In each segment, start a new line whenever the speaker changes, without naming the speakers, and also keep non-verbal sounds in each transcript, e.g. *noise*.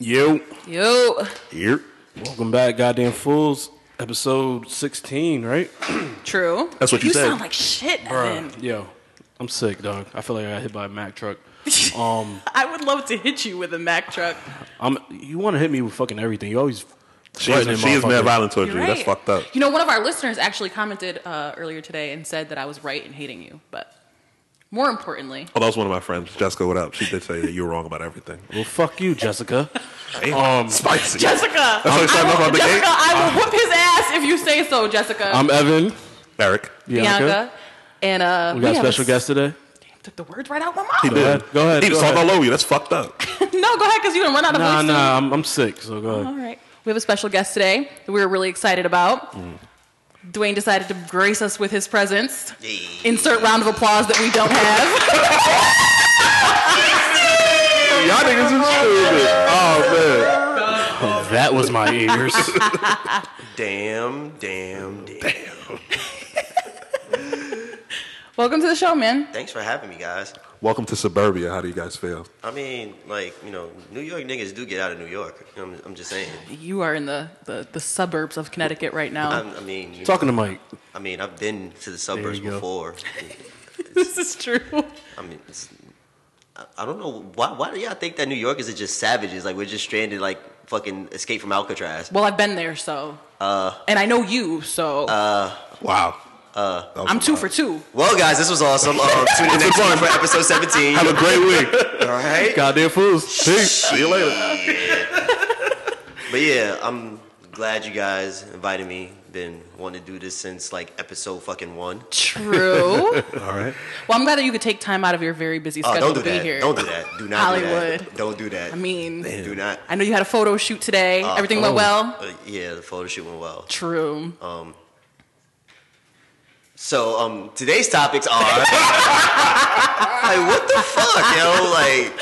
Yo,
Yo,
here.
Welcome back, goddamn fools. Episode sixteen, right?
true.
That's what you said.
sound like shit, Evan.
Yo, I'm sick, dog. I feel like I got hit by a Mack truck.
I would love to hit you with a Mack truck.
I'm. You want to hit me with fucking everything? You always.
She is, she is mad violent towards you.
You're
That's
right.
fucked up.
You know, one of our listeners actually commented uh, earlier today and said that I was right in hating you, but more importantly,
Oh, that was one of my friends, Jessica. What up? She did say that you were wrong about everything.
Well, fuck you, Jessica.
Damn, spicy.
Jessica.
how you started
I
off
will,
out the gate?
Jessica, I will whoop his ass if you say so, Jessica.
I'm Evan.
Eric.
Bianca.
Bianca. And uh,
We got a
have
special
s-
guest today.
Took the words right out my mouth.
Go ahead. Go ahead.
He
go
just talked
ahead.
all over you. That's fucked up.
*laughs* no, go ahead because you didn't run out of
Nah,
voice.
nah. I'm, I'm sick, so go ahead.
All right. We have a special guest today that we're really excited about.
Mm.
Dwayne decided to grace us with his presence. Insert round of applause that we don't
*laughs*
have.
Y'all niggas is stupid. Oh man.
That was my *laughs* ears.
Damn, damn, damn.
Welcome to the show, man.
Thanks for having me, guys.
Welcome to suburbia. How do you guys feel?
I mean, like, you know, New York niggas do get out of New York. I'm, I'm just saying.
You are in the, the, the suburbs of Connecticut right now.
I'm, I mean, you
Talking to
know,
Mike.
I mean, I've been to the suburbs
you go.
before.
this is true.
I mean, it's, I, I don't know why. Why do y'all think that New Yorkers are just savages? Like we're just stranded, like fucking escape from Alcatraz.
Well, I've been there, so. Uh, and I know you, so
uh,
Wow.
I'm two for two.
Well, guys, this was awesome. Um, tune in next time for episode 17.
Have a great week.
All right.
Goddamn fools.
Peace. See you later.
*laughs* But yeah, I'm glad you guys invited me. Been wanting to do this since like episode fucking one.
True.
*laughs*
well,
All right.
I'm glad that you could take time out of your very busy
Oh,
schedule
don't
to
do
be
that.
here.
Don't do that. Do not do
Hollywood.
that. Don't do that.
I mean,
do not.
I know you had a photo shoot today. Everything went well.
Uh, yeah, the photo shoot went well.
True.
Uh, So, um, today's topics are
*laughs*
*laughs* like, what the fuck, yo? Like,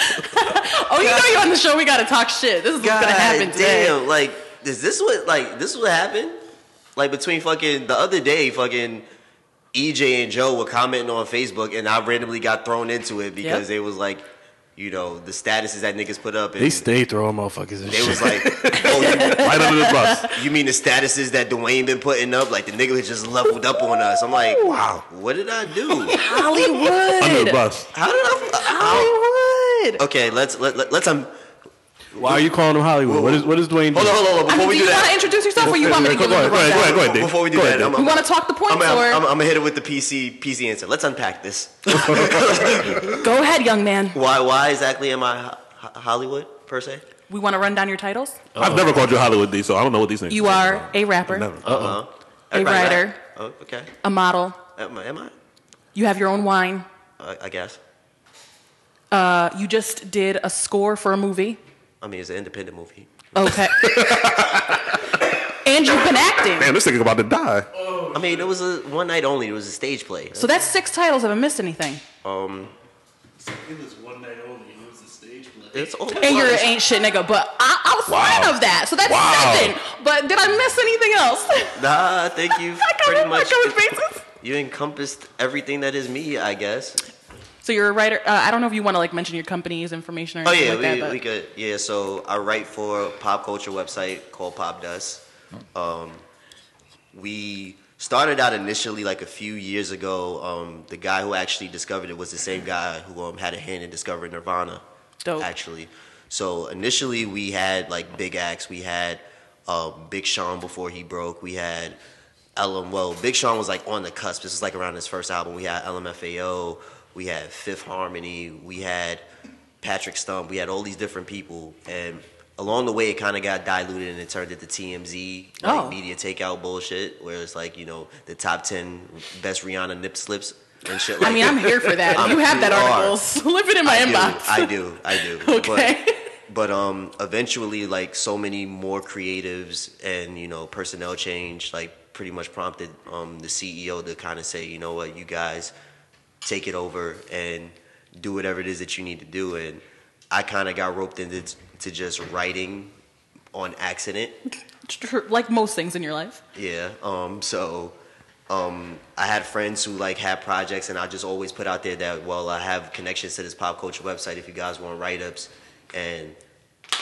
Oh, you know you're on the show. We gotta talk shit. This is what's
God
gonna happen today.
damn, like, is this what like this what happened? Like between fucking the other day, fucking EJ and Joe were commenting on Facebook, and I randomly got thrown into it because
Yep.
they was like, you know, the statuses that niggas put up, and
They stay throwing motherfuckers and
they
shit.
was like, oh, you,
Right under the bus.
You mean the statuses that Dwayne been putting up? Like the nigga just leveled up on us. I'm like, wow, what did I do?
Under
Hollywood.
*laughs*
the bus.
How did I?
Hollywood.
I okay, let's let, let, let's um.
Why are you calling him Hollywood? What is what is Dwayne
Hold on,
doing?
hold on. hold on,
I
Before
mean,
we
do
do
you want to
that,
introduce yourself, or you want me to
Go
give him
ahead.
the
Go ahead. Go ahead.
rundown?
Go ahead. Dave.
before we do
Go
that,
ahead,
I'm,
Dave.
You
I'm,
want to talk the
I'm,
points,
I'm, I'm,
or
I'm gonna hit it with the PC PC answer. Let's unpack this.
go ahead, young man.
Why why exactly am I ho- ho- Hollywood per se?
We want to run down your titles.
I've never called you Hollywood D, so I don't know what these things
You are a rapper,
Never.
Uh huh.
A writer.
Oh, okay.
a model.
Am, I- am I?
You have your own wine.
I? I guess.
Uh, you just did a score for a movie.
I mean, it's an independent movie.
*laughs*
Okay. and you've been acting.
Damn, this nigga about to die.
I mean, it was a one night only. It was a stage play.
So that's six titles. Haven't missed anything.
Um,
It was one night only. It was a stage play.
it's all
And you're an ain't shit nigga, but I, outside
Wow.
of that, so that's
Wow.
seven. But did I miss anything else?
Nah, I think you've
*laughs* I got
pretty
it, I
much
got it, faces.
you encompassed everything that is me, I guess.
So you're a writer. Uh, I don't know if you want to like mention your company's information or
Oh
anything
yeah,
like
we,
that. But
we could. Yeah, so I write for a pop culture website called Pop Dust. Um, we started out initially like a few years ago. Um, the guy who actually discovered it was the same guy who um, had a hand in discovering Nirvana.
Dope.
Actually, so initially we had like Big Axe, we had um, Big Sean before he broke, we had. LM, well, Big Sean was like on the cusp. This was like around his first album. We had LMFAO, we had Fifth Harmony, we had Patrick Stump, we had all these different people. And along the way, it kind of got diluted and it turned into TMZ, like
Oh.
media takeout bullshit, where it's like, you know, the top 10 best Rihanna nip slips and shit like
I mean, I'm here for that.
*laughs* I'm-
you have that
you are.
article. *laughs* So leave it in my
I do,
inbox.
I do, I do.
*laughs* Okay.
But, but um, eventually, like so many more creatives and you know personnel change, like pretty much prompted um the CEO to kind of say, you know what, you guys take it over and do whatever it is that you need to do. And I kind of got roped into t- to just writing on accident.
Tr- Like most things in your life.
Yeah. Um. So, um, I had friends who like had projects, and I just always put out there that well, I have connections to this pop culture website. If you guys want write ups, and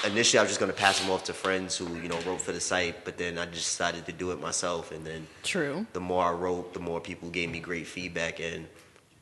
initially I was just gonna pass them off to friends who you know wrote for the site, but then I just decided to do it myself, and then
True.
the more I wrote, the more people gave me great feedback. And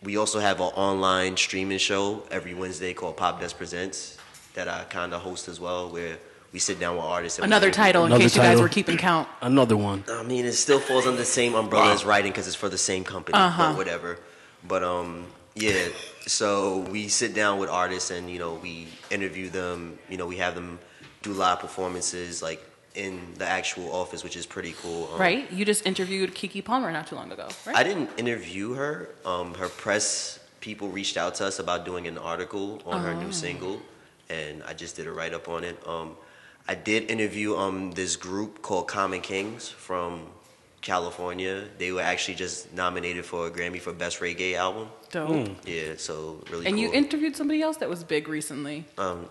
we also have an online streaming show every Wednesday called Pop Desk Presents that I kind of host as well, where we sit down with artists. And we
Another
interview
title in
Another
case you guys
title.
were keeping count.
Another one.
I mean, it still falls under the same umbrella as writing because it's for the same company,
Uh-huh.
but whatever. But um, yeah. So we sit down with artists and you know we interview them. You know we have them do live performances like in the actual office, which is pretty cool. Um,
Right? You just interviewed Kiki Palmer not too long ago, right?
I didn't interview her. Um, her press people reached out to us about doing an article on her
Oh.
new single, and I just did a write up on it. Um, I did interview um, this group called Common Kings from California. They were actually just nominated for a Grammy for Best Reggae Album.
Dope.
Yeah, so really
Hmm. And
cool.
you interviewed somebody else that was big recently.
um,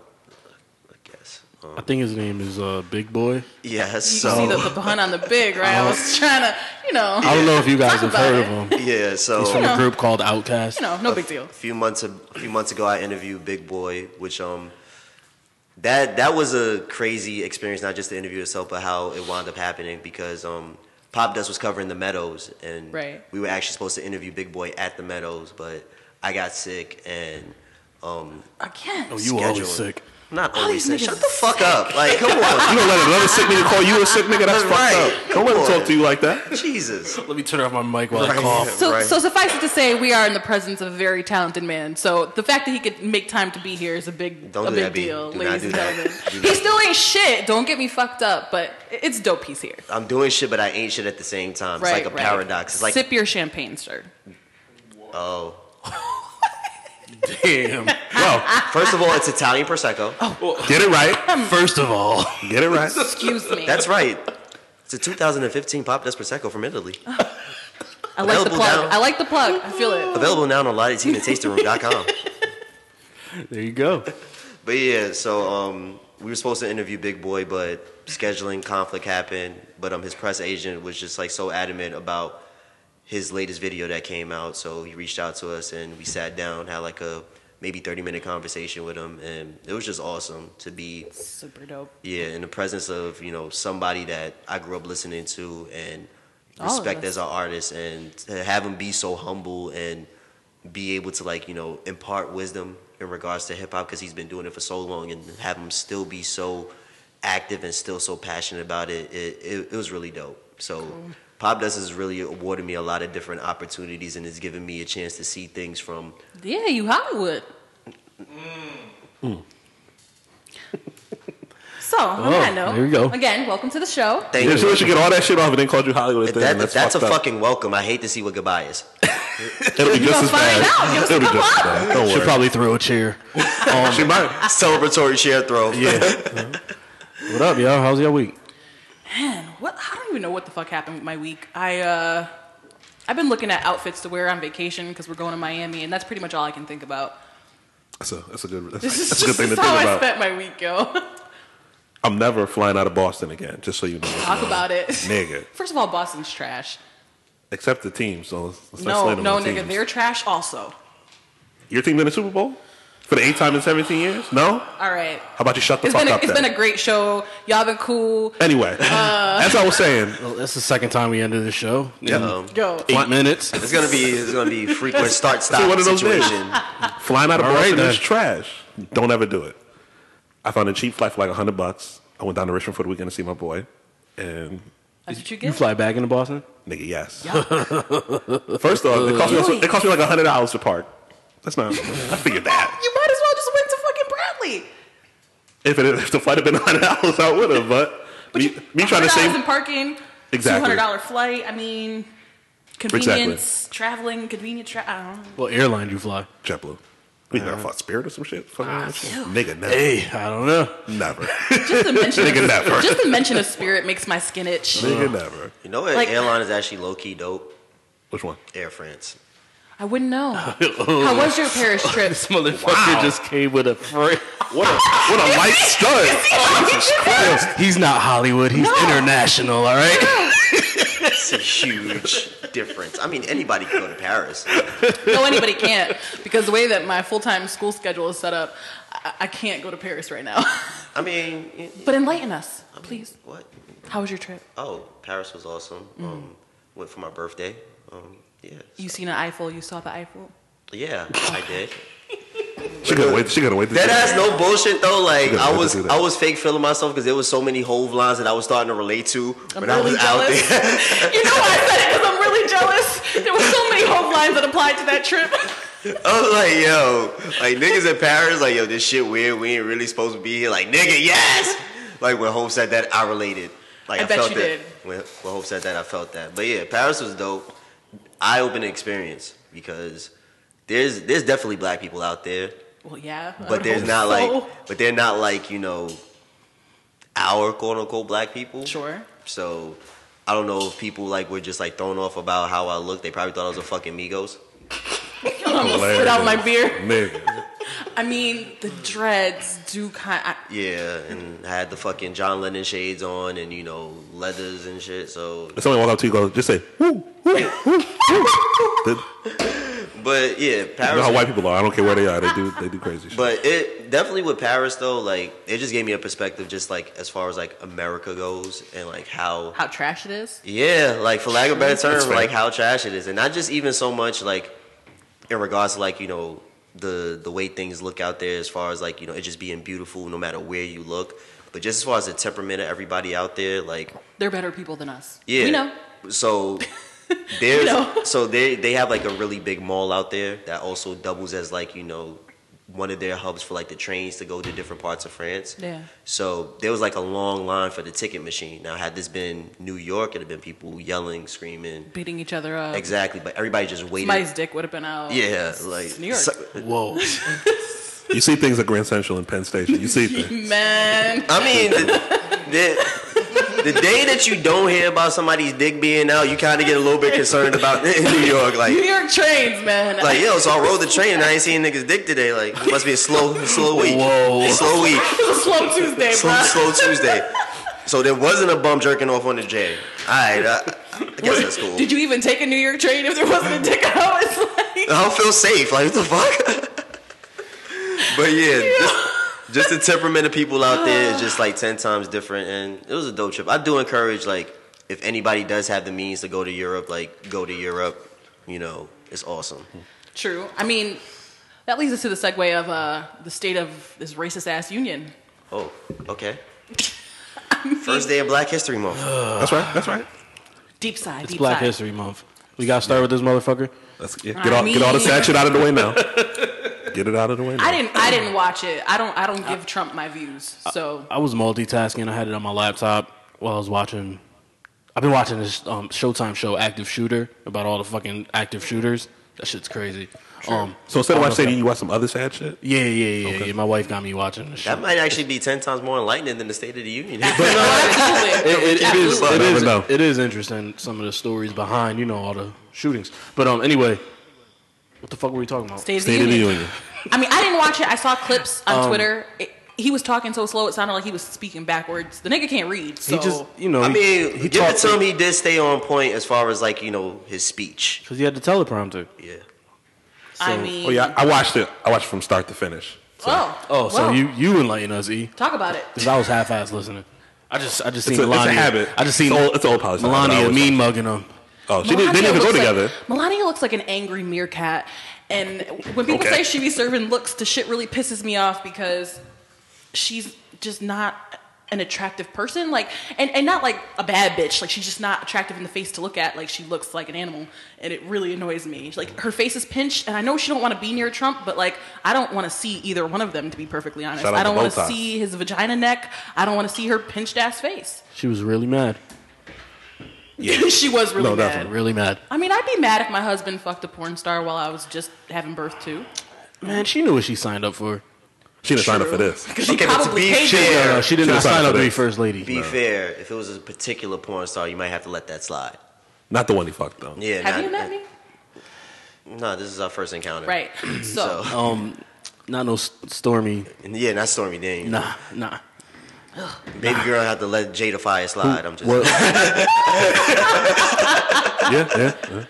I guess.
I
Um,
think his name is uh, Big Boy.
yeah,
You
so.
see the, the pun on the big, right? I was trying to, you know,
I don't know if you guys have
about
heard
it.
of him.
*laughs* yeah, so.
He's from a group called Outcast.
you know, no big deal.
A few months a few months ago, I interviewed Big Boy, which um that that was a crazy experience, not just the interview itself, but how it wound up happening because um Pop Dust was covering the Meadows, and
Right.
we were actually supposed to interview Big Boy at the Meadows, but I got sick and. Um,
Again.
Oh, you always
scheduling.
sick.
not always
these
sick.
niggas
Shut
is
the fuck up! Like,
*laughs*
come on,
You don't let another sick nigga call you a sick nigga. That's
Right.
fucked up. Don't let him talk to you like that.
Jesus.
Let me turn off my mic while I
Right.
cough.
So,
Right.
so suffice it to say, we are in the presence of a very talented man. So the fact that he could make time to be here is a big,
Don't
a
do
big
that, B.
deal,
Do not
ladies
do
and
that.
gentlemen.
Do
He
not.
still ain't shit. Don't get me fucked up, but it's dope. He's here.
I'm doing shit, but I ain't shit at the same time.
right,
it's like a
right.
paradox. It's like,
sip your champagne, sir.
oh,
Damn.
Well,
first of all, it's Italian prosecco.
get it
*laughs*
right.
First of all,
Get it right.
Excuse me.
That's right. It's a 2015 Pop Des Prosecco from Italy.
*laughs* I like the
available
plug.
now.
I like the plug. I feel it.
Available now on
*laughs*
LottiesTeamAndTastingRoom.com.
*laughs* there you go.
But yeah, so um, we were supposed to interview Big Boy, but scheduling conflict happened. But um, his press agent was just like so adamant about his latest video that came out. So he reached out to us and we sat down, had like a maybe 30 minute conversation with him. And it was just awesome to be
Super dope.
Yeah, in the presence of you know somebody that I grew up listening to and
All of
respect
us.
as an artist, and to have him be so humble and be able to like you know impart wisdom in regards to hip hop because he's been doing it for so long, and have him still be so active and still so passionate about it. It it, it was really dope. So. Pop Dust has really awarded me a lot of different opportunities and has given me a chance to see things from
Yeah, you Hollywood.
Mm.
So on
Oh,
that note,
there you go.
again, welcome to the show.
thank
Yeah,
you.
she should get all that shit off and then called you Hollywood.
If
at the
that-
end.
if that's a
fucked up.
fucking welcome. I hate to see what goodbye is. *laughs*
It'll be
You
just
gonna
as
find out.
bad.
Give us
It'll be
a
just as
couple
bad. Don't
Should
worry.
probably throw a *laughs* chair. Um,
She might.
Celebratory share throw.
What up, y'all? How's your week?
Man, what? I don't even know what the fuck happened with my week. I uh, I've been looking at outfits to wear on vacation because we're going to Miami, and that's pretty much all I can think about.
That's a, that's a good, that's,
This is
that's a
just
good thing to think
how I
about.
spent my week, yo. *laughs*
I'm never flying out of Boston again, just so you know.
Talk about it,
Nigga.
First of all, Boston's trash.
Except the team, so let's, let's not
no,
slam them
no,
on
nigga,
teams.
they're trash. Also,
Your team in the Super Bowl? For the eighth time in 17 years? No? How
all right.
about you shut the
It's
fuck
been a,
up
it's
then?
been Uh. a great show. Y'all been cool.
anyway, as I was saying,
Well, Oh, that's the second time we ended the show.
yeah,
Yo,
Eight minutes.
Um, It's gonna be it's gonna be frequent start
See,
stop
one of those days.
*laughs*
situation.
flying out of
All right,
Boston
then.
is trash. Don't ever do it. I found a cheap flight for like 100 bucks. I went down to Richmond for the weekend to see my boy. And,
that's what you
You
get. *laughs*
fly back into Boston?
nigga, yes. First off, it cost, me, also-
Really?
it cost me like $100 to park. That's not, I figured that.
You might as well just went to fucking Bradley.
If, it, if the flight had been $100, I would have, but, me, me trying to
$100 in
save.
parking.
Exactly.
Two hundred dollar flight. I mean, convenience traveling, convenience. Tra- I don't know.
Well, airline you fly?
JetBlue. We never fought Spirit or some shit. Fucking
shoot.
nigga, never.
Uh-huh. Hey, I don't know.
Never.
Ah, Just the mention,
Nigga, never.
of, just the mention of spirit makes my skin itch.
nigga, never.
You know what?
Like-
airline is actually low key dope.
Which one?
Air France.
I wouldn't know. How was your Paris trip?
This motherfucker
Wow.
just came with a *laughs* friend.
What a, what a light stud.
He's not Hollywood. He's international.
*laughs*
All right.
It's a huge *laughs* difference. I mean, anybody can go to Paris.
no, anybody can't because the way that my full time school schedule is set up, I- I, I can't go to Paris right now. *laughs*
I mean, y-
but enlighten us,
I mean,
please.
What?
How was your trip?
Oh, Paris was awesome. Um, went for my birthday. Um, yeah.
You seen an Eiffel? You saw the Eiffel?
Yeah, I
*laughs*
did.
She couldn't wait. She couldn't wait. to
That
see
ass,
it.
no bullshit though. Like
Yeah,
I
we
was,
do that.
I was fake feeling myself because there was so many hove lines that I was starting to relate to
I'm
when I was
really
out
jealous.
there.
You know why I said it? Because I'm really jealous. There were so many home lines that applied to that trip.
I was like, yo, like niggas in Paris, like yo, this shit weird. We ain't really supposed to be here. Like nigga, yes. Like when Hope said that, I related. Like
I bet
felt
you
that.
did.
When, when Hope said that, I felt that. But yeah, Paris was dope. Eye opening experience because there's there's definitely black people out there,
Well, yeah. I would
but there's
hope *laughs*
not
so.
like, but they're not like you know, our quote unquote black people.
Sure.
So I don't know if people like were just like thrown off about how I look. They probably thought I was a fucking Migos.
I'm gonna spit out my beer.
Nigga.
I mean, the dreads do kind. I,
Yeah, and I had the fucking John Lennon shades on and you know leathers and shit. So,
If somebody walk up to you, go just say, "Woo, woo, woo, woo."
but yeah, Paris.
You know how white people are. I don't care where they are. They do they do crazy shit.
But it definitely with Paris though, like it just gave me a perspective, just like as far as like America goes and like how
how trash it is.
Yeah, like for lack of a better
That's
term,
fair.
like how trash it is, and not just even so much like in regards to like you know the the way things look out there, as far as like you know it just being beautiful no matter where you look, but just as far as the temperament of everybody out there, like
They're better people than us.
yeah,
You know. *laughs*
so there's
know.
so they they have like a really big mall out there that also doubles as like you know one of their hubs for like the trains to go to different parts of France.
Yeah.
So there was like a long line for the ticket machine. Now, had this been New York, it'd have been people yelling, screaming.
Beating each other up.
Exactly, but everybody just waited.
Somebody's dick would have been out.
yeah, like
New York.
so-
Whoa.
You see things at Grand Central and Penn Station. You see
*laughs*
things.
Man,
I
*laughs*
mean, the, the, the day that you don't hear about somebody's dick being out, you kind of get a little bit concerned about in New York. Like,
New York trains, man. *laughs*
Like, yo, so I rode the train and I ain't seen niggas dick today. Like, it must be a slow, slow week.
Whoa.
Slow week.
it's a slow Tuesday,
Slow,
bro.
slow Tuesday. So there wasn't a bum jerking off on the J. All right, I, I guess that's cool.
Did you even take a New York train if there wasn't a
*laughs*
dick out? It's like
I don't feel safe. Like, what the fuck? but yeah, Just, just the temperament of people out there is just like 10 times different. And it was a dope trip. I do encourage, like, if anybody does have the means to go to Europe, like, go to Europe. You know, it's awesome.
true. I mean, that leads us to the segue of uh, the state of this racist ass union.
Oh,
*laughs*
okay. First day of Black History Month.
*sighs*
That's right. That's right.
Deep side.
It's
deep
Black
side.
History Month. We gotta start with this motherfucker.
That's, yeah, get all get all the sad shit out of the way now. Get it out of the way. Now.
I didn't. I didn't watch it. I don't. I don't give Trump my views. So
I was multitasking. I had it on my laptop while I was watching. I've been watching this um, Showtime show, Active Shooter, about all the fucking active shooters. That shit's crazy. Um,
So instead of watching
I don't know
Sadie,
if
you watch some other sad shit.
that- yeah, yeah, yeah, yeah. My wife got me watching this shit.
That might actually be ten times more enlightening than the State of
*laughs*
the Union.
Absolutely.
it, it, it is
But
it
never
is
know.
it is interesting some of the stories behind you know all the shootings. But um, anyway, what the fuck were we talking about?
State,
State
of the union.
Union.
I mean, I didn't watch it. I saw clips on
Um,
Twitter. It, he was talking so slow it sounded like he was speaking backwards. The nigga can't read. So
he just you know
I mean,
he, he
give it
talked
to him. He did stay on point as far as like you know his speech.
because he had the teleprompter.
Yeah,
I
so-
mean,
Oh yeah, I watched it. I watched it from start to finish. So
oh,
Oh, so
well,
you you enlighten us, E?
talk about it.
Because I was half ass listening. I just I just
it's,
seen
a, it's a
Melania.
habit.
I just seen
it's old, it's old policy. I
Melania
always-
mean mugging him.
Oh, she did, they didn't even go
looks like-
together.
Melania looks like an angry meerkat. And when people
Okay.
say she be serving looks, the shit really pisses me off because she's just not an attractive person. Like, and, and not like a bad bitch. Like, she's just not attractive in the face to look at. Like, she looks like an animal. And it really annoys me. Like, her face is pinched. And I know she don't want to be near Trump, but like, I don't want to see either one of them, to be perfectly honest.
Shout out
I don't
to
want to
Botox.
see his vagina neck. I don't want to see her pinched ass face.
She was really mad,
*laughs* she was really
No,
bad.
definitely.
really mad.
I mean, I'd be mad if my husband fucked a porn star while I was just having birth too.
Man, she knew what she signed up for.
She didn't sign up for this.
Because he
Okay, but to
probably
be
paid
fair-
me.
No, no, she did
She
not
was fine
sign up
for
to be
that.
first lady.
be fair. If it was a particular porn star, you might have to let that slide.
Not the one he fucked though.
Yeah.
Have
not-
you met me?
No, this is our first encounter.
Right. So,
*clears throat* So
Um, Not no S- stormy.
*laughs* and yeah, not Stormy Daniels.
Nah, nah.
Baby girl had to let Jada Fire slide. I'm just. *laughs*
Well- yeah, yeah. yeah.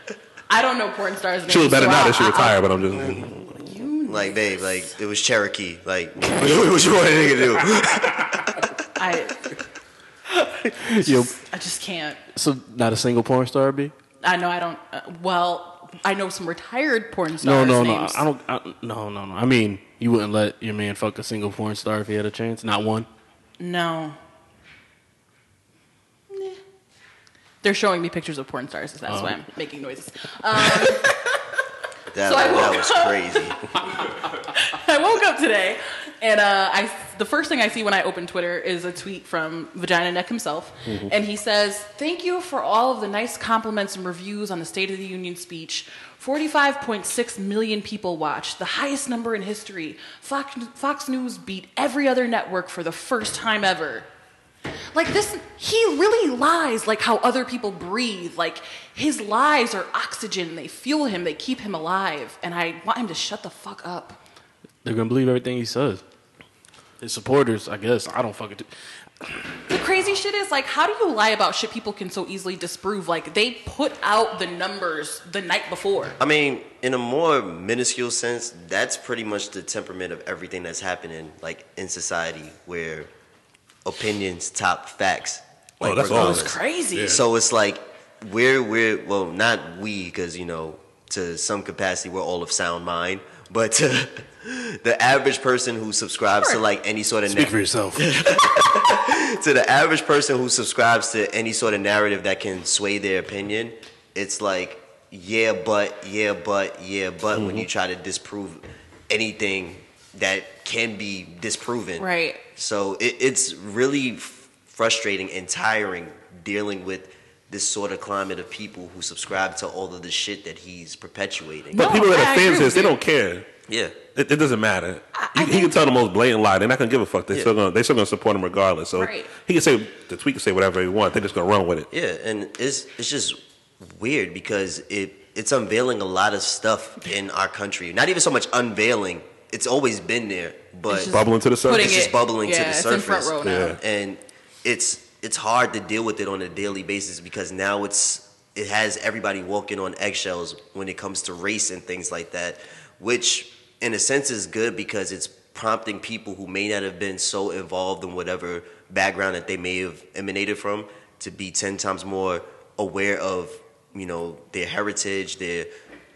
I don't know porn stars.
She was
names,
better
so
now
I'll-
that she
I'll-
*laughs*
retired, but I'm just. *laughs*
You
Like, babe, like it was Cherokee.
*laughs*
Like, *laughs* what you what you want a nigga to do?
I
Yo,
I just can't.
so not a single porn star, B?
I know I don't. Uh, well, I know some retired porn
No,
stars.
no, no.
names.
I don't. I, no, no, no. I mean, you wouldn't let your man fuck a single porn star if he had a chance. Not one.
No. Nah. They're showing me pictures of porn stars. So
Oh.
that's why I'm making noises.
That,
So I
that
woke
was
up.
crazy.
*laughs* I woke up today, and uh, I the first thing I see when I open Twitter is a tweet from Vagina Neck himself, and he says, "Thank you for all of the nice compliments and reviews on the State of the Union speech. Forty-five point six million people watched, the highest number in history. Fox, Fox News beat every other network for the first time ever." Like this, he really lies like how other people breathe. Like his lies are oxygen. They fuel him. They keep him alive. And I want him to shut the fuck up.
They're gonna believe everything he says. His supporters, I guess. I don't fucking. Do.
The crazy shit is like, how do you lie about shit people can so easily disprove? Like they put out the numbers the night before.
I mean, in a more minuscule sense, that's pretty much the temperament of everything that's happening, like in society, where opinions top facts.
Oh,
Like,
that's all.
regardless.
It's crazy.
So it's like we're we're well, not we, because you know, to some capacity, we're all of sound mind, but to *laughs* the average person who subscribes to
Sure.
like any sort of
Speak for yourself.
*laughs* to the average person who subscribes to any sort of narrative that can sway their opinion, it's like, yeah, but, yeah, but, yeah, but
Mm-hmm.
when you try to disprove anything that can be disproven.
Right.
So it, it's really f- frustrating and tiring dealing with this sort of climate of people who subscribe to all of the shit that he's perpetuating.
But
No,
people that
I
are fans
agree
of his,
with
they
you.
don't care.
Yeah.
It, it doesn't matter.
I
he, he can
think-
tell the most blatant lie. They're not gonna give a fuck. They
Yeah.
still gonna they still gonna support him regardless. So
Right.
he can say the tweet can say whatever he wants. They're just gonna run with it.
Yeah, and it's it's just weird because it it's unveiling a lot of stuff in our country. Not even so much unveiling; it's always been there, but
It's just
Bubbling to the surface.
putting
It's just
it-
bubbling
yeah,
to the
it's
surface.
in front row now.
Yeah.
and it's it's hard to deal with it on a daily basis because now it's it has everybody walking on eggshells when it comes to race and things like that, which in a sense is good because it's prompting people who may not have been so involved in whatever background that they may have emanated from to be ten times more aware of you know their heritage, their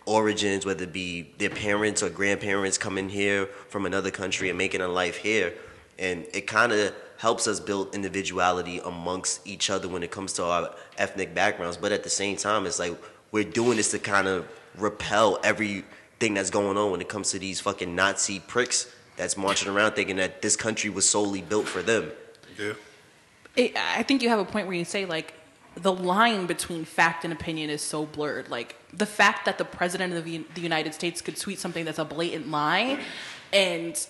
origins, whether it be their parents or grandparents coming here from another country and making a life here and it kind of helps us build individuality amongst each other when it comes to our ethnic backgrounds but at the same time it's like we're doing this to kind of repel everything that's going on when it comes to these fucking nazi pricks that's marching around thinking that this country was solely built for them
It, I think you have a point where you say like the line between fact and opinion is so blurred. Like the fact that the president of the U- the United States could tweet something that's a blatant lie, and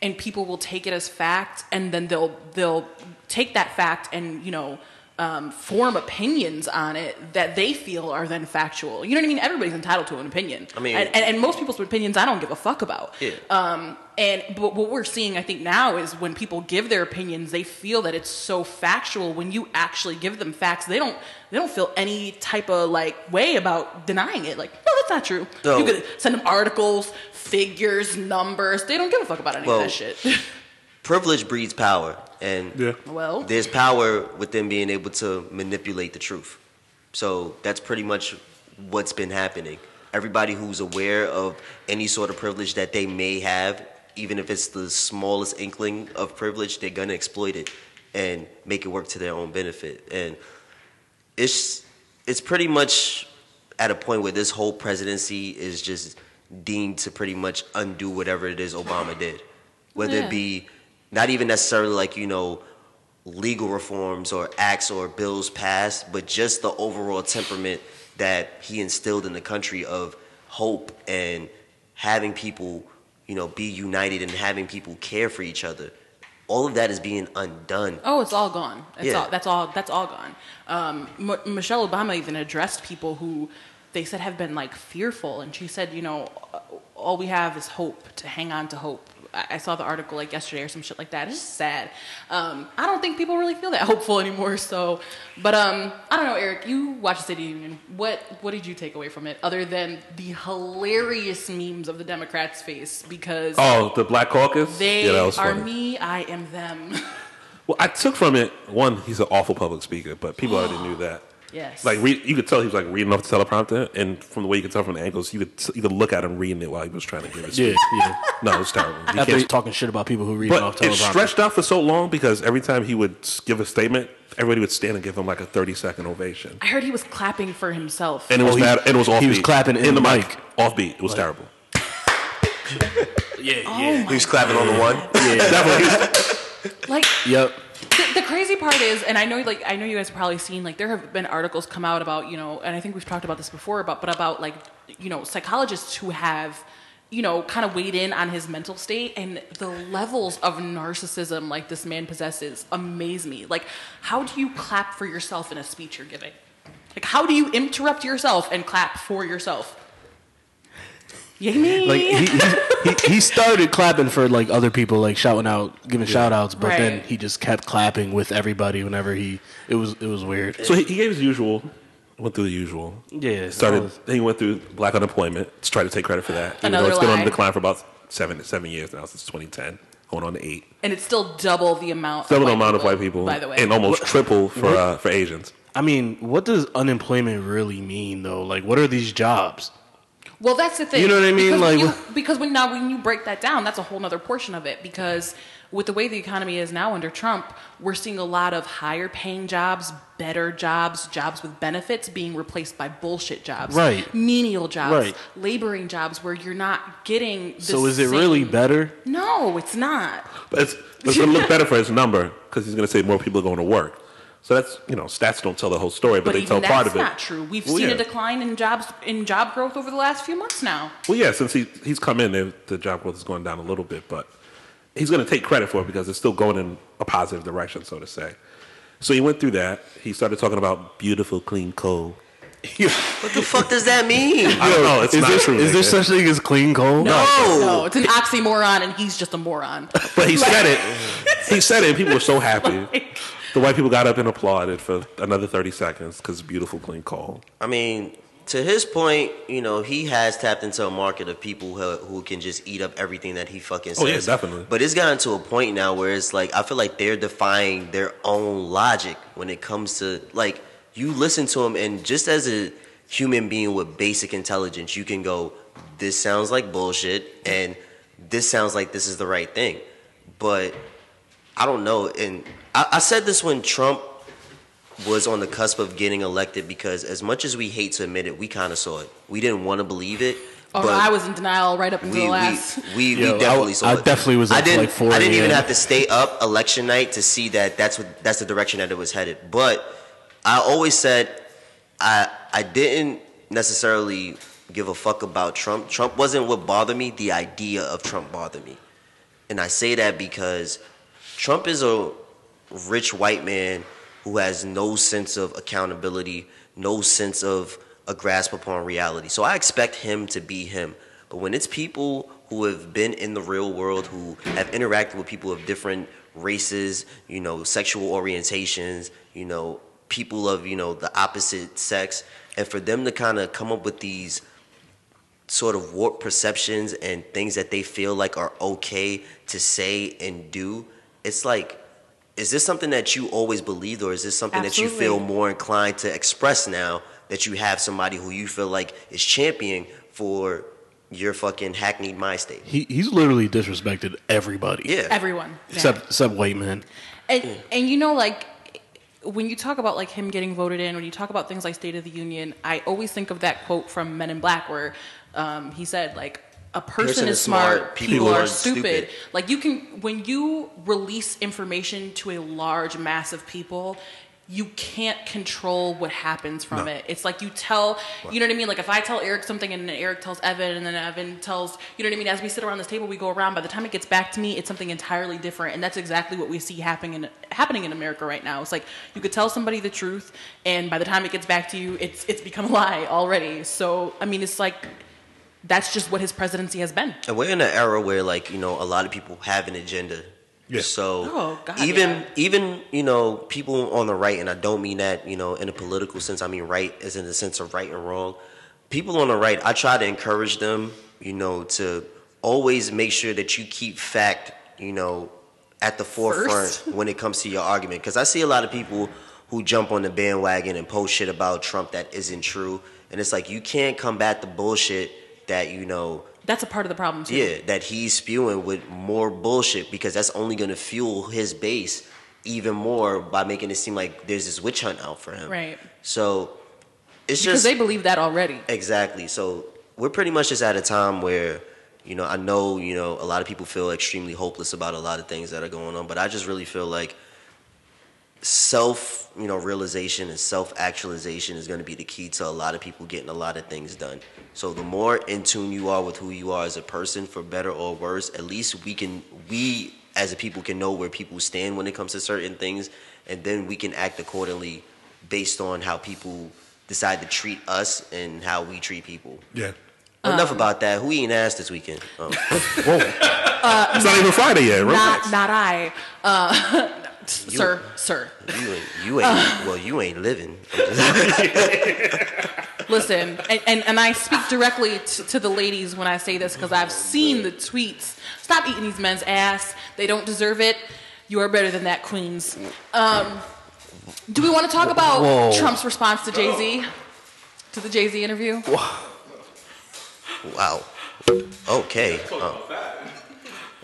and people will take it as fact, and then they'll they'll take that fact and you know. Um, form opinions on it that they feel are then factual. You know what I mean? Everybody's entitled to an opinion.
I mean-
and, and, and most people's opinions I don't give a fuck about.
Yeah.
Um, and but what we're seeing, I think, now is when people give their opinions, they feel that it's so factual. When you actually give them facts, they don't they don't feel any type of like way about denying it. Like, no, that's not true.
So-
you could send them articles, figures, numbers. They don't give a fuck about any of
Well-
that shit. *laughs*
privilege breeds power and
Yeah.
well,
there's power with them being able to manipulate the truth. So that's pretty much what's been happening. Everybody who's aware of any sort of privilege that they may have, even if it's the smallest inkling of privilege, they're gonna exploit it and make it work to their own benefit. And it's it's pretty much at a point where this whole presidency is just deemed to pretty much undo whatever it is Obama did, whether
Yeah.
it be not even necessarily like you know legal reforms or acts or bills passed, but just the overall temperament that he instilled in the country of hope and having people you know be united and having people care for each other. All of that is being undone.
Oh, it's all gone. It's
Yeah.
all, that's all. That's all gone. Um, M- Michelle Obama even addressed people who they said have been like fearful, and she said, you know, all we have is hope to hang on to hope. I- I I saw the article like yesterday or some shit like that. It's just sad. Um, I don't think people really feel that *laughs* hopeful anymore. So, but um, I don't know, Eric. You watched City Union. What what did you take away from it other than the hilarious memes of the Democrats' face because
Oh, the Black Caucus.
they
yeah, that
are
was funny.
me, I am them. *laughs*
Well, I took from it one. He's an awful public speaker, but people already knew that.
yes.
Like re- you could tell he was like reading off the teleprompter, and from the way you could tell from the angles, you could t- you could look at him reading it while he was trying to give his
Yeah,
speech.
yeah.
No, it was terrible. You
After
can't-
he's talking shit about people who read off
but it
teleprompter.
stretched out for so long because every time he would s- give a statement, everybody would stand and give him like a thirty second ovation,
I heard he was clapping for himself.
and it was
Oh, he-
bad. and it was
he
offbeat.
was clapping in the mic.
offbeat. It was terrible.
yeah,
Oh,
yeah,
He was clapping on
*laughs*
the one.
Definitely, he was-
like
yep.
the, the crazy part is, and I know, like, I know you guys have probably seen, like, there have been articles come out about, you know, and I think we've talked about this before, about, but about, like, you know, psychologists who have, you know, kind of weighed in on his mental state and the levels of narcissism, like, this man possesses amaze me. Like, how do you clap for yourself in a speech you're giving? Like, how do you interrupt yourself and clap for yourself? Yay me!
Like he, he, he, he started clapping for like other people, like shouting out, giving shout outs, but then
Right.
he just kept clapping with everybody whenever he. It was it was weird.
so he, he gave his usual. Went through the usual.
Yeah,
started. he went through black unemployment to try to take credit for that. Even though
Another
it's been on
lie.
decline for about seven seven years now since 2010, going on to eight.
and it's still double the amount.
Double
of
the
white
amount
people,
of white people,
by the way.
and almost triple for uh, for Asians.
I mean, what does unemployment really mean though? Like, what are these jobs?
Well, that's the thing.
You know what I mean?
Because
Like-
when you- because when now when you break that down, that's a whole other portion of it. Because with the way the economy is now under Trump, we're seeing a lot of higher paying jobs, better jobs, jobs with benefits being replaced by bullshit jobs,
Right.
Menial jobs,
Right.
laboring jobs where you're not getting. The
So is it
same-
really better?
No, it's not.
But it's, but it's going to look better for his number because he's going to say more people are going to work. So that's you know stats don't tell the whole story, but,
But
they tell
even
part
that's
of it.
not true. We've
Well,
seen
yeah.
a decline in jobs in job growth over the last few months now.
Well, yeah, since he he's come in, the- the job growth is going down a little bit, but he's going to take credit for it because it's still going in a positive direction, so to say. So he went through that. He started talking about beautiful, clean
*laughs*
coal.
What the fuck does that mean?
I don't know. It's
is
not
there,
true.
is there
nigga.
such thing as clean coal? Oh!
No.
No, it's an oxymoron, and he's just a moron. *laughs*
But he said
*laughs*
it. He said it, and people were so happy. The white people got up and applauded for another 30 seconds because beautiful, clean coal.
I mean, to his point, you know, he has tapped into a market of people who, who can just eat up everything that he fucking says.
Oh, yeah, definitely.
But it's gotten to a point now where it's like I feel like they're defying their own logic when it comes to like you listen to him and just as a human being with basic intelligence, you can go, this sounds like bullshit, and this sounds like this is the right thing, but. I don't know. And I, I said this when Trump was on the cusp of getting elected because, as much as we hate to admit it, we kind of saw it. We didn't want to believe it.
Oh, no,
but
I was in denial right up until the
we, we,
last.
*laughs*
we, we
Yo, I-
definitely saw
I
it.
definitely was
I
up till,
didn't,
like, 4
I didn't even
a.m..
have to stay up election night to see that that's what that's the direction that it was headed. But I always said I I didn't necessarily give a fuck about Trump. Trump wasn't what bothered me. The idea of Trump bothered me. And I say that because Trump is a rich white man who has no sense of accountability, no sense of a grasp upon reality. So I expect him to be him. But when it's people who have been in the real world, who have interacted with people of different races, you know, sexual orientations, you know, people of, you know, the opposite sex, and for them to kind of come up with these sort of warped perceptions and things that they feel like are okay to say and do, it's like, is this something that you always believed, or is this something that
Absolutely.
you feel more inclined to express now that you have somebody who you feel like is championing for your fucking hackneyed mind state?
He, he's literally disrespected everybody.
Yeah.
Everyone. yeah.
Except except white men.
and, and you know, like, when you talk about, like, him getting voted in, when you talk about things like State of the Union, I always think of that quote from Men in Black where um, he said, like, a person, is, smart, people, are stupid. Like, you can, when you release information to a large mass of people, you can't control what happens from it. It's like you tell, you know what I mean? Like if I tell Eric something and then Eric tells Evan and then Evan tells, you know what I mean? As we sit around this table, we go around. By the time it gets back to me, it's something entirely different. And that's exactly what we see happening in, happening in America right now. It's like you could tell somebody the truth and by the time it gets back to you, it's, it's become a lie already. So, I mean, it's like, that's just what his presidency has been.
And we're in an era where, like, you know, a lot of people have an agenda.
Yeah.
So
Oh, God,
even
yeah.
even you know people on the right, and I don't mean that you know in a political sense. I mean right as in the sense of right and wrong. People on the right, I try to encourage them, you know, to always make sure that you keep fact, you know, at the forefront
First. *laughs*
when it comes to your argument. Because I see a lot of people who jump on the bandwagon and post shit about Trump that isn't true, and it's like you can't combat the bullshit that you know
That's a part of the problem too.
yeah, that he's spewing with more bullshit because that's only going to fuel his base even more by making it seem like there's this witch hunt out for him.
Right.
So it's
Because
just
they believe that already.
exactly. So we're pretty much just at a time where you know I know you know a lot of people feel extremely hopeless about a lot of things that are going on, but I just really feel like self you know realization and self actualization is going to be the key to a lot of people getting a lot of things done so the more in tune you are with who you are as a person for better or worse at least we can we as a people can know where people stand when it comes to certain things and then we can act accordingly based on how people decide to treat us and how we treat people
Yeah.
enough about that who eating ass this weekend um,
It's not even Friday yet.
Uh, Not
Relax.
not I, uh, sir, sir.
you ain't you ain't well you ain't living
Listen, and, and, and I speak directly to, to the ladies when I say this because I've seen the tweets. Stop eating these men's ass. They don't deserve it. You are better than that, Queens. Um, do we want to talk about
Whoa.
Trump's response to Jay Z? To the Jay Z interview?
wow okay um, oh,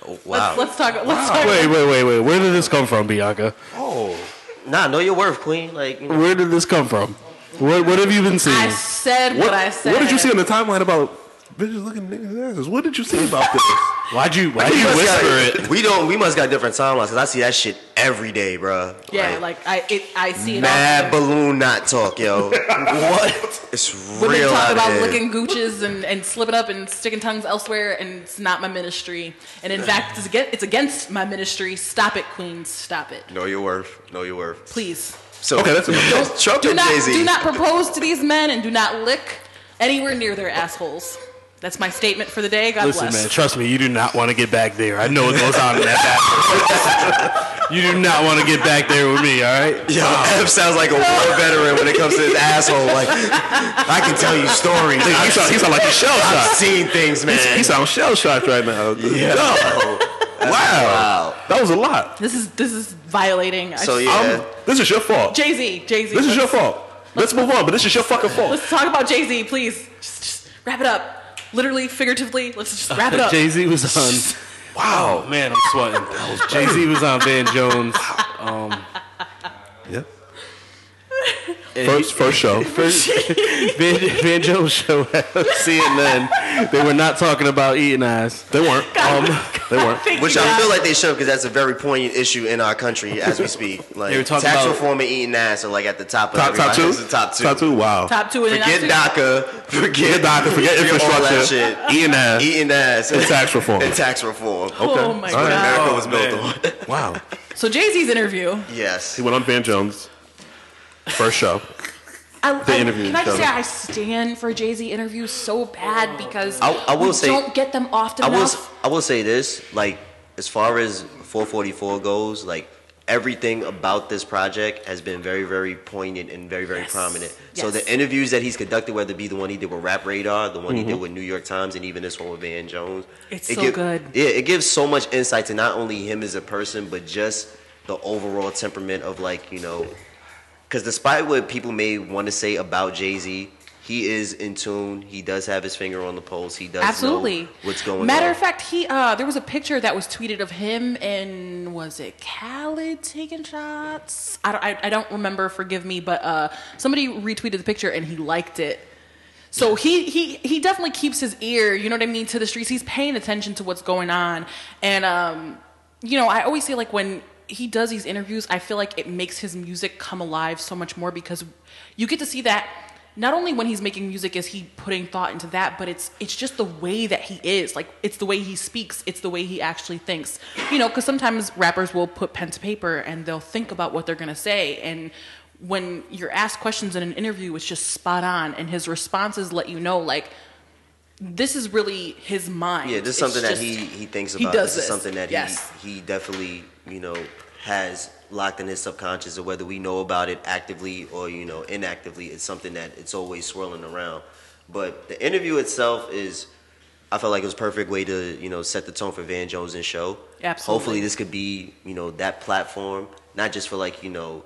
wow
Let's, let's talk. Let's talk.
Wait, wait, wait, wait. Where did this come from, Bianca?
Nah, know your worth, queen. Like, *laughs* you know,
Where did this come from? What, what have you been
I
seeing?
said what, I said.
What did you see on the timeline about bitches looking at niggas' asses? What did you see about *laughs* this?
Why'd you why'd you
we must
whisper
got-
it?
We don't. We must got different timelines because I see that shit every day, bro.
Yeah, like I it, I see it.
mad
all
balloon not talk, yo. *laughs* what? It's
the time. Women
real
talk
out
about
there.
licking gooches and, and slipping up and sticking tongues elsewhere, and it's not my ministry. And in fact, it's against, it's against my ministry. Stop it, queens. Stop it,
Know your worth. Know your worth.
please.
So
Okay, that's enough.
Trump
Do
and
not
Jay Z.
do not propose to these men, and do not lick anywhere near their assholes. That's my statement for the day. God
Listen,
bless.
man, trust me, you do not want to get back there. I know what goes on in that bathroom. you do not want to get back there with me, all right?
Yo, F sounds like a war veteran when it comes to
*laughs*
his asshole. Like, I can tell you stories.
He
I've,
sound, he sound like a shell
I've
shocked.
seen things, man.
He sounds shell shocked right now.
Yeah.
Wow.
Wow.
That was a lot.
This is this is violating.
So
Um,
yeah,
this is your fault.
Jay Z, Jay Z.
This is your fault. Let's move on, but this is your fucking fault.
Let's talk about Jay Z, please. Just, just wrap it up. Literally, figuratively, let's just wrap it up.
Jay Z was on. Wow, man, I'm sweating. Jay Z was on Van Jones.
Yeah.
and
First, first show.
*laughs*
first Van, Van Jones show at CNN. They were not talking about eating eyes. They weren't. Um,
They weren't.
Thank
which
you,
I
God.
feel like they should because that's a very poignant issue in our country as
*laughs*
we speak. Like
They were talking
tax
about-
reform and eating ass are like at the top of
Top, top
everybody
two.
else's top two.
Top two. Wow.
top two and
Forget
then I
DACA. Forget
Forget doctor. Forget
all that
infrastructure.
shit.
Ian ass.
Eating ass
And tax reform.
and tax reform.
Okay.
Oh
All right.
my God.
America was built on. *laughs*
Wow.
So Jay Z's interview.
Yes.
He went on Van Jones. First show.
I, I,
interview
Can I just
show.
say I stand for Jay Z interviews so bad because
I- I will
we
say-
don't get them often
I will.
enough.
s- I will say this. Like, as far as 444 goes, like everything about this project has been very, very poignant and very, very
Yes.
prominent. So
Yes.
the interviews that he's conducted, whether it be the one he did with Rap Radar, the one he did with New York Times, and even this one with Van Jones,
Mm-hmm. It's
it
so
give-
good.
Yeah, it gives so much insight to not only him as a person, but just the overall temperament of like you know because despite what people may want to say about Jay Z, he is in tune. He does have his finger on the pulse. He does know
Absolutely.
what's going
Matter
on.
of fact, he uh, there was a picture that was tweeted of him and was it Khaled taking shots? I don't, I, I don't remember. Forgive me, but uh, somebody retweeted the picture and he liked it. So he he he definitely keeps his ear, you know what I mean, to the streets. He's paying attention to what's going on, and um, you know, I always say like when he does these interviews, I feel like it makes his music come alive so much more because you get to see that not only when he's making music is he putting thought into that, but it's it's just the way that he is. Like it's the way he speaks, it's the way he actually thinks. You know, because sometimes rappers will put pen to paper and they'll think about what they're gonna say and when you're asked questions in an interview, it's just spot on, and his responses let you know like this is really his mind.
Yeah, this is
It's
something that
just-
he he thinks
he
about.
does
this, is
this.
something that
Yes.
he he definitely you know has locked in his subconscious, or whether we know about it actively or you know inactively, it's something that it's always swirling around. But the interview itself is, I felt like it was a perfect way to you know set the tone for Van Jones and show.
Absolutely.
Hopefully, this could be you know that platform, not just for like you know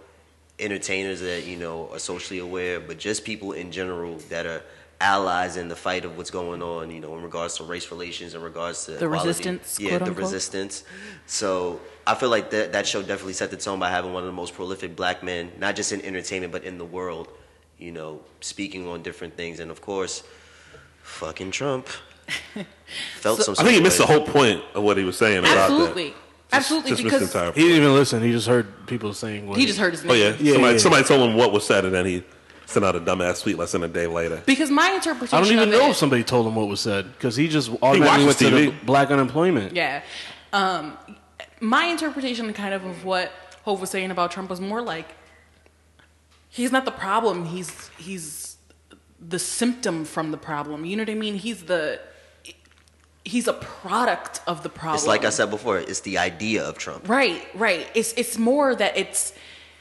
entertainers that you know are socially aware, but just people in general that are allies in the fight of what's going on, you know, in regards to race relations, in regards to
The
equality.
resistance,
yeah,
quote
the
unquote.
resistance. So I feel like that that show definitely set the tone by having one of the most prolific black men, not just in entertainment but in the world, you know, speaking on different things, and of course, fucking
*laughs*
Trump. Felt some.
I think he
sort
missed
of
the
way.
whole point of what he was saying about
absolutely, absolutely
that. Just missed
because
the entire
He
point.
didn't even listen. He just heard people saying what
he just heard his name.
Oh yeah,
Yeah,
somebody,
yeah.
somebody told him what was said, and then he sent out a dumbass tweet less than a day later.
Because my interpretation.
I don't even
of it-
know if somebody told him what was said because he just automatically
watches
went to the
TV.
black unemployment.
Yeah. Um, my interpretation, kind of, of what Hove was saying about Trump was more like he's not the problem. He's he's the symptom from the problem. You know what I mean? He's the he's a product of the problem.
It's like I said before. It's the idea of Trump.
Right, right. It's it's more that it's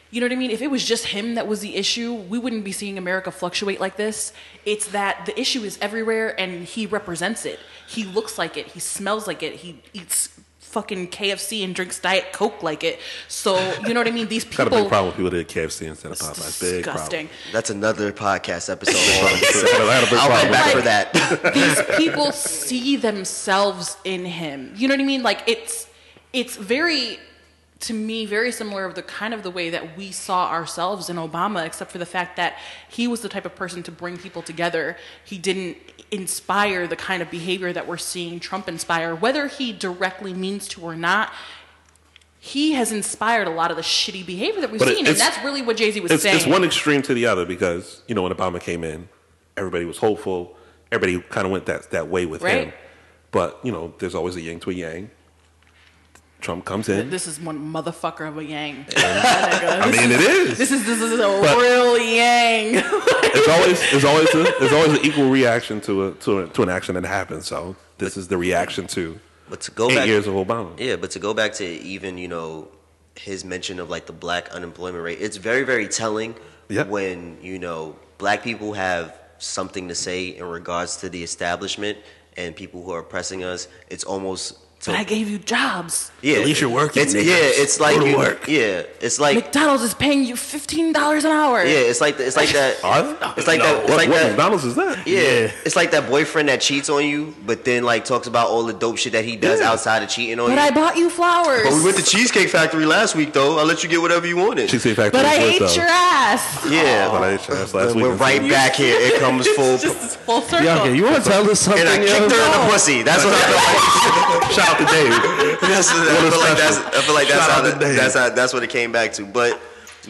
you know what I mean? If it was just him that was the issue, we wouldn't be seeing America fluctuate like this. It's that the issue is everywhere and he represents it. He looks like it, he smells like it, he eats fucking KFC and drinks Diet Coke like it. So, you know what I mean? These people
Got a big problem with people that did KFC instead of
It's
Popeyes. Big problem.
disgusting.
That's another
*laughs*
podcast episode.
I had a- I had a big
I'll
problem
be
with
back
that.
for that.
these people see themselves in him. You know what I mean? Like it's it's very to me very similar of the kind of the way that we saw ourselves in Obama except for the fact that he was the type of person to bring people together. He didn't inspire the kind of behavior that we're seeing Trump inspire whether he directly means to or not. He has inspired a lot of the shitty behavior that we've
But it-
seen, and
it's-
that's really what Jay Z was
it's,
saying.
it's one extreme to the other because you know when Obama came in, everybody was hopeful. Everybody kind of went that that way with
Right.
him. But you know, there's always a yin to a yang. Trump comes in.
this is one motherfucker of a yang. *laughs*
I mean, it is.
This is this is a
But-
real yang.
It's always it's always a, it's always an equal reaction to a, to a, to an action that happens. So this is the reaction to
But to go
eight
back,
years of Obama.
Yeah, but to go back to even, you know, his mention of like the black unemployment rate, it's very, very telling
Yeah.
when, you know, black people have something to say in regards to the establishment and people who are oppressing us. It's almost to,
But I gave you jobs.
yeah,
At least you're working,
It's,
nigga.
yeah, it's like
Go to
you-
work.
Yeah, it's like
McDonald's is paying you fifteen dollars an hour.
yeah, it's like it's like *laughs* that.
Are they?
It's like
No,
that- it's
What,
like
what
that-
McDonald's is that?
Yeah. it's like that boyfriend that cheats on you, but then like talks about all the dope shit that he does
Yeah.
outside of cheating on
But
you.
I bought you flowers.
but we went to Cheesecake Factory last week, though. I let you get whatever you wanted.
She said factory
But I
is good,
hate
though.
your ass.
Yeah,
But I ate your ass last week.
we're right back here. It comes *laughs* full.
It's just this full circle.
Bianca, you want to tell us something?
and I
yo?
kicked her in the pussy. That's what I feel
Shout
*laughs*
out to Dave.
like. *laughs* That's, I
a
feel like that's.
special.
I feel like that's
Shout
how.
out to
the-
Dave.
that's how. That's what it came back to. But,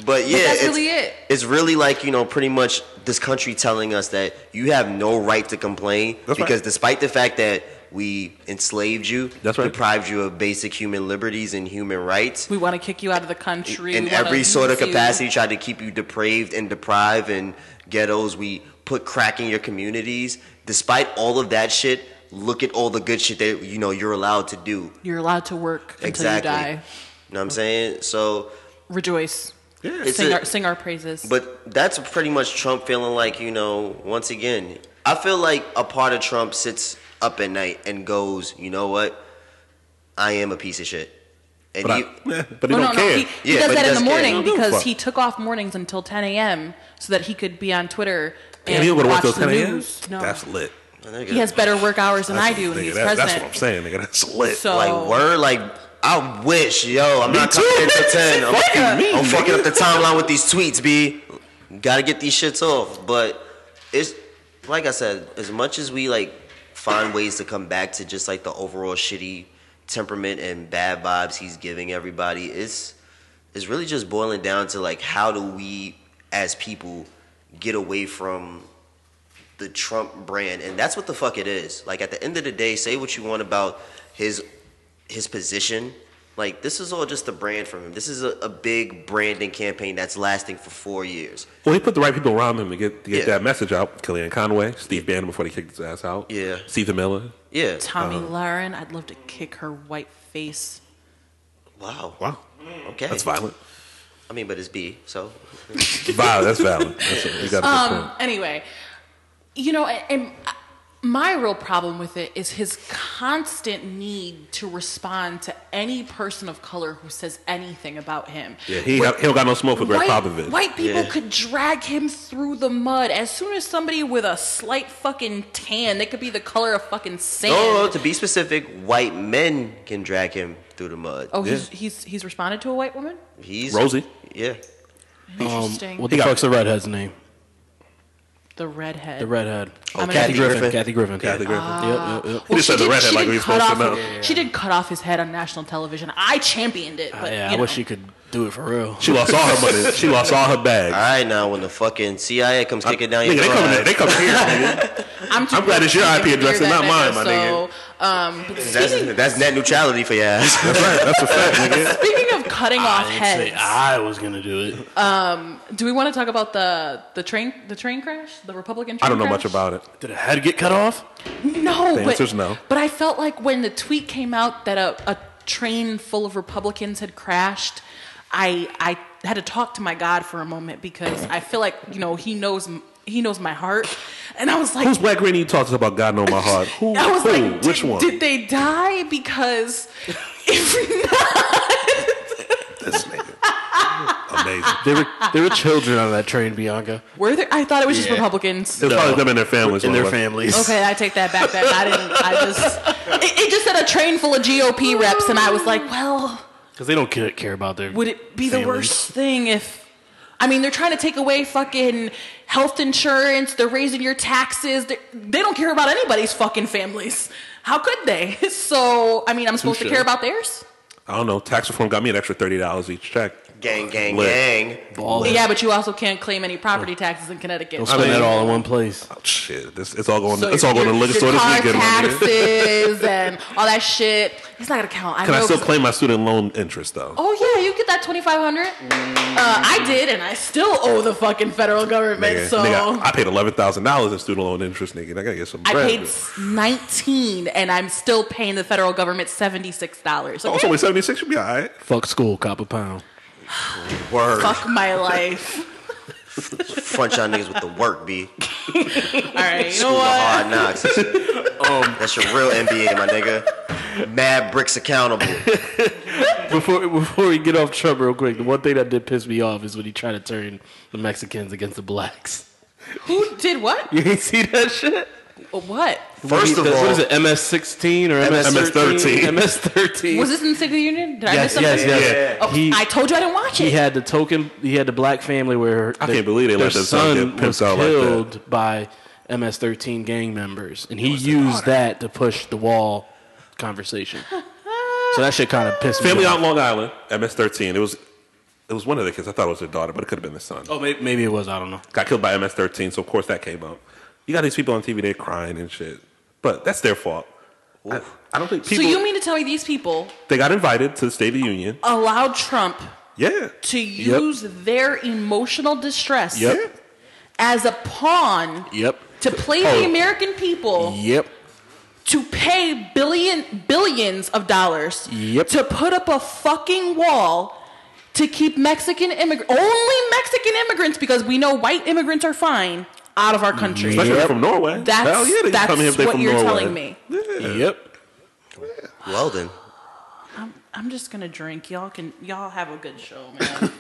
but yeah,
that's
it's,
really it.
It's really like you know, pretty much this country telling us that you have no right to complain
That's right.
because despite the fact that we enslaved you,
That's right.
deprived you of basic human liberties and human rights,
We want to kick you out of the country.
in
We wanna
every sort of
use you.
capacity tried to keep you depraved and deprived in ghettos we put crack in your communities despite all of that shit look at all the good shit that you know you're allowed to do
You're allowed to work until
exactly
you die.
you know what i'm saying so
Rejoice.
It's
Sing,
a-
our, sing our praises.
but that's pretty much Trump feeling like, you know, once again, I feel like a part of Trump sits up at night and goes, you know what? I am a piece of shit. And
*laughs* But, I,
he,
but he
oh,
don't
no,
care.
no. He, he
Yeah,
does
but
that in the
he does care.
morning
He don't give a
because
fuck.
he took off mornings until 10 a.m. so that he could be on Twitter
Damn,
and
you don't go to work
watch
till
the
10 a.m.
news. No.
That's lit.
he has better work hours than I do, and
Nigga,
he's
that-
president.
that's what I'm saying, nigga. That's lit.
So
like word, like I wish, yo, I'm not coming in for
*laughs*
ten. I'm,
Fuck you,
I'm
me,
fucking
nigga.
up the timeline with these tweets, b. Gotta get these shits off. But it's like I said, as much as we like find ways to come back to just like the overall shitty temperament and bad vibes he's giving everybody, it's it's really just boiling down to like how do we as people get away from the Trump brand, and that's what the fuck it is. Like at the end of the day, say what you want about his his position, Like this is all just a brand from him. This is a, a big branding campaign that's lasting for four years.
Well, he put the right people around him to get to get
Yeah.
that message out. Kellyanne Conway, Steve Bannon before they kicked his ass out.
Yeah.
Steve Miller.
Yeah.
Tommy Lauren, I'd love to kick her white face.
Wow.
Wow,
Okay.
that's violent.
I mean, but it's B, so
Wow, that's violent. That's a, you got a
Um,
good point.
Anyway, you know, a- and I- my real problem with it is his constant need to respond to any person of color who says anything about him.
Yeah, he, he don't got no smoke for Greg
white,
Popovich.
white people
Yeah.
could drag him through the mud as soon as somebody with a slight fucking tan, they could be the color of fucking sand.
no, no, no, To be specific, white men can drag him through the mud.
oh, he's, he's he's responded to a white woman.
He's
Rosie.
Yeah.
Interesting.
Um, What the
He got-
fuck's the redhead's name?
the redhead.
The redhead.
Oh, I'm gonna- Kathy
Kathy Griffin.
Griffin.
Kathy Griffin.
Kathy Griffin.
Yep, yep, yep.
He just said
she
the
did-
redhead
she
like
did
we was
cut
supposed to
off-
know. Yeah,
She did cut off his head on national television. I championed it, but
Uh, yeah,
you
I
know.
wish she could do it for real.
She lost all her money. She lost all her
All
bags.
right, now when the fucking CIA comes kicking down your
Uh, Nigga, they
door,
coming. in- They coming here. Nigga.
I'm, too
I'm glad it's your
broke to
IP
even
address and
figure that
not
out,
mine,
So, um, but
that's,
speaking,
that's net neutrality for your ass.
*laughs* That's right. That's a fact, nigga.
speaking of cutting off
Ah, I didn't say
heads,
I was gonna do it.
do we want to talk about the the train the train crash, the Republican? Train
I don't know
crash?
much about it.
Did a head get cut off?
No,
The
but,
answer's no.
But I felt like when the tweet came out that a, a train full of Republicans had crashed, I I had to talk to my God for a moment because I feel like you know he knows m- he knows my heart, and I was like,
Who's black granny you talked about? God know my heart. Who?
I was
who?
like, did,
Which one?
Did they die? Because if not,
this nigga.
*laughs*
Amazing.
There were there were children on that train, Bianca.
were there? I thought it was just
Yeah.
Republicans.
It was
No.
probably them and their families.
In
one
their
of us.
families.
Okay, I take that back. Then I didn't. I just it, it just said a train full of GOP reps, and I was like, well.
Because they don't care, care about their.
Would it be
families.
the worst thing if? I mean, they're trying to take away fucking health insurance. They're raising your taxes. They, they don't care about anybody's fucking families. How could they? *laughs* So, I mean, I'm supposed to
Touche.
care about theirs?
I don't know. Tax reform got me an extra thirty dollars each check.
gang, gang,
Lit.
gang.
Ball
Yeah, but you also can't claim any property taxes in Connecticut.
Don't spend
mean-
that all in one place.
Oh, shit, this, it's all going.
So
it's all going to the
your-
liquor store
your
this
car
weekend. my nigga.
taxes and all that shit. It's not gonna count. I
Can I
know
still
'cause-
claim my student loan interest though?
Oh yeah, you get that twenty five hundred. Uh, I did, and I still owe the fucking federal government.
Nigga,
so
nigga, I paid eleven thousand dollars in student loan interest, nigga. I gotta get some
I
bread.
paid s- 19 and I'm still paying the federal government $76.
Oh,
Okay?
it's only seventy six. Should be all right.
Fuck school, cop a pound.
Word.
Fuck my
*laughs*
life.
Front y'all niggas with the work, B.
All right, you know
School of
what? Um,
hard knocks.
*laughs*
That's your real NBA, my nigga. Mad bricks
*laughs*
accountable.
Before before we get off Trump real quick, the one thing that did piss me off is when he tried to turn the Mexicans against the blacks. *laughs*
Who did what? Oh,
You ain't see that shit?
What?
First of all,
what is it? MS sixteen or MS
MS-13?
thirteen? MS thirteen.
Was this in the State of the Union? Did I miss
Yes,
something?
yes, yes.
Yeah.
Oh,
He-
I told you I didn't watch
He
it.
had the token. He had the black family where
I
the-
can't believe they
their
let that son
son
get pimped
was
out like that.
killed by MS-13 gang members, and he used that to push the wall
*laughs*
conversation. so that shit kind of pissed
Family
me
on
off.
Long Island, MS thirteen. It was, it was one of the kids. I thought it was their daughter, but it could have been the son.
Oh, maybe, maybe it was. I don't know.
Got killed by MS thirteen. So of course that came up. You got these people on TV, they're crying and shit. But that's their fault. I, I don't think people.
so you mean to tell me these people
they got invited to the State of the Union?
allowed Trump
Yeah.
to
Yep.
use their emotional distress
Yep.
as a pawn
Yep.
to play
Oh.
the American people
Yep.
to pay billion billions of dollars
Yep.
to put up a fucking wall to keep Mexican immigrants only Mexican immigrants because we know white immigrants are fine out of our country.
Especially if they're from Norway.
That's-
Hell yeah, they
that's
come here if they're
what
from
you're
Norway.
telling me.
Yeah.
Yep.
well then,
I'm, I'm just gonna drink. Y'all can y'all have a good show,
*laughs*
man.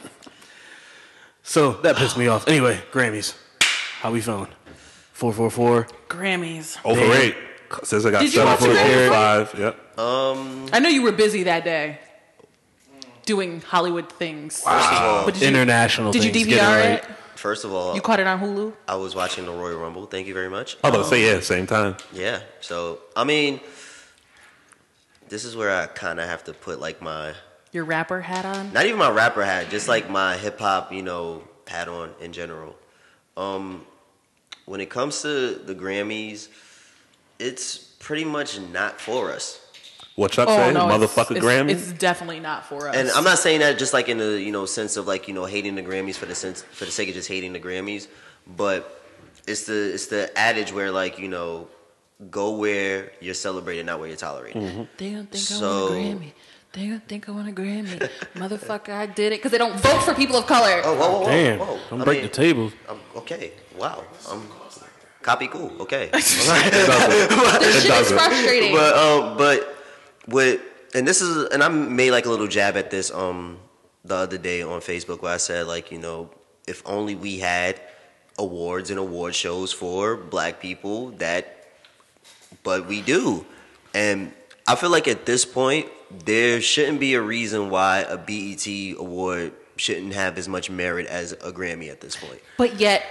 So that pissed me off. Anyway, Grammys. How we feeling? Four four four.
Grammys.
Over eight. Says I got
Did you
seven
watch
for
the Grammys?
five. Yep.
I know you were busy that day doing Hollywood things. But did
International.
You, did you
things, get
DVR
right.
it?
first of all,
You caught it on Hulu.
I was watching the Royal Rumble. Thank you very much.
I was about to say yeah, same time.
Yeah. So I mean, this is where I kind of have to put like my
Your rapper hat on.
not even my rapper hat, just like my hip hop, you know, hat on in general. Um, when it comes to the Grammys, it's pretty much not for us.
What Chuck
Oh
said,
no, it's-
motherfucker
it's,
Grammy.
It's definitely not for us.
And I'm not saying that just like in the you know sense of like you know hating the Grammys for the sense for the sake of just hating the Grammys, but it's the it's the adage where like you know go where you're celebrated, not where you're tolerated.
Mm-hmm.
They don't think
So-
I want a Grammy. They don't think I want a Grammy. *laughs* Motherfucker, I did it because they don't vote for people of color.
Oh, whoa, whoa, whoa,
Damn,
whoa.
don't
I
break
mean,
the tables.
I'm, okay, wow. i copy cool.
*laughs*
Okay. *laughs*
this shit is
doesn't.
frustrating.
but um, but what and this is and I made like a little jab at this um the other day on Facebook where I said like you know if only we had awards and award shows for black people that but we do and I feel like at this point there shouldn't be a reason why a BET award shouldn't have as much merit as a Grammy at this point.
but yet,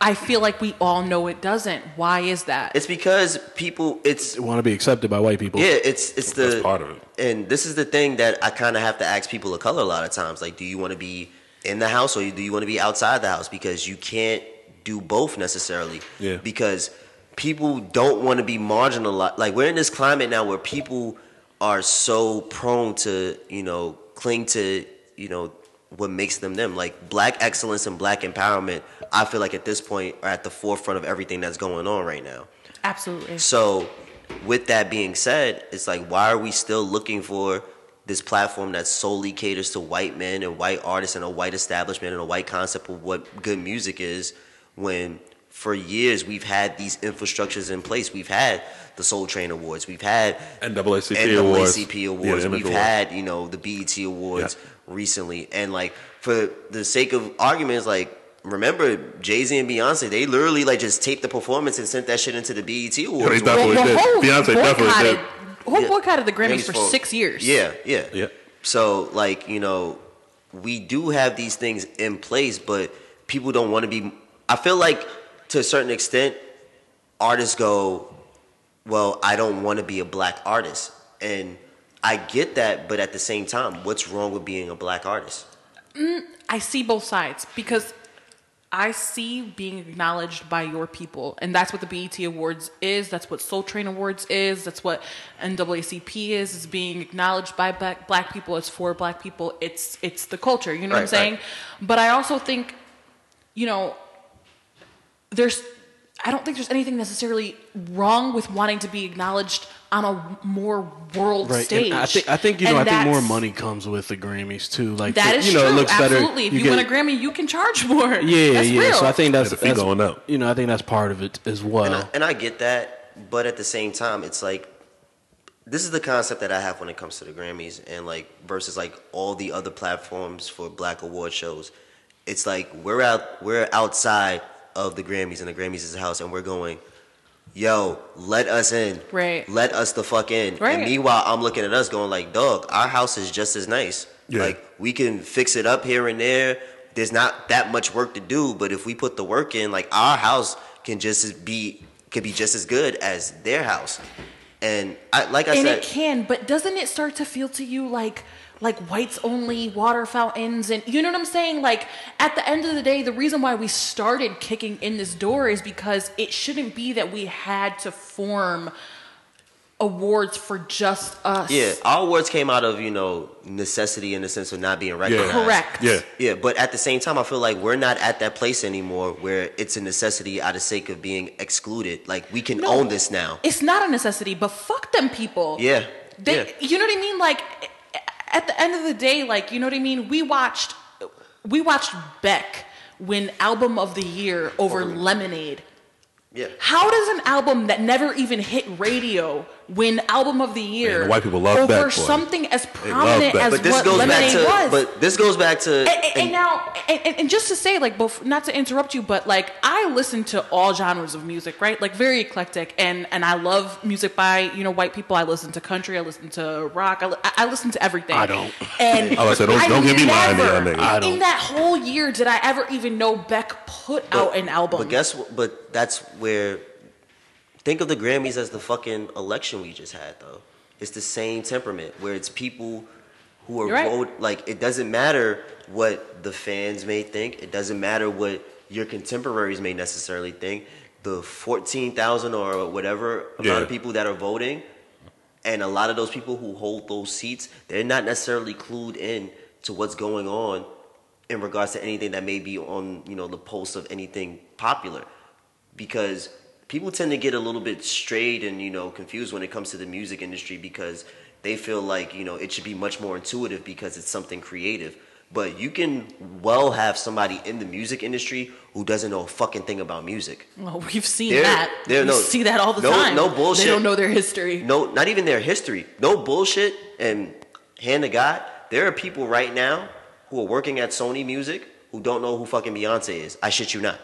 I feel like we all know it doesn't. Why is that?
It's because people it's
They want to be accepted by white people.
Yeah, it's it's the
That's part of it.
And this is the thing that I kind of have to ask people of color a lot of times. Like, do you want to be in the house or do you want to be outside the house? Because you can't do both necessarily.
Yeah.
Because people don't want to be marginalized. Like, we're in this climate now where people are so prone to you know cling to you know what makes them them. Like black excellence and black empowerment. I feel like at this point are at the forefront of everything that's going on right now.
Absolutely.
So, with that being said, it's like, why are we still looking for this platform that solely caters to white men and white artists and a white establishment and a white concept of what good music is when for years we've had these infrastructures in place? We've had the Soul Train Awards, we've had
NAACP, awards.
NAACP awards.
Yeah, the Image
We've
Awards.
had you know the BET awards recently, and like for the sake of arguments, like remember Jay Z and Beyonce, they literally like just taped the performance and sent that shit into the BET awards.
they definitely
the
did.
whole
Beyonce definitely
boycotted,
did.
whole
Yeah.
boycotted the Grammys
Grammys
for
for-
six years.
Yeah, yeah,
Yeah.
So like you know, we do have these things in place, but people don't want to be. I feel like to a certain extent, artists go, well, I don't want to be a black artist, and I get that, but at the same time, what's wrong with being a black artist?
I see both sides because I see being acknowledged by your people, and that's what the BET Awards is. That's what Soul Train Awards is. That's what NAACP is. Is being acknowledged by black, black people. It's for black people. It's it's the culture. You know what I'm
Right,
saying?
right.
But I also think, you know, there's I don't think there's anything necessarily wrong with wanting to be acknowledged on a more world
Right.
stage.
And I think I think you know
And
I think more
that's-
money comes with the Grammys too. Like
That
the-
is
you know,
true.
it looks
Absolutely.
better.
If you, win a Grammy, you can charge more.
Yeah,
that's
yeah.
Real.
So I think that's,
the fee
that's
going up.
You know, I think that's part of it as well.
And I, and I get that, but at the same time, it's like this is the concept that I have when it comes to the Grammys and like versus like all the other platforms for black award shows. It's like we're out we're outside of the Grammys and the Grammys is the house and we're going, yo, let us in.
Right.
Let us the fuck in.
Right.
And meanwhile I'm looking at us going like, dog, our house is just as nice.
Yeah.
Like we can fix it up here and there. There's not that much work to do, but if we put the work in, like our house can just as be could be just as good as their house. And I like I
and
said
it can, but doesn't it start to feel to you like like whites only water fountains and you know what I'm saying? Like at the end of the day, the reason why we started kicking in this door is because it shouldn't be that we had to form awards for just us.
Yeah, our awards came out of you know necessity in the sense of not being recognized.
Correct.
Yeah.
Yeah, but at the same time, I feel like we're not at that place anymore where it's a necessity out of sake of being excluded. Like we can
No.
own this now.
It's not a necessity, but fuck them people.
Yeah,
They,
yeah.
You know what I mean? Like, at the end of the day, like, you know what I mean? We watched, we watched Beck win album of the year over
Oh,
Lemonade.
Yeah,
How does an album that never even hit radio win album of the year?
the white people love
over
Beck, boy.
something as
love
prominent
Beck.
as
but this
what
goes back
Lemonade
to.
was?
But this goes back to.
and, and- and now, and, and- and just to say, like, bef- not to interrupt you, but like, I listen to all genres of music, right? Like, very eclectic, and and I love music by you know white people. I listen to country, I listen to rock, I, li- I listen to everything.
I don't.
And
Oh, I said, don't- don't get me lying to y'all
never
niggas. I
In
don't.
that whole year, did I ever even know Beck put out an album?
But guess what? But that's where. Think of the Grammys as the fucking election we just had, though. It's the same temperament where it's people who are
You're right.
vote like it doesn't matter what the fans may think. It doesn't matter what your contemporaries may necessarily think. The fourteen thousand or whatever amount
Yeah.
of people that are voting, And a lot of those people who hold those seats, they're not necessarily clued in to what's going on in regards to anything that may be on, you know, the pulse of anything popular. Because people tend to get a little bit strayed and, you know, confused when it comes to the music industry because they feel like, you know, it should be much more intuitive because it's something creative. But you can well have somebody in the music industry who doesn't know a fucking thing about music.
Well, we've seen
They're-
that.
they're-
we
no,
see that all the
no-
time.
no bullshit.
They don't know their history.
No, not even their history. No bullshit. And hand to God, there are people right now who are working at Sony Music who don't know who fucking Beyonce is. I shit you not.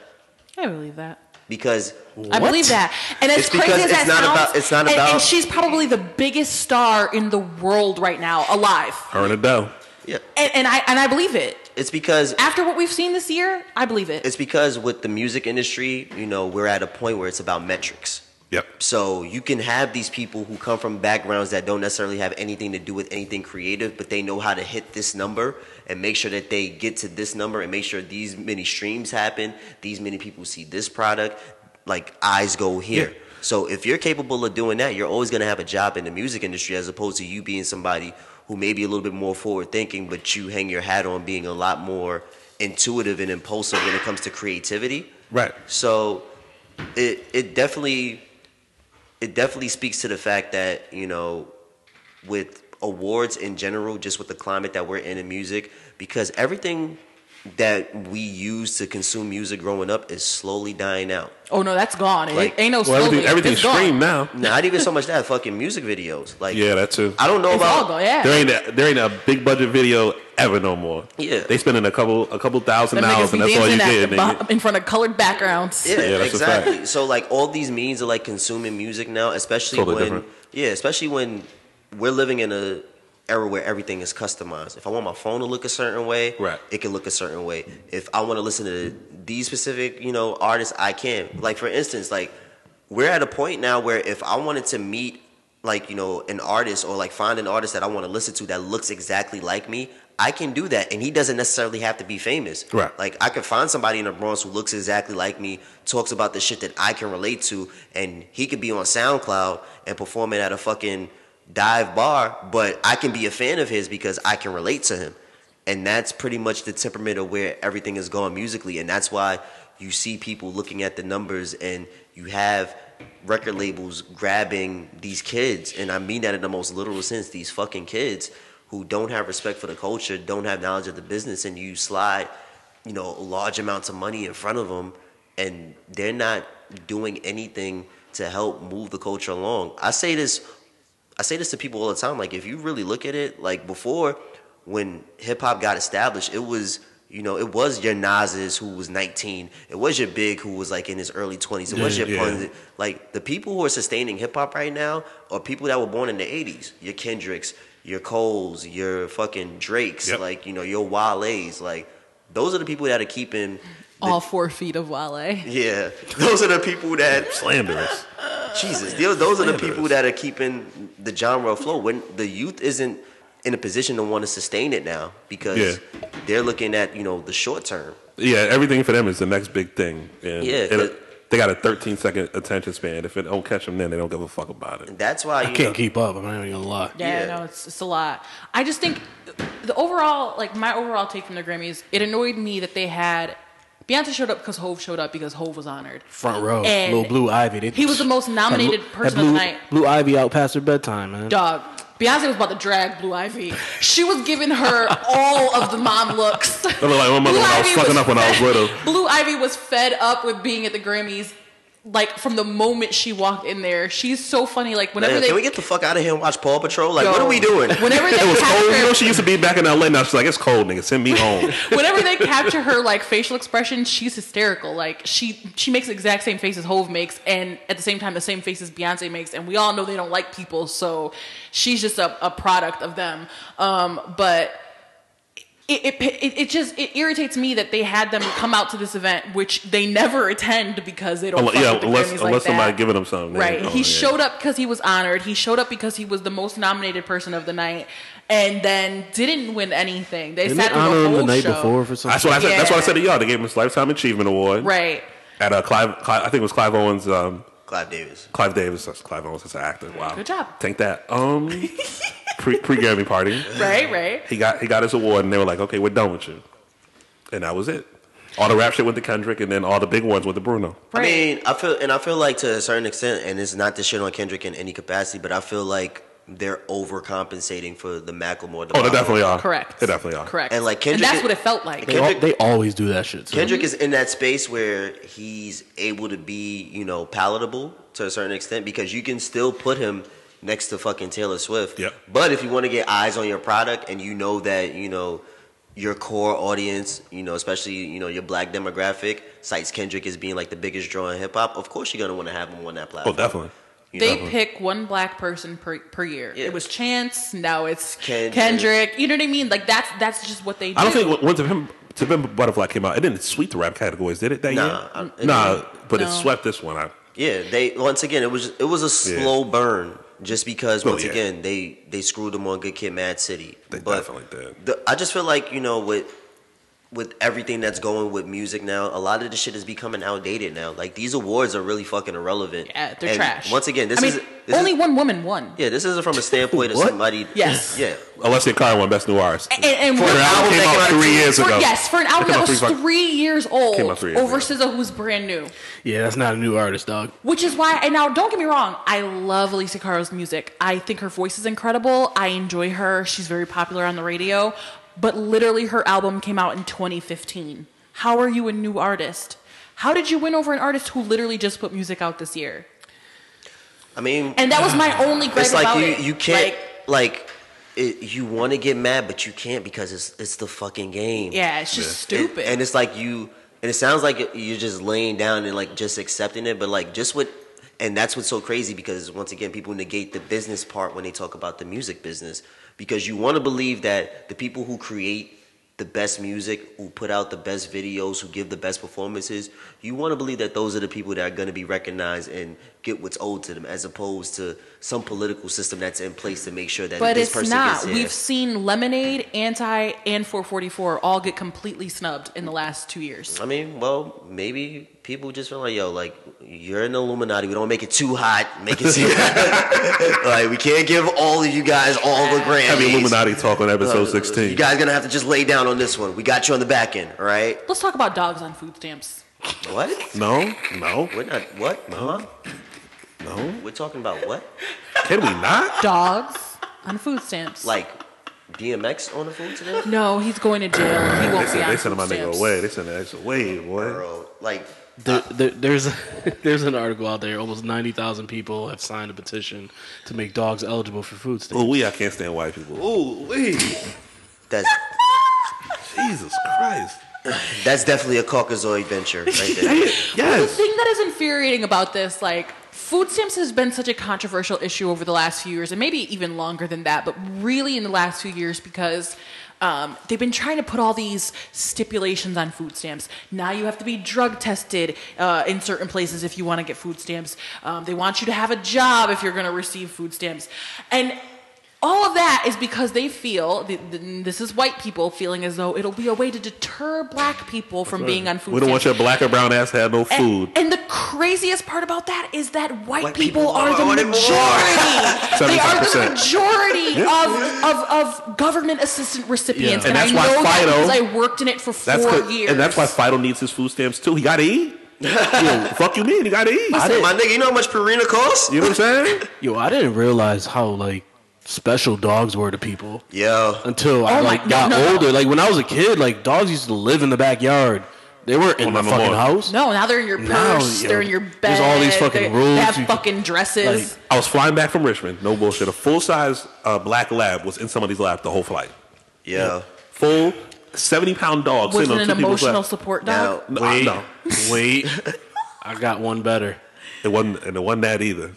I believe that.
Because
I believe that. And as
It's
crazy
because
as
it's
that
not
sounds,
about- it's not
and- and,
about-
she's probably the biggest star in the world right now, alive.
Her and Adele.
yeah,
And, and I and I believe it.
it's because
After what we've seen this year, I believe it.
it's because with the music industry, you know, we're at a point where it's about metrics.
Yep.
So you can have these people who come from backgrounds that don't necessarily have anything to do with anything creative, but they know how to hit this number and make sure that they get to this number and make sure these many streams happen, these many people see this product, like eyes go here.
Yeah.
So if you're capable of doing that, you're always going to have a job in the music industry as opposed to you being somebody who may be a little bit more forward thinking, but you hang your hat on being a lot more intuitive and impulsive when it comes to creativity.
Right.
So it it definitely it definitely speaks to the fact that you know with awards in general just with the climate that we're in in music because everything that we used to consume music growing up is slowly dying out
oh no, that's gone. It-
Like-
it *laughs* ain't no
Well,
slowly.
everything, everything's
It's gone.
streamed now.
not even so much that fucking music videos like
Yeah, that too.
i don't know
It's all
about
gone. Yeah.
There ain't a, there ain't a big budget video ever no more.
Yeah.
they spending a couple a couple thousand
Them
dollars
niggas be
and that's all you
dancing
did.
at the
nigga.
bo- in front of colored backgrounds.
Yeah,
Yeah, that's a fact.
exactly. So like all these means of like consuming music now, especially
Totally
when
different.
yeah, especially when we're living in a era where everything is customized. If I want my phone to look a certain way,
Right.
it can look a certain way. If I want to listen to these specific, you know, artists, I can. Like for instance, like we're at a point now where if I wanted to meet like, you know, an artist or like find an artist that I want to listen to that looks exactly like me, I can do that and he doesn't necessarily have to be famous.
Right.
Like I could find somebody in the Bronx who looks exactly like me, talks about the shit that I can relate to, and he could be on SoundCloud and performing at a fucking dive bar, but I can be a fan of his because I can relate to him. And that's pretty much the temperament of where everything is going musically. And that's why you see people looking at the numbers and you have record labels grabbing these kids. And I mean that in the most literal sense, these fucking kids who don't have respect for the culture, don't have knowledge of the business, and you slide, you know, large amounts of money in front of them, and they're not doing anything to help move the culture along. I say this, I say this to people all the time. Like, if you really look at it, like before, when hip hop got established, it was. You know, it was your Nas's who was 19. It was your Big who was like in his early 20s. It was
Yeah,
your
yeah.
Pun- like the people who are sustaining hip hop right now are people that were born in the '80s. Your Kendricks, your Coles, your fucking Drakes,
Yep.
like you know your Wale's. Like those are the people that are keeping. The,
All four feet of Wale.
yeah, those are the people that
Slanderous.
Jesus. Those, those are the
Slanderous.
people that are keeping the genre afloat. When the youth isn't in a position to want to sustain it now because
Yeah.
they're looking at you know the short term.
yeah, everything for them is the next big thing. And
Yeah,
and
'cause-
they got a 13 second attention span. If it don't catch them, then they don't give a fuck about it.
That's why you
I can't
know,
keep up. I'm not even gonna lie.
Yeah,
Yeah.
no, it's it's a lot. I just think the overall, like my overall take from the Grammys, it annoyed me that they had Beyonce showed up because Hove showed up because Hove was honored.
Front row,
And
little Blue Ivy. They-
He was the most nominated
That
person
blue,
of the night.
Blue Ivy out past her bedtime, man.
Dog. Beyonce was about to drag Blue Ivy. She was giving her all of the mom looks.
I look like my mother
Blue
when I was
Ivy
fucking up when I was
fed-
with
*laughs*
her.
Blue Ivy was fed up with being at the Grammys. Like from the moment she walked in there, she's so funny. Like whenever
"Man,
they
can we get the fuck out of here and watch Paw Patrol? Like, what are we doing? *laughs*
Whenever they
It was
capture,
cold. You know, she used to be back in LA. Now she's like, it's cold, nigga. Send
*laughs*
me home.
whenever they capture her like facial expression, she's hysterical. Like she she makes the exact same faces Hove makes, and at the same time the same faces Beyonce makes. And we all know they don't like people, so she's just a, a product of them. Um, but it, it, it, it just it irritates me that they had them come out to this event, which they never attend because they don't.
Unle-
fuck
yeah,
with the
unless-
Grammys like
unless somebody
that.
giving them something, they
Right.
don't know,
He
yeah.
showed up because he was honored. He showed up because he was the most nominated person of the night, and then didn't win anything. They
Didn't they
sat through
honor
the
him
whole
the night
show.
before for something?
That's what I said. That's what I said to y'all. They gave him his lifetime achievement award
Right.
at uh, Clive, Clive. I think it was Clive Owens' um,
Clive Davis.
Clive Davis. That's Clive Owens. That's an actor. Wow.
Good job.
Take that.
*laughs*
Um, pre pre Grammy party.
Right, right.
He got he got his award, and they were like, "Okay, we're done with you," and that was it. All the rap shit went to Kendrick, and then all the big ones went to Bruno.
I
Right.
mean, I feel, and I feel like to a certain extent, and it's not to shit on Kendrick in any capacity, but I feel like they're overcompensating for the Macklemore.
Oh,
debacle.
they definitely are.
Correct.
They definitely are.
Correct.
And, like, Kendrick-
that's what it felt like.
Kendrick-
They, al- they always do that shit. too.
Mm-hmm.
Kendrick is in that space where he's able to be, you know, palatable to a certain extent because you can still put him next to fucking Taylor Swift.
Yep.
But if you want to get eyes on your product and you know that, you know, your core audience, you know, especially, you know, your black demographic, cites Kendrick as being like the biggest draw in hip hop, of course you're going to want to have him on that
Oh,
platform.
definitely.
you
they
know?
pick one black person per, per year.
Yeah.
It was Chance. Now it's
Kendrick.
Kendrick. You know what I mean? Like that's that's just what they do.
I don't think when to Pimp, to Pimp Butterfly came out, it didn't sweep the rap categories, did it? That
Nah, I-
year?
it
nah,
didn't.
but it
No.
swept this one. I,
Yeah, they once again it was it was a
Yeah.
slow burn just because
Oh,
once
yeah.
again they they screwed them on Good Kid, Mad City.
They definitely did.
The, I just feel like you know with with everything that's going with music now, a lot of this shit is becoming outdated now. Like these awards are really fucking irrelevant.
yeah, they're
And
trash.
Once again, this
I
is
mean,
this
only
is,
one woman won.
yeah, this isn't from a standpoint
*laughs*
of
What?
somebody.
Yes.
Yeah.
Alessia Cara won Best New Artist.
And, and
Her
one-
album
album
came
that
out
came out
three years
for-
ago.
yes, for an
It
album
came
that
out
was
fucking-
three years old
Came out three years
over
ago.
SZA, who's brand new.
Yeah, that's not a new artist, dog.
Which is why, and now don't get me wrong, I love Alicia Caro's music. I think her voice is incredible. I enjoy her. She's very popular on the radio. But literally, her album came out in 2015. How are you a new artist? How did you win over an artist who literally just put music out this year?
I mean,
And that was my
*sighs*
only gripe
it's like
about
you
it.
you can't
Like,
like, it, you want to get mad but you can't because it's it's the fucking game.
yeah, it's just stupid.
And, and it's like you, and it sounds like you're just laying down and like just accepting it, but like just what, and that's what's so crazy because once again, people negate the business part when they talk about the music business because you want to believe that the people who create the best music, who put out the best videos, who give the best performances, you want to believe that those are the people that are going to be recognized and get what's owed to them as opposed to some political system that's in place to make sure that
but
this
it's
person
not.
gets yeah.
We've seen Lemonade, Anti, and 444 all get completely snubbed in the last two years.
I mean, well, maybe people just feel like, yo, like you're an Illuminati. We don't make it too hot. Make it
*laughs*
too like we can't give all of you guys all the Grammys.
Heavy Illuminati talk on episode
You
16.
guys gonna have to just lay down on this one. We got you on the back end, all right?
Let's talk about dogs on food stamps.
What?
No, no,
We're not. What? Huh?
no.
We're talking about what?
Can we not?
Dogs on food stamps.
Like DMX on the food today?
No, he's going to jail. and He
They
won't be
sent,
on
they sent
food
my nigga
stamps.
away. They sent that away, boy.
Bro, like
There, there, there's *laughs* there's an article out there. Almost ninety thousand people have signed a petition to make dogs eligible for food stamps.
Oh, we, I can't stand white people. Oh, we.
that's
Jesus Christ.
that's definitely a Caucasoid venture right
*laughs*
there.
The
Yes.
thing that is infuriating about this, like, food stamps has been such a controversial issue over the last few years, and maybe even longer than that, but really in the last few years because. Um, they've been trying to put all these stipulations on food stamps. Now you have to be drug tested uh, in certain places if you want to get food stamps. Um, they want you to have a job if you're going to receive food stamps. And all of that is because they feel th- th- this is white people feeling as though it'll be a way to deter black people from being on food
We don't want
stamps.
your black or brown ass to have no
And-
food.
And, the craziest part about that is that white,
White
people,
people
are the
want it
majority.
more.
*laughs* they are the
75%.
majority of, of, of government assistant recipients.
Yeah.
And that's
I
why
know that
Fido-
because I worked in it for
That's
four
'cause-
years.
And that's why Fido needs his food stamps too. He gotta eat. You know, fuck you mean? He gotta eat.
I did- my nigga, you know how much Purina costs?
You know what I'm saying?
Yo, I didn't realize how like special dogs were to people
Yo,
until I
Oh my-
like
no,
got
no, no.
older. Like when I was a kid, like dogs used to live in the backyard. They weren't in
Well,
the
not no
fucking
more.
house.
no, now they're in your
Now,
purse.
yo,
they're in your bed.
there's all these fucking
they,
rules
They have
you-
fucking dresses.
I was flying back from Richmond. No bullshit. A full size uh, black lab was in somebody's lap the whole flight.
yo.
Full seventy pound dog sitting
was not
on
an
two people's
emotional
lap.
support
Now,
dog?
No,
Wait,
no,
*laughs* wait. I got one better.
it wasn't, and it wasn't that either.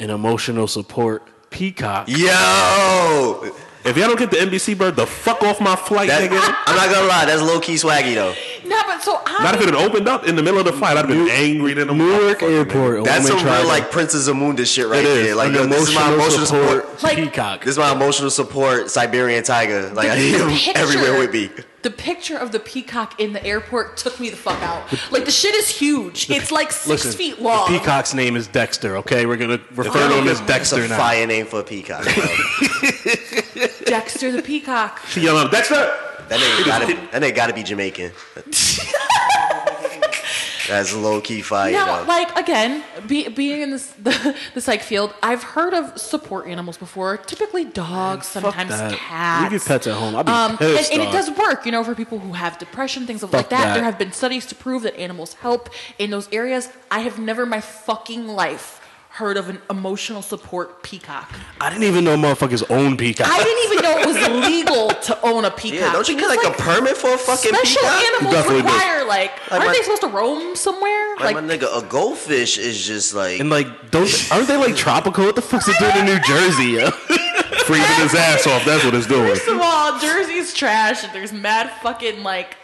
An emotional support peacock.
Yo,
If y'all don't get the NBC bird, the fuck off my flight,
That-
nigga.
I'm not gonna lie, that's low key swaggy though.
No, but so I.
Not if it had opened up in the middle of the flight, I'd have been angry than a
Newark
motherfucker,
Airport. a
That's some
woman tried
real
to-
like Princess Amunda shit right
It is.
there. Like
An
yo, this is my emotional support.
Like-
peacock.
This is my emotional support Siberian tiger. Like I need
The
him
picture-
everywhere with me.
The the picture of the peacock in the airport took me the fuck out. Like the shit is huge. It's like six
Listen,
feet
the
long.
Peacock's name is Dexter. Okay, we're gonna refer to him as
That's a
Dexter now.
fire name for a peacock. Bro.
Dexter the peacock.
She yelling out, Dexter!
That nigga gotta be, that nigga gotta be Jamaican. That's low key fire.
Now,
though.
like again, be, being in this the, the psych field, I've heard of support animals before. Typically, dogs,
fuck
sometimes
that.
cats. Um,
Leave your pets at home. I'd be
and,
pissed
and it
off.
does work, you know, for people who have depression, things like that.
that.
There have been studies to prove that animals help in those areas. I have never, in my fucking life, heard of an emotional support peacock.
I didn't even know motherfuckers own peacocks.
I didn't even know it
*laughs*
was legal to own a peacock.
yeah, don't you get
because,
like, a permit for a fucking
special
peacock?
animals
definitely do.
require like, aren't
my-
they supposed to roam somewhere?
like, my nigga, a goldfish is just like
And like, don't aren't they like tropical? What the fuck's it doing in New Jersey? Yo?
*laughs* Freezing his ass off. That's what it's doing.
First of all, Jersey's trash. and There's mad fucking like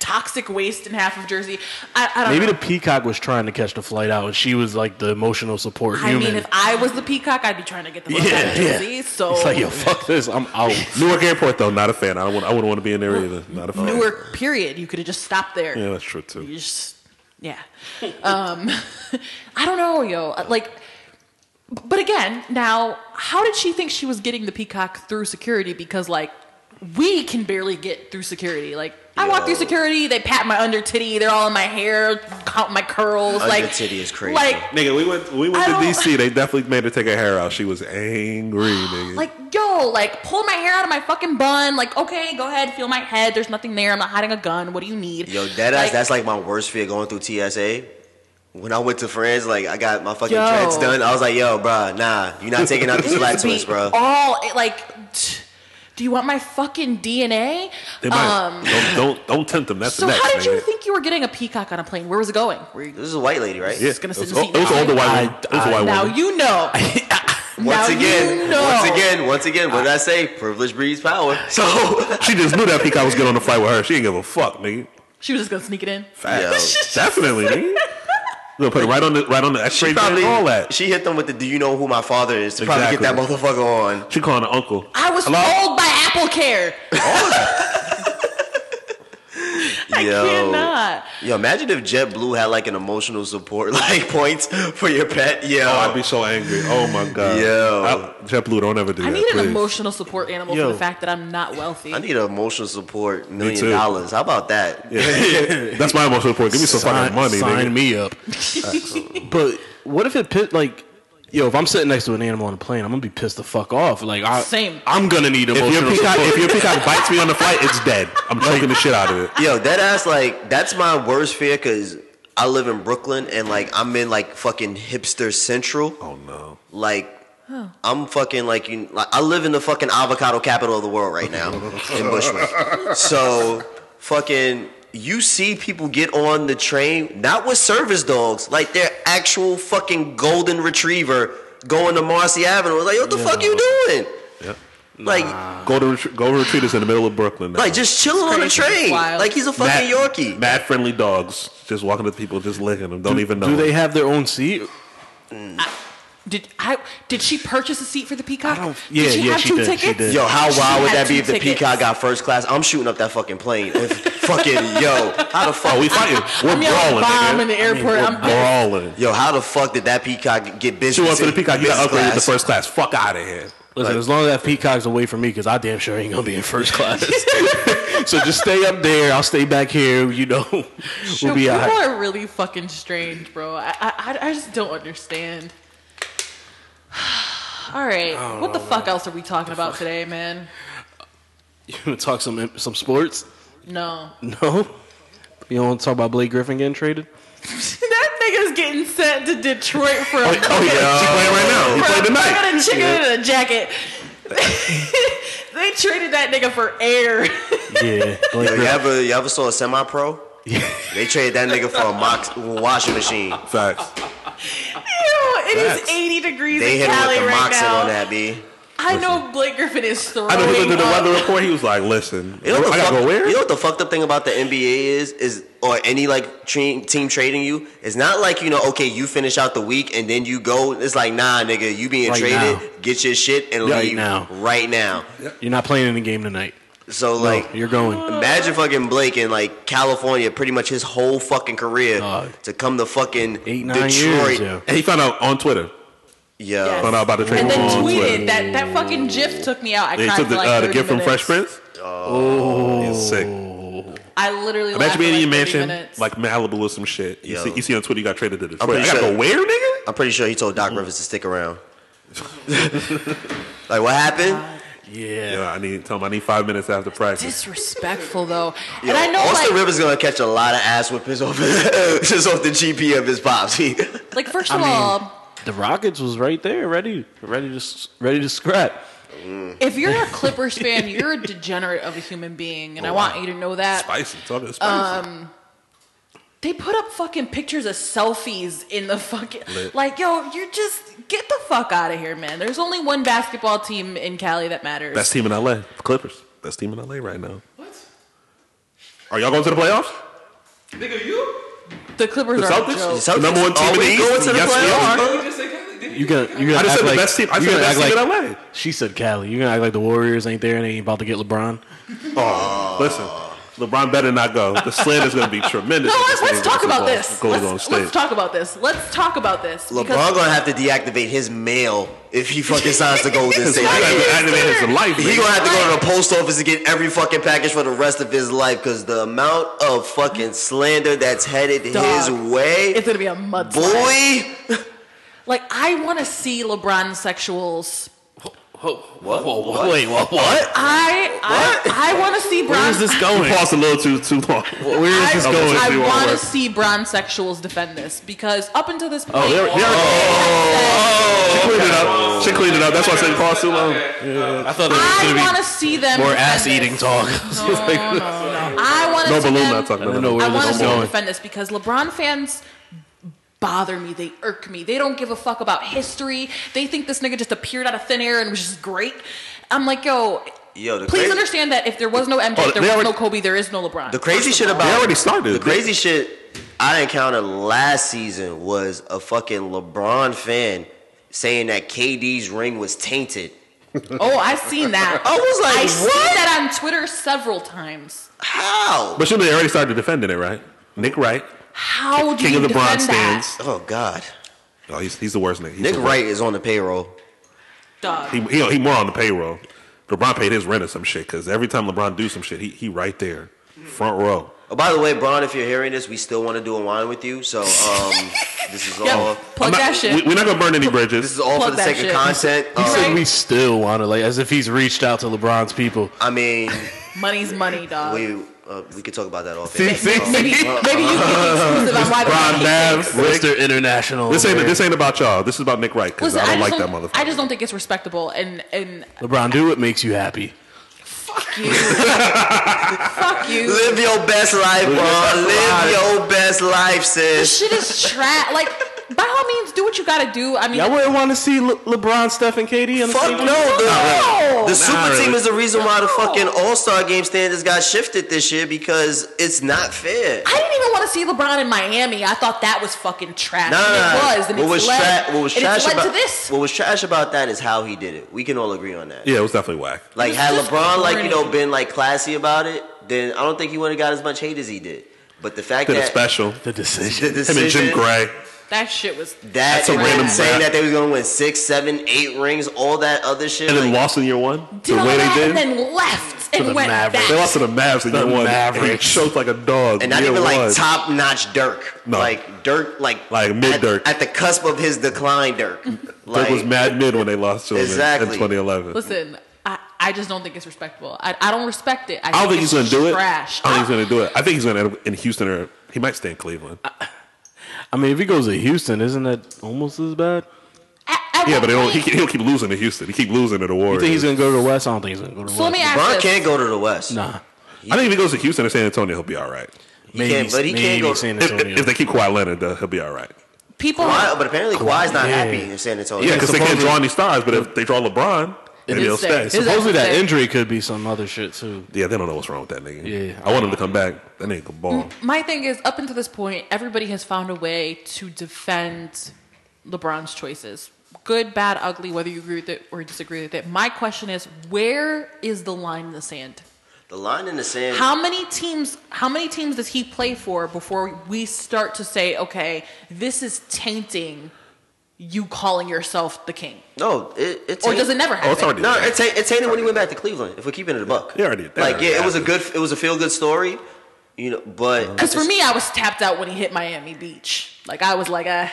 toxic waste in half of Jersey. I, I don't
Maybe
know.
the peacock was trying to catch the flight out, and she was like the emotional support
I
human.
mean, if I was the peacock, I'd be trying to get the fuck out
yeah,
of
yeah.
Jersey. So
*laughs* it's
*laughs*
like yo, fuck this, I'm
*laughs*
out.
Newark Airport, though, not a fan. I, don't want, I wouldn't want to be in there either. Not a fan.
Newark, period. You could have just stopped there.
Yeah, that's true,
You
too.
just,
*laughs*
yeah. Um, *laughs* I don't know, yo. Like, but again, now, how did she think she was getting the peacock through security? Because like, we can barely get through security. Like, I walk through
Yo.
security. They pat my under titty. They're all in my hair, count my curls.
Under
like,
titty is crazy.
Like,
Nigga, we went, we
I
went to
don't-
D.C. They definitely made her take her hair out. She was
*gasps*
angry, nigga.
like yo like pull my hair out of my fucking bun like okay go ahead feel my head there's nothing there i'm not hiding a gun what do you need
yo dead ass. that's like my worst fear going through TSA. When I went to France, like I got my fucking
Yo.
dreads done. I was like, yo, bruh, nah, you're not
*laughs*
taking out these flat
Just be
twist, bro.
all it, like t- do you want my fucking dna
they might. don't, don't, don't tempt them. That's
um, so
the next
how did you
nigga.
think you were getting a peacock on a plane where was it going Were you-
This is a white lady, right?
Yeah,
just gonna
it
sit
was,
in the seat
it was
now?
an older white woman. It was a white
now
woman.
you know
Once
Now
again,
you know.
once again, once again, what did I say? Privilege breeds
*laughs*
power. So
she just knew that peacock was getting on the flight with her. She didn't give a fuck, nigga.
she was just gonna sneak it in
yo,
Definitely,
*laughs*
nigga. Gonna put it right on the right on the X-ray
she
bin, all that.
she hit them with the do you know who my father is to probably get that
Exactly.
motherfucker on.
She calling her uncle.
i was
Hello?
told by apple care i
Yo.
cannot
Yo, imagine if JetBlue had like an emotional support *laughs* like points for your pet. Yo,
Oh, I'd be so angry. Oh my god.
Yo.
I, JetBlue, don't ever do
i
that.
need an
please.
emotional support animal
Yo.
for the fact that i'm not wealthy
I need an emotional support million
too.
dollars. How about that?
*laughs* That's my emotional support. Give me some
sign,
fucking money,
sign
nigga.
me
*laughs*
up. but what if it pit like? Yo, if I'm sitting next to an animal on a plane, I'm gonna be pissed the fuck off. Like, I,
Same.
I'm gonna need
If your
emotional
peacock,
support.
if your peacock bites me on the flight, it's dead. I'm choking the shit out of it.
Yo, that ass like that's my worst fear because I live in Brooklyn and like I'm in like fucking hipster central.
Oh no.
Like I'm fucking like you. Like, I live in the fucking avocado capital of the world right now
*laughs*
in Bushwick. So fucking you see people get on the train not with service dogs like their actual fucking golden retriever going to Marcy Avenue. Like what the fuck you doing?
Yep.
Like
Golden retrie- Golden retrievers in the middle of Brooklyn. Now.
like just chilling on the
It's crazy.
train.
Wild.
Like he's a fucking Yorkie.
Mad friendly dogs just walking up to people, just licking them. Don't even know.
Do they
them.
have their own seat?
Did I? Did she purchase a seat for the peacock?
I don't- yeah,
did she
yeah,
have
she
two
did, she
tickets?
did.
Yo, how
She
wild would
had
that be
two
if the
tickets.
Peacock got first class? I'm shooting up that fucking plane. If fucking yo, how the fuck
Oh, we fighting.
*laughs*
We're
I'm yelling
brawling.
bomb
nigga.
in the airport.
We're
I'm-
brawling.
Yo, how the fuck did that Peacock get business?
Two up for the peacock. You got
business
upgraded to
class?
first class. Fuck out of here.
Listen, as long as that peacock's away from me, because I damn sure ain't gonna be in first class. *laughs* so just stay up there. I'll stay back here. You know, *laughs* we'll
Yo,
be
people
all right.
are really fucking strange, bro. I, I, I- I just don't understand. *sighs* All right, what the fuck else are we talking about today, man?
You wanna talk some some sports?
No, *laughs*
No. You don't want to talk about Blake Griffin getting traded?
that nigga's getting sent to Detroit for a
Oh yeah, she playing right now. He
for
played
a
tonight.
fucking chicken in a jacket. they traded that nigga for air. *laughs*
Yeah, *laughs* Blake
Yo, you ever you ever saw a semi pro? They traded that nigga for a mox, washing machine.
Facts.
Ew, it is
Facts.
80 degrees
They
in
hit him
Cali
with the
right
moxin
now.
on that b.
I know Blake Griffin is throwing
I know he looked at the
up.
weather report. He was like,
*laughs*
"Listen,
You know, what
I
the
gotta
fuck,
go where?"
you know what the fucked up thing about the NBA is, is or any like team, team trading you. It's not like you know, okay, you finish out the week and then you go. It's like, nah, nigga, you being
Right
traded.
now.
Get your shit and
Right
leave
now.
right now.
You're not playing in the game tonight.
So like,
you're going.
Imagine fucking Blake in like California, pretty much his whole fucking career
Dog.
to come to fucking
Eight, nine
Detroit.
years. Yeah.
And he found out on Twitter.
Yo.
Yes.
Found out about the trade.
and
on
then
Twitter.
tweeted that that fucking GIF took me out. I
They
cried
took the,
for like
uh, the
30
gift from
minutes.
Fresh Prince. Oh, he's sick.
I literally laughed
Imagine being
for
in your
like 30
mansion,
minutes.
like Malibu or some shit. You
Yo.
see, you see on Twitter, you got traded to Detroit.
pretty
I gotta
sure-
go where, nigga?
I'm pretty sure he told
Mm-hmm.
Doc Rivers to stick around. *laughs* like what happened?
Yeah.
Yeah, I need tell him I need five minutes after practice.
disrespectful though.
Yo,
and I know
Austin
like,
Rivers gonna catch a lot of ass whippings off just off the GP of *laughs* his pops. *laughs* He-
like first
I
of
mean,
all,
the Rockets was right there, ready, ready to, s- ready to scrap.
if you're
*laughs*
a Clippers fan, you're a degenerate of a human being,
Oh,
and I want you to know that.
Spicy, talking spicy.
um, They put up fucking pictures of selfies in the fucking
Lit.
like, yo, you're just get the fuck out of here, man. There's only one basketball team in Cali that matters.
Best team in LA, the Clippers. Best team in LA right now. What? Are y'all going to the playoffs?
Nigga, you?
the Clippers
The
are a
Celtics,
joke.
The number one team in the
Always
East.
going to the
yes, we are.
You just said Cali, didn't
You gonna, you gonna
I just
act
said the
like,
best team. I
you
said the
gonna
best
act
team
like-
in LA.
She said Cali. You gonna act like the Warriors ain't there and they ain't about to get LeBron.
Oh, listen. LeBron better not go. The slant is going to be tremendous.
No,
if
let's,
this
let's
nigga
talk
gets the
about
ball-
this.
Goes
Let's,
on stage.
let's talk about this. Let's talk about this.
LeBron
because-
gonna have to deactivate his mail if he fucking signs
*laughs*
to Golden
His
State.
life- I
Like,
mean, his life,
He
man.
gonna have to go to the post office to get every fucking package for the rest of his life because the amount of fucking slander that's headed
Dog.
his way,
It's gonna be a mudslide.
boy.
Like I want to see LeBron sexuals.
What?
Wait, what? what?
I I, I want to see
Where
Bron.
is this
You
going?
paused a little too too long.
Where is this
I-
going?
Let's
I
see what
want to
works.
see Bron sexuals defend this because up until this point,
Oh, there,
She
there.
cleaned it up. She cleaned it up. That's why I said pause too long.
I thought it Oh, was
I
gonna
want
be
to see them
more
defend
ass eating
this.
talk. *laughs*
I want to
No
see
balloon,
them.
not talking.
I don't
no,
know
no.
I want
where this
to
is
see them
going.
defend this because LeBron fans bother me. They irk me. They don't give a fuck about history. They think this nigga just appeared out of thin air and was just great. I'm like, yo,
Yo, the
please
crazy-
understand that if there was no MJ,
Oh,
if
they
there was
already-
no Kobe, there is no LeBron.
The crazy shit about
They already started.
The crazy shit I encountered last season was a fucking LeBron fan saying that KD's ring was tainted.
oh, I seen that.
I was like,
*laughs* I seen
what?
that on Twitter several times.
How?
But shouldn't they already started defending it, right? Nick Wright,
How do
king
you
of the
defend
bronze
that?
stands.
Oh God,
Oh, he's, he's the worst nigga. He's
Nick
the
Wright is on the payroll.
Dog.
Worst. He, he he more on the payroll. LeBron paid his rent or some shit because every time LeBron do some shit, he he right there, front row.
Oh, by the way, Bron, if you're hearing this, we still want to do a wine with you. So um, *laughs* this is all.
Yeah, plug
I'm not-
that shit.
We, are not gonna burn any
This
bridges.
is all
Plug
for the
that
sake
shit.
of content.
He
Um,
said we still want to, like, as if he's reached out to LeBron's people.
I mean,
Money's money, dog.
we uh, we could talk about that off.
*laughs*
See,
air.
see,
Maybe, maybe you can get exclusive on why the
Ron
money
Dav.
takes.
Mr. International.
This ain't
over
this
here.
ain't about y'all. This is about Nick Wright because
Listen,
I don't like
just
that
don't-
motherfucker.
I just don't think it's respectable. And and
LeBron, do what makes you happy.
fuck
*laughs*
you, fuck you.
Live your best life, Bron. Live your best life,
This
sis.
shit is trash. Like, by all means, do what you gotta do. I mean,
Y'all wouldn't want to see Le- LeBron, Steph, and KD on the
Fuck
same
no,
team?
the, the super
really.
team is the reason why the
No.
fucking All Star Game standards got shifted this year because it's not fair.
I didn't even want to see LeBron in Miami. I thought that was fucking trash.
Nah,
and
nah,
it was. And
what
it's
was
led,
tra- what was
and
trash
it's led
about
to this.
what was trash about that is how he did it. We can all agree on that.
yeah, it was definitely whack.
Like
It's
had
just
LeBron, like you know,
corny.
been like classy about it, then I don't think he would have got as much hate as he did. But the fact
Did a
that
special.
The
Him
decision.
*laughs* the decision
and Jim Gray.
That shit was.
that
That's a
and then
random
saying
rap.
that they was gonna win six, seven, eight rings, all that other shit.
And then
like,
lost in year one.
did
the
all
way
that
they did.
and then left and
the
went
Mavericks.
back.
They lost to the Mavs in
The
year one. And he
Mavericks.
choked like a dog.
and not
year
even
one.
like top notch Dirk.
No.
Like Dirk like
Like mid-Dirk.
At, at the cusp of his decline Dirk. *laughs*
Dirk
Like
was mad mid when they lost to him in-
Exactly.
in 2011.
Listen, I, I just don't think it's respectable. I, I don't respect it. I,
I don't think he's
going
going
to
to do it.
Trash.
I don't think he's going to do it. I think he's going to end up in Houston or he might stay in Cleveland.
I mean, if he goes to Houston, isn't that almost as bad?
At- at
yeah,
what
but he'll, he,
point-
he'll keep losing to Houston. He keep losing to the
You
Warriors.
think he's gonna go to the West? I don't think he's gonna go to the
so let
West.
me ask
LeBron
this.
can't go to the West.
nah,
I think if he goes to Houston or San Antonio, he'll be all right.
maybe,
can't- but he
maybe
can't go-
San
If,
Antonio.
if they keep Kawhi Leonard, uh, he'll be all right.
People,
Kawhi, but apparently Kawhi's not
Yeah.
happy in San Antonio.
Yeah, because they can't
supposedly-
draw any stars, but if they draw LeBron, maybe
is
he'll
sick.
stay.
It's-
Supposedly that injury could be some other shit too.
yeah, they don't know what's wrong with that nigga.
Yeah. Mm.
I want him to come back. That nigga can ball.
my thing is, up until this point, everybody has found a way to defend LeBron's choices. Good, bad, ugly, whether you agree with it or disagree with it. My question is, where is the line in the sand?
The line in the sand.
How many teams? How many teams does he play for before we start to say, okay, this is tainting you calling yourself the king,
no, it, it's
or does it never
Oh, it's
happen?
already
No,
there.
it's ain't, it's ain't when he went back to Cleveland. If we're keeping it a buck,
Yeah, already- that
like
already
yeah, it was a good,
happened.
it was a feel good story, you know. But
Because for me, I was tapped out when he hit Miami Beach. Like I was like, ah,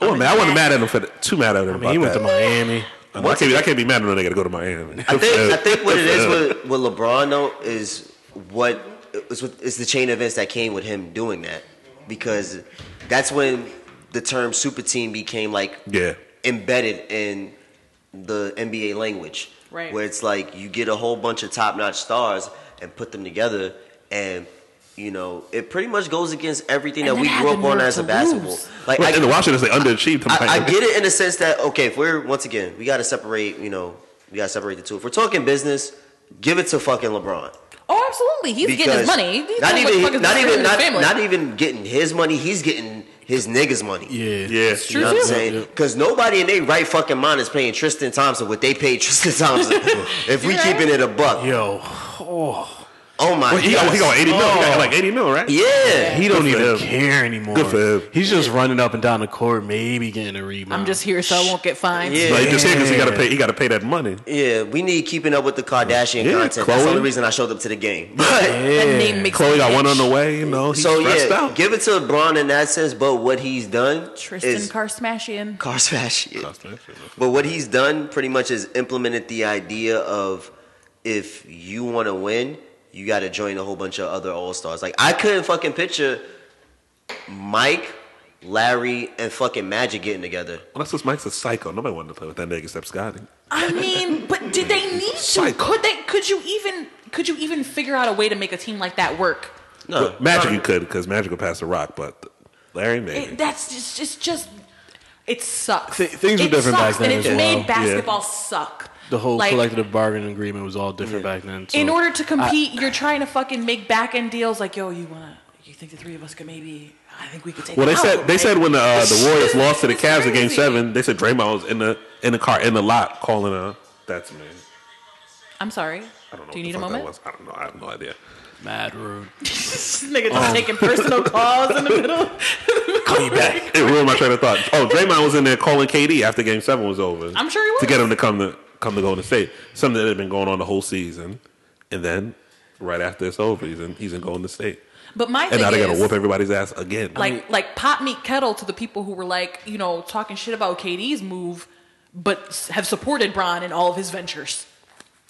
Oh, man, I wasn't mad at him for the, too mad at him.
I mean, he
about
went to
that.
Miami.
I, mean, I can't, be- I can't be mad at no nigga to go to Miami.
I think I think what it is with, with LeBron though is what is what is the chain of events that came with him doing that because that's when the term super team became like
*laughs* yeah,
embedded in the NBA language.
Right.
Where it's like you get a whole bunch of top notch stars and put them together and you know, it pretty much goes against everything
And then
that we
have
grew
the
up on
nerve
as
to
a basketball.
lose.
Like
Well,
I,
in the Washington, they underachieved.
I, I
Miami.
get it in the sense that okay, if we're once again, we got to separate. You know, we got to separate the two. If we're talking business, give it to fucking LeBron.
oh, absolutely, he's getting his
Because
money. He's
not
doing
even,
what the fuck is
not
his
even, not,
family.
not even getting his money. He's getting his niggas' money.
Yeah,
Yeah.
You know
True
what I'm
too.
saying? Because nobody in their right fucking mind is paying Tristan Thompson what they paid
*laughs*
Tristan Thompson. if we
Yeah.
keeping it a buck,
Yo. Oh.
oh my
Well, he, got,
god,
he got eighty mil. He got like eighty mil, right?
yeah.
He don't
Good for him.
even care anymore.
Good for him.
He's just running up and down the court, maybe getting a rebound.
I'm just here so I won't get fined.
Yeah.
Like just here because he got to
Yeah.
pay. He got to pay that money.
Yeah, we need keeping up with the Kardashian
Yeah,
content. That's the
Khloe.
only reason I showed up to the game. *laughs* But
That name makes
Chloe
me
got one
itch.
on the way. You know, he's
so
stressed
yeah,
out.
give it to LeBron in that sense. But what he's done
Tristan
is
Car Smashian.
car smash. yeah. But what he's done pretty much is implemented the idea of if you want to win, you got to join a whole bunch of other all stars. Like I couldn't fucking picture Mike, Larry, and fucking Magic getting together.
Well, that's just Mike's a psycho. Nobody wanted to play with that nigga except Scotty.
I mean, but did they need to?
Psych.
Could they? Could you even? Could you even figure out a way to make a team like that work?
No,
Magic you could because Magic would pass the rock, but Larry maybe.
It, that's just, it's just, it sucks.
Th- things were
It
different back
sucks,
then
And
as
it's
well.
made basketball suck.
the whole
Like,
collective bargaining agreement was all different back then. so-
In order to compete, you're trying to fucking make back end deals. Like, yo, you wanna? You think the three of us could maybe? I think we could take.
Well, they
them
said
out,
they
right?
said when the uh, the Warriors lost to the
It's
Cavs in Game
crazy.
Seven, they said Draymond was in the in the car in the lot calling a. That's me.
I'm sorry.
I don't know.
Do you
what
need
the
a
fuck that
moment?
was. I don't know. I have no idea.
mad rude.
this nigga just taking personal calls in the middle.
Call you
*laughs*
back. It ruined my train of thought. Oh, Draymond was in there calling KD after Game Seven was over.
I'm sure he was.
to get him to come to come to Golden State. Something that had been going on the whole season, and then right after it's over, he's in he's in Golden State,
But my
and
thing
now they got
is,
to whoop everybody's ass again.
like like pot meat kettle to the people who were like you know talking shit about KD's move, but s- have supported Bron in all of his ventures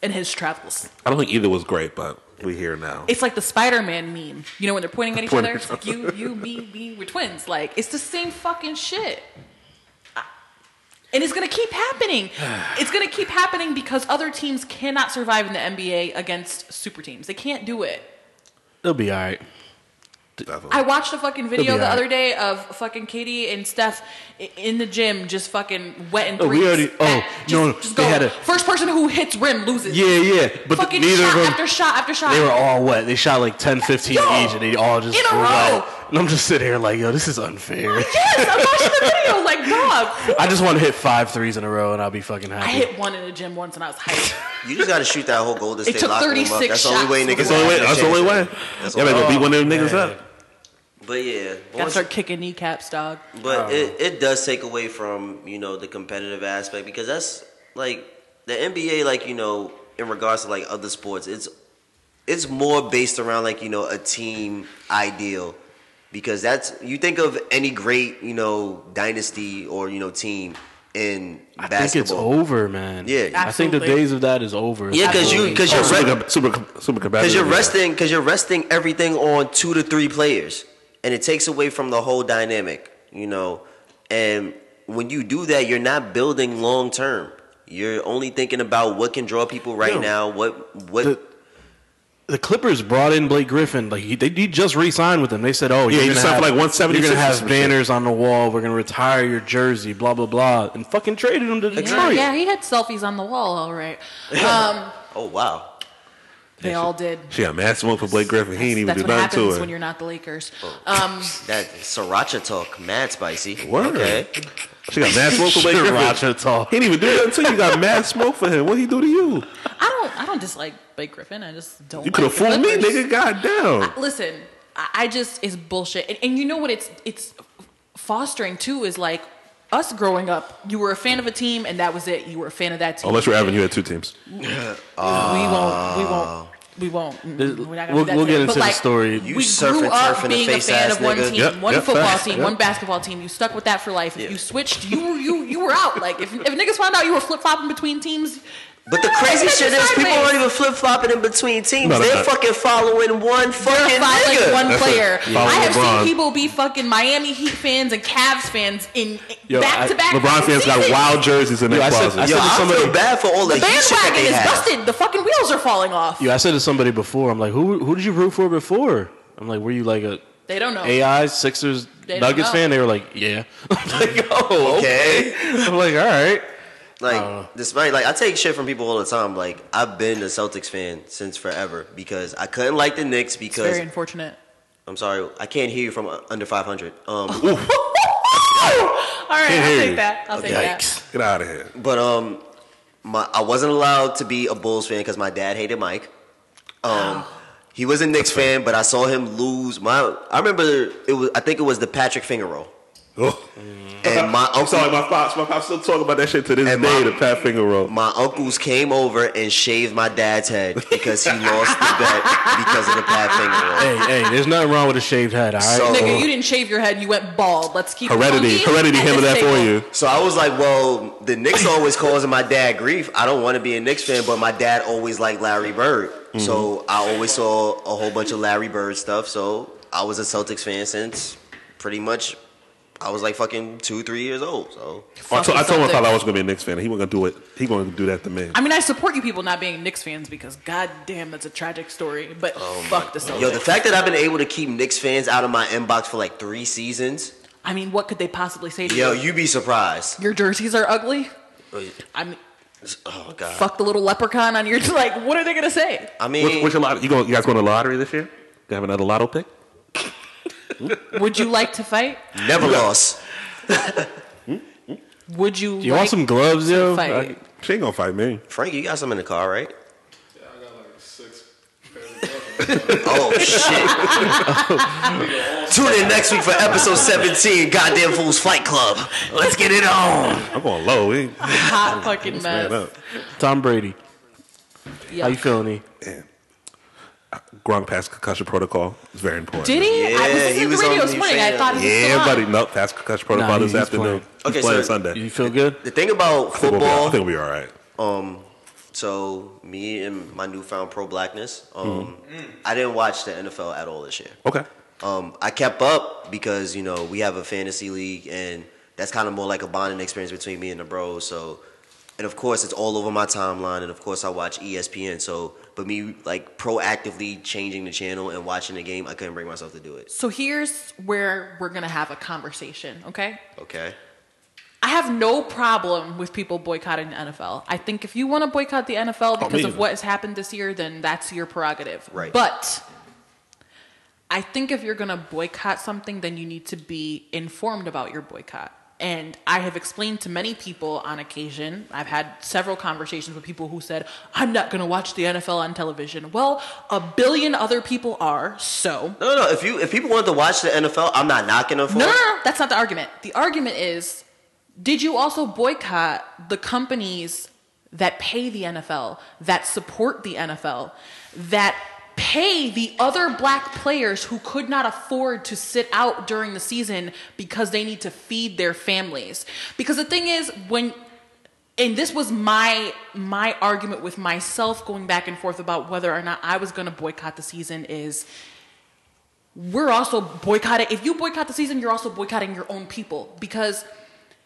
and his travels.
I don't think either was great, but we here now.
It's like the Spider Man meme, you know, when they're pointing at each
Pointing
other.
at
It's like you, you, me, me, we're twins. Like it's the same fucking shit. I- And it's gonna
*sighs*
keep happening. It's gonna keep happening because other teams cannot survive in the NBA against super teams. They can't do it.
They'll be all right.
Definitely.
I watched a fucking
They'll
video
be
the
all right.
other day of fucking Katie and Steph i- in the gym just fucking wetting
Oh, we
threes.
already- oh,
Fat- just,
no, no,
just
they
go.
had a-
first person who hits rim loses.
Yeah, yeah. But
fucking
neither
shot
of them.
after shot after shot.
They were all wet. They shot like 10, 15
Yo,
each, and they all just
in a
threw
row.
up. And I'm just sitting here like, yo, this is unfair.
yes, I'm watching the video like dog.
*laughs* I just want to hit five threes in a row, and I'll be fucking happy.
I hit one in the gym once and I was hyped.
you just got to shoot that whole Golden State
took
locker room up.
36
That's the only way
shots
niggas.
That's the only way.
have a
That's the only
chance.
way.
That's
Yeah,
all-
they gonna beat one of them niggas
man.
up.
But yeah,
Gotta
once-
start kicking kneecaps, dog.
But
Um,
it, it does take away from, you know, the competitive aspect because that's like the NBA like, you know, in regards to like other sports, it's it's more based around like, you know, a team ideal. Because that's you think of any great, you know, dynasty or, you know, team in
I
basketball.
think it's over, man.
Yeah.
I think the
Absolutely.
days of that is over.
Yeah, 'cause you- 'cause
Oh,
you're-
super, com- super, com- super competitive.
Because you're
yeah.
resting, because you're resting everything on two to three players, and it takes away from the whole dynamic, you know. And when you do that, you're not building long term. You're only thinking about what can draw people right
Yo,
now. What what?
the- the Clippers brought in Blake Griffin. Like he, they, he just re-signed with him. They said, "Oh,
Yeah,
you're
he
gonna
signed
have
for, like, 176
You're gonna
or
have
some shit."
banners on the wall. We're gonna retire your jersey. Blah blah blah." And fucking traded him to Detroit.
Yeah, he had selfies on the wall, all right.
oh wow!
They all did.
She got mad smoke for Blake Griffin. He ain't even
That's
do
what
nothing to
happens
her.
when you're not the Lakers.
Oh.
That sriracha talk, mad spicy.
Word.
Okay.
She got mad smoke
*laughs*
for Blake Griffin.
Sriracha talk.
He didn't even do nothing to you. You got mad smoke for him. What he do to you?
I don't. I don't dislike Blake Griffin. I just don't.
You could have
like the
fooled me,
Clippers.
nigga. Goddamn.
Listen, I I just it's bullshit. And, and you know what? It's it's fostering too is like us growing up. You were a fan of a team, and that was it. You were a fan of that team.
Unless you're Evan, you had two teams.
we won't. We won't. We won't.
This-
mm, We're not gonna
we'll-
do that
we'll get
today.
into
But,
the
like,
story.
You
we
surf
grew
and turf
up
in the
being a
face,
fan
ass
of one
nigga.
team,
Yep,
one
yep,
football
facts,
team,
yep.
one basketball team. You stuck with that for life. If
Yeah.
you switched, you were you you were out. Like if, if niggas found out you were flip flopping between teams.
But the
nah,
crazy
that's
shit is
sideways.
people aren't even flip flopping in between teams.
No, they're
They're
not.
fucking following one fucking
They're following
nigga.
one
That's it.
player.
Follow
I have
LeBron.
seen people be fucking Miami Heat fans and Cavs fans in
Yo,
back to back.
LeBron fans got wild jerseys in
Yo,
their
I said-
closet.
I
Yo,
said-
I
Somebody-
feel bad for all the,
The
heat shit that
bandwagon
they
is
have.
busted. The fucking wheels are falling off.
Yeah, I said to somebody before, I'm like, who who did you root for before? I'm like, were you like a
They don't know.
AI Sixers
Oh. They don't
Nuggets
know.
fan? They were like, yeah. *laughs* I'm like, oh,
Okay.
I'm like, all right.
Uh-huh.
Like despite like I take shit from people all the time. Like I've been a Celtics fan since forever because I couldn't like the Knicks
It's very
because
unfortunate.
I'm sorry I can't hear you from uh, under 500. Um,
*laughs* Ooh,
All right,
Can't hear
I'll
you.
take that. I'll take that.
Get out of here.
but um, my I wasn't allowed to be a Bulls fan because my dad hated Mike.
Oh.
Um, he was a Knicks fan, but I saw him lose my. I remember it was I think it was the Patrick finger roll.
Oh. *laughs*
And my
I'm
uncle,
sorry, my pops. My pops still talking about that shit to this
And
day.
my-
the Pat Finger roll.
my uncles came over and shaved my dad's head because he lost the bet because of the Pat finger roll.
Hey, hey, there's nothing wrong with a shaved head, all right?
So-
Nigga, you didn't shave your head. You went bald. Let's keep it
Oh. heredity,
funky
heredity
Oh, at
handled
this
that for
table.
you.
So I was like, well, the Knicks always causing my dad grief. I don't want to be a Knicks fan, but my dad always liked Larry Bird. So I always saw a whole bunch of Larry Bird stuff. So I was a Celtics fan since pretty much I was like fucking two, three years old. So
I, told- I told my
Something.
father I was gonna be a Knicks fan. He wasn't gonna do it. He gonna do that to me.
I mean, I support you people not being Knicks fans because goddamn, that's a tragic story. But fuck the Celtics.
Oh yo, the fact that I've been able to keep Knicks fans out of my inbox for like three seasons,
I mean, what could they possibly say to
yo,
you?
you be surprised.
Your jerseys are ugly. I mean,
Oh god.
fuck the little leprechaun on your. *laughs* Like, what are they gonna say?
I
What,
mean,
what's your lottery? You, going you guys going to the lottery this year? You have another lotto pick?
Would you like to fight?
never lost.
Would you?
you want some gloves, yo?
Fight.
She ain't gonna fight me.
Frank, you got some in the car, right?
Yeah, I got like six. pairs of gloves.
*laughs* Oh shit! Tune in next week for episode 17, Goddamn Fools Fight Club. Let's get it on.
I'm going low. We ain't
hot fucking mess?
man up.
Tom Brady. How you
Yuck.
feeling? E?
Man. Gronk passed concussion protocol. It's very important.
Did he? I
Yeah,
was
he
listening to the
was on-
radio this
he was
morning. I
saying
thought he was still
Yeah,
on.
buddy. Nope. Passed concussion protocol
Nah,
this
he's
afternoon.
playing.
He's
Okay,
playing
so-
Sunday.
You feel good?
The thing about
I think we'll be- I
football,
think we'll be all right.
um, so me and my newfound pro blackness, um,
Mm-hmm.
I didn't watch the NFL at all this year.
Okay.
Um, I kept up because you know we have a fantasy league, and that's kind of more like a bonding experience between me and the bros. So, and of course, it's all over my timeline, and of course, I watch E ESPN. So, but me like proactively changing the channel and watching the game, I couldn't bring myself to do it.
So here's where we're gonna have a conversation, okay?
Okay.
I have no problem with people boycotting the NFL. I think if you want to boycott the NFL because
neither.
of what has happened this year, then that's your prerogative.
Right.
But I think if you're going to boycott something, then you need to be informed about your boycott. And I have explained to many people on occasion, I've had several conversations with people who said, I'm not going to watch the NFL on television. Well, a billion other people are, so.
No, no. If you if people wanted to watch the NFL, I'm not knocking them for
No, no,
it.
no, that's not the argument. The argument is did you also boycott the companies that pay the NFL, that support the NFL, that pay the other black players who could not afford to sit out during the season because they need to feed their families? Because the thing is, when and this was my my argument with myself going back and forth about whether or not I was going to boycott the season is we're also boycotting. If you boycott the season, you're also boycotting your own people because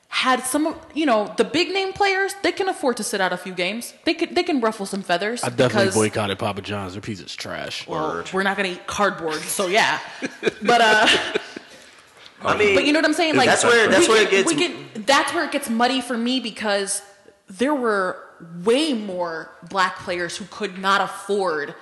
had some of you know the big name players, they can afford to sit out a few games. They could they can ruffle some feathers.
I definitely
because,
boycotted Papa John's. Their pizza's trash.
well, we're not gonna eat cardboard, so yeah. but uh, *laughs*
I mean,
but you know what I'm saying? Like
That's where- that's
we
where it
get-
gets-
we get- that's where it gets muddy for me because there were way more black players who could not afford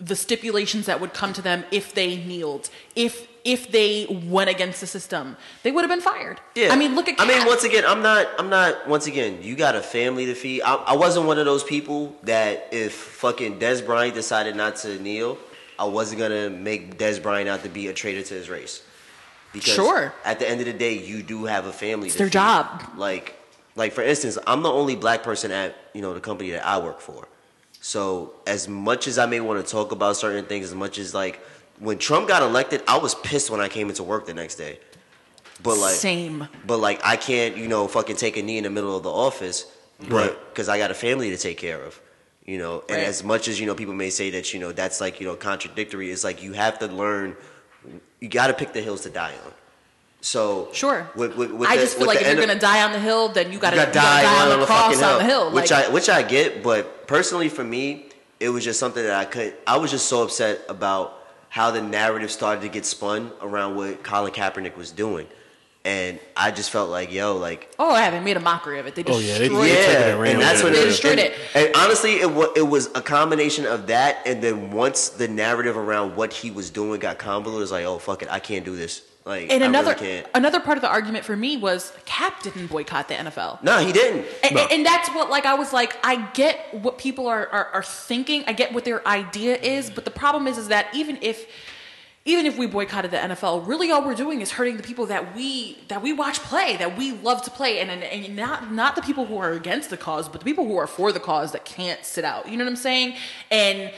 the stipulations that would come to them if they kneeled, if if they went against the system, they would have been fired.
Yeah.
I mean, look at.
I mean,
Kat.
once again, I'm not. I'm not. Once again, you got a family to feed. I, I wasn't one of those people that if fucking Des Bryant decided not to kneel, I wasn't gonna make Des Bryant out to be a traitor to his race. Because
Sure.
At the end of the day, you do have a family. It's
their job.
Like, like for instance, I'm the only black person at you know the company that I work for. So as much as I may want to talk about certain things, as much as like when Trump got elected, I was pissed when I came into work the next day. But like
same.
but like I can't, you know, fucking take a knee in the middle of the office, right?
Right.
Because I got a family to take care of, you know. And
Right.
as much as you know, people may say that you know that's like you know contradictory. It's like you have to learn. You got to pick the hills to die on. So
Sure.
With, with, with
I
the-
just feel
with
like
the
if you're
end-
gonna die on the hill, then you gotta,
you
you
got
gotta
die
die on the
fucking
cross on the hill.
which
like,
I which I get, but personally for me, it was just something that I could. I was just so upset about how the narrative started to get spun around what Colin Kaepernick was doing, and I just felt like, yo, like
oh, I haven't made a mockery of it. They
Oh,
destroyed
yeah, they-
it.
yeah. took it and
yeah,
ran
and
with
that's
it.
what
They
it-
destroyed
and-
it.
And honestly, it was it was a combination of that, and then once the narrative around what he was doing got convoluted, it was like, oh fuck it, I can't do this. Like,
And
I
another
really can't.
another part of the argument for me was Cap didn't boycott the NFL.
No, he didn't.
And,
No.
and that's what like I was like I get what people are, are are thinking I get what their idea is but the problem is is that even if even if we boycotted the NFL really all we're doing is hurting the people that we that we watch play that we love to play and and, and not not the people who are against the cause but the people who are for the cause that can't sit out you know what I'm saying and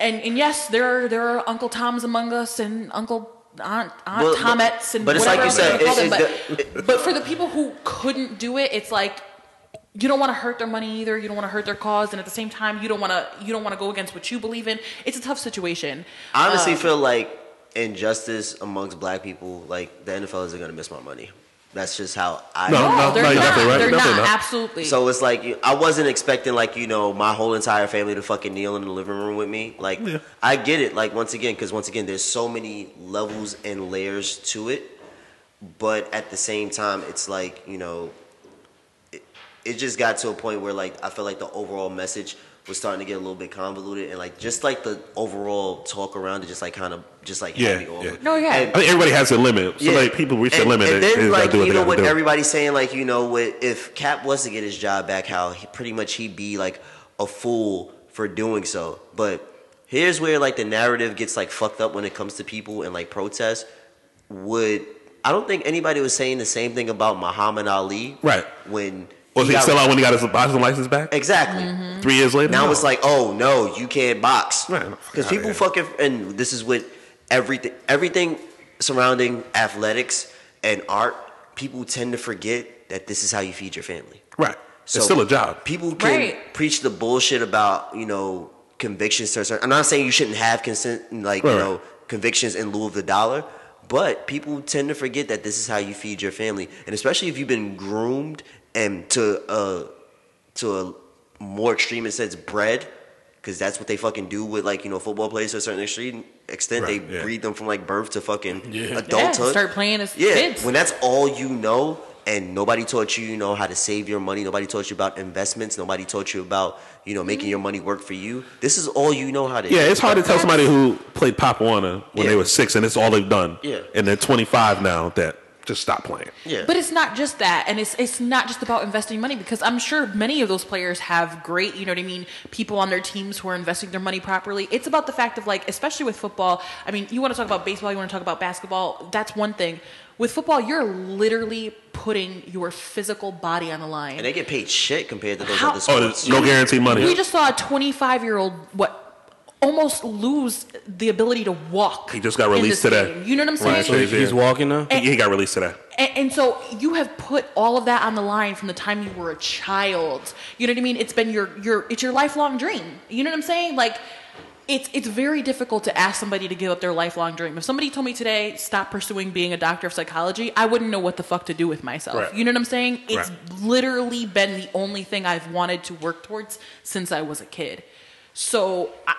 and and yes there are there are Uncle Toms among us and Uncle Aunt Aunt
Well, but-
Tomettes and
but it's like
whatever
you
else
said,
wanna call
it's-
them,
it's
but- but for the people who couldn't do it, it's like you don't want to hurt their money either. You don't want to hurt their cause, and at the same time, you don't want to you don't want to go against what you believe in. It's a tough situation.
I honestly feel like injustice amongst black people, like the NFL isn't gonna miss my money. That's just how I.
No,
No,
no,
Oh, they're
no,
not.
you're definitely right.
They're
Definitely
not.
not.
Absolutely.
So it's like you- I wasn't expecting like you know my whole entire family to fucking kneel in the living room with me. Like
Yeah.
I get it. Like once again, because once again, there's so many levels and layers to it. But at the same time, it's like you know, it, it just got to a point where like I felt like the overall message was starting to get a little bit convoluted, and like just like the overall talk around it, just like kind of just like
Yeah,
had me off.
yeah.
No, yeah.
And-
I think everybody has a limit. So like people reach
and,
their limit.
And then,
they,
like,
they gotta do what
you
they
know
gotta
what
do.
everybody's saying, like, you know, what if Cap was to get his job back, how he, pretty much he'd be like a fool for doing so. But here's where like the narrative gets like fucked up when it comes to people and like protests. Would I don't think anybody was saying the same thing about Muhammad Ali,
Right.
When
Was he
got-
sell out when he got his boxing license back?
exactly?
Three years later.
Now
No.
it's like, oh no, you can't box
Man, fuck
because
outta
people
here.
fucking and this is with everything everything surrounding athletics and art. People tend to forget that this is how you feed your family.
right. it's still a job.
People can
Right.
preach the bullshit about you know convictions. To a certain, I'm not saying you shouldn't have consent, like
Right.
you know convictions in lieu of the dollar, but people tend to forget that this is how you feed your family, and especially if you've been groomed and to a to a more extreme it says bred, because that's what they fucking do with like you know football players to a certain extreme extent.
Right,
they
yeah.
breed them from like birth to fucking
Yeah.
yeah,
adulthood.
start playing as
Yeah,
kids.
when that's all you know, and nobody taught you, you know, how to save your money. Nobody taught you about investments. Nobody taught you about, you know, making
Mm-hmm.
your money work for you. This is all you know how to.
yeah,
do.
it's hard to tell somebody who played Papuana when
Yeah.
they were six and it's all they've done.
Yeah.
And they're 25 now that just stop playing.
Yeah,
But it's not just that, and it's it's not just about investing money because I'm sure many of those players have great, you know what I mean, people on their teams who are investing their money properly. It's about the fact of like, especially with football. I mean, you want to talk about baseball, you want to talk about basketball. That's one thing. With football, you're literally putting your physical body on the line.
and they get paid shit compared to those
How-
other
Oh,
sports.
there's no guaranteed money.
We just saw a 25 year old what almost lose the ability to walk.
He just got
in this
released today.
game. You know what I'm
Right, so
saying?
he's-
He's walking now.
he, he got released today.
And, and so you have put all of that on the line from the time you were a child. You know what I mean? It's been your your it's your lifelong dream. You know what I'm saying? Like it's it's very difficult to ask somebody to give up their lifelong dream. If somebody told me today stop pursuing being a doctor of psychology, I wouldn't know what the fuck to do with myself.
Right.
You know what I'm saying? It's
Right.
literally been the only thing I've wanted to work towards since I was a kid. So I,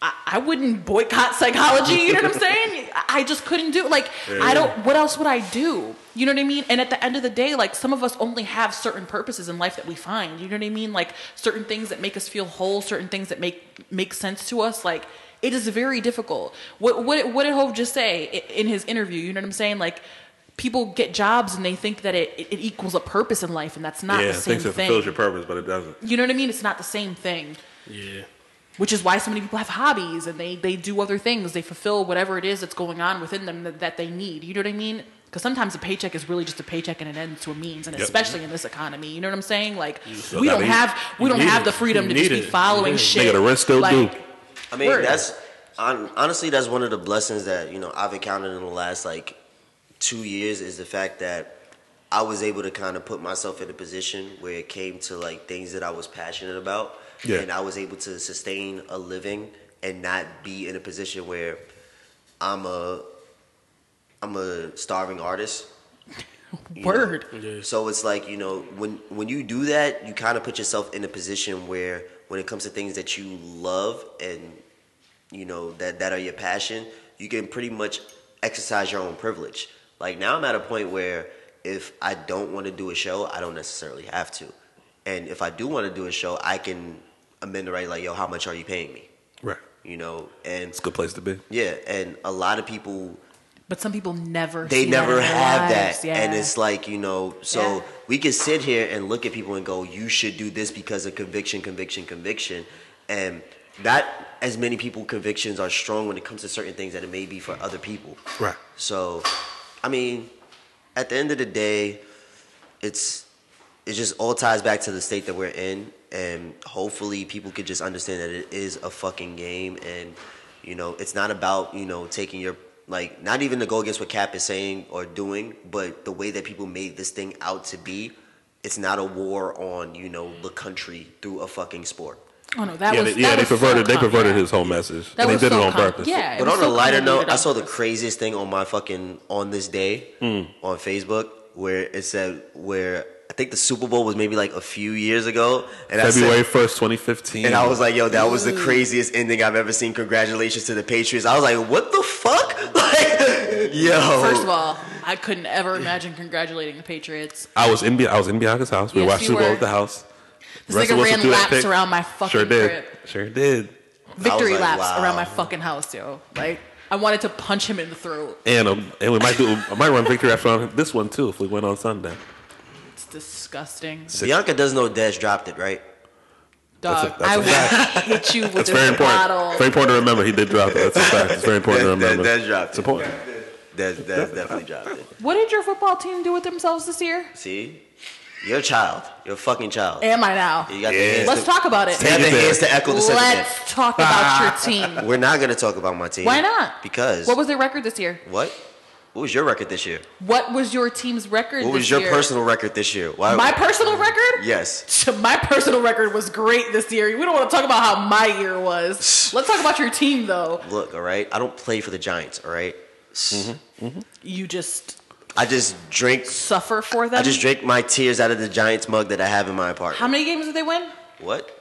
I, I wouldn't boycott psychology. You know
*laughs*
what I'm saying? I- I just couldn't do like I don't. What else would I do? You know what I mean? And at the end of the day, like some of us only have certain purposes in life that we find. You know what I mean? Like certain things that make us feel whole, certain things that make make sense to us. Like it is very difficult. What what what did Hope just say i- in his interview? You know what I'm saying? Like people get jobs and they think that it, it equals a purpose in life, and that's not
yeah,
the Ah, same
thinks it
thing.
fulfills your purpose, but it doesn't.
you know what I mean? It's not the same thing
Yeah.
which is why so many people have hobbies and they, they do other things. They fulfill whatever it is that's going on within them that, that they need. You know what I mean? Because sometimes a paycheck is really just a paycheck and it ends to a means, and
Yep.
especially in this economy, you know what I'm saying? Like
still
we don't
gotta eat.
have we
You
don't
need
have
it.
the freedom
You
to just
need
be
it.
following
Yeah.
shit.
Nigga, the rent still
like,
due.
I mean,
Word.
that's on, honestly that's one of the blessings that you know I've encountered in the last like two years is the fact that I was able to kind of put myself in a position where it came to like things that I was passionate about,
Yeah.
and I was able to sustain a living and not be in a position where I'm a I'm a starving artist. you know?
Word.
So it's like you know when when you do that, you kind of put yourself in a position where when it comes to things that you love and you know that that are your passion, you can pretty much exercise your own privilege. Like now, I'm at a point where if I don't want to do a show, I don't necessarily have to, and if I do want to do a show, I can amend the right like, yo, how much are you paying me?
Right.
You know, and
It's a good place to be.
yeah, and a lot of people
But some people never
they
see
never
that in their
have
lives.
that
Yeah.
and it's like you know so
Yeah.
we can sit here and look at people and go you should do this because of conviction conviction conviction and not as many people convictions are strong when it comes to certain things that it may be for other people
Right.
so i mean at the end of the day it's it just all ties back to the state that we're in and hopefully people could just understand that it is a fucking game and you know it's not about you know taking your like not even to go against what cap is saying or doing but the way that people made this thing out to be it's not a war on you know the country through a fucking sport
oh no, that
yeah,
was
they, yeah,
that
they
was so
perverted. they
cum,
perverted
yeah.
his whole message,
That
and they
was
did
so
it on
cum.
purpose.
Yeah, it
but
was
on a
so
lighter
convoluted
note, I
on
saw the
purpose.
craziest thing on my fucking on this day
Mm.
on Facebook where it said where I think the Super Bowl was maybe like a few years ago, and I
February
said,
first, twenty fifteen.
and I was like, "Yo, that was
Mm.
the craziest ending I've ever seen." Congratulations to the Patriots. I was like, "What the fuck?" *laughs* Like, yo,
First of all, I couldn't ever imagine congratulating the Patriots.
I was in Bi- I was in Bianca's house. We
Yes,
watched
you
Super Bowl
were.
at the house.
This
Russell
nigga
Wilson
ran
threw that
laps
pick.
around my fucking
Sure did.
crib.
Sure did.
victory
like,
laps
wow.
around my fucking house, yo. Like I wanted to punch him in the throat.
And um, and we might do. I might run victory after on this one too if we win on Sunday.
It's disgusting,
Bianca does know Des dropped it, right?
That's a-
dog.
that's a
I would *laughs* hit you with
It's very
this
important.
bottle.
Very important to remember. He did drop it. That's a fact. It's very important to
Des, Des,
remember.
Des dropped
It's
it.
important.
Des, Des definitely dropped it.
What did your football team do with themselves this year?
See, you're a child. You're a fucking child.
Am I now?
You got the
Yeah.
hands.
Let's
to,
talk about it.
You have the
Take it
hands to echo the sentiment.
Let's talk about your team.
We're not gonna talk about my team.
Why not?
Because
What was their record this year?
What? What was your record this year?
What was your team's record?
What was
this
your
year?
personal record this year? Why?
My personal record?
yes.
My personal record was great this year. We don't want to talk about how my year was. Let's talk about your team, though.
Look, all right. I don't play for the Giants, all right? Mm-hmm.
You just
I just drink.
suffer for them.
I just drink my tears out of the Giants mug that I have in my apartment.
How many games did they win?
what?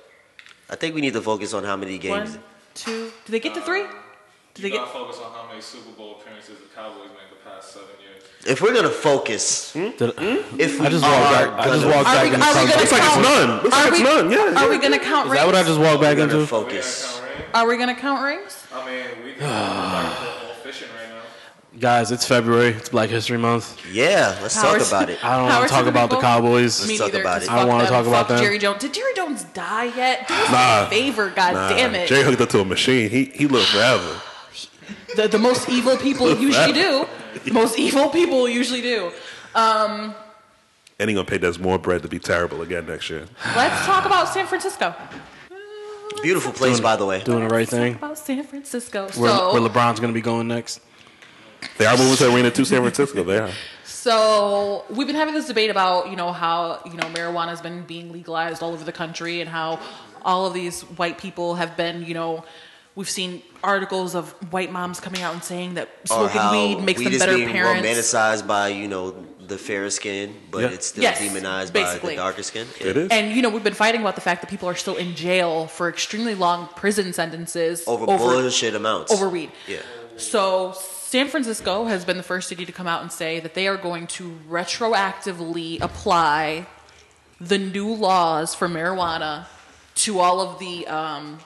I think we need to focus on how many games.
One, two. Did they get to three? Did they
You
get?
gotta focus on how many Super Bowl appearances the Cowboys made the past seven years.
If we're gonna focus, hmm?
Did-
if we
I just
are
walked back. I
gonna-
just walked
Hmm? Are
back
we, are we
into
gonna
something.
count?
Looks like it's none. Looks
are
like it's
we,
none. Yeah, yeah.
Are we gonna count
Is
rings?
that what I just walked
we're
back
gonna
into?
focus.
are we gonna count rings?
I mean, we can like the old fishing right now.
Guys, it's February. It's Black History Month.
Yeah, let's
Howard-
talk about it.
I don't want
Howard
to talk
Stern
about the
people?
Cowboys.
Me- talk
neither,
about
'cause
it.
I don't
fuck
wanna
them.
talk about
Fuck
them.
Jerry Jones. Did Jerry Jones die yet? Do us
Nah.
a favor, god
Nah,
damn it.
Jay hooked up to a machine. He he lived forever.
the, the most evil people usually do. The most evil people usually do.
And he gonna pay Des more bread to be terrible again next year.
Let's talk about San Francisco.
Beautiful place, by the way.
Doing the right thing.
About San Francisco.
Where,
so,
where LeBron's going to be going next.
They are moving to Arena to San Francisco. They are.
So we've been having this debate about you know how you know marijuana has been being legalized all over the country and how all of these white people have been you know we've seen articles of white moms coming out and saying that
Or
smoking
how
weed makes
weed
them
is
better
being
parents.
romanticized by you know the fairer skin, but
Yeah.
it's still
Yes,
demonized by
basically.
the darker skin. Yeah.
It is.
And you know, we've been fighting about the fact that people are still in jail for extremely long prison sentences
Over, bullshit amounts.
over weed.
Yeah.
So San Francisco has been the first city to come out and say that they are going to retroactively apply the new laws for marijuana to all of the um,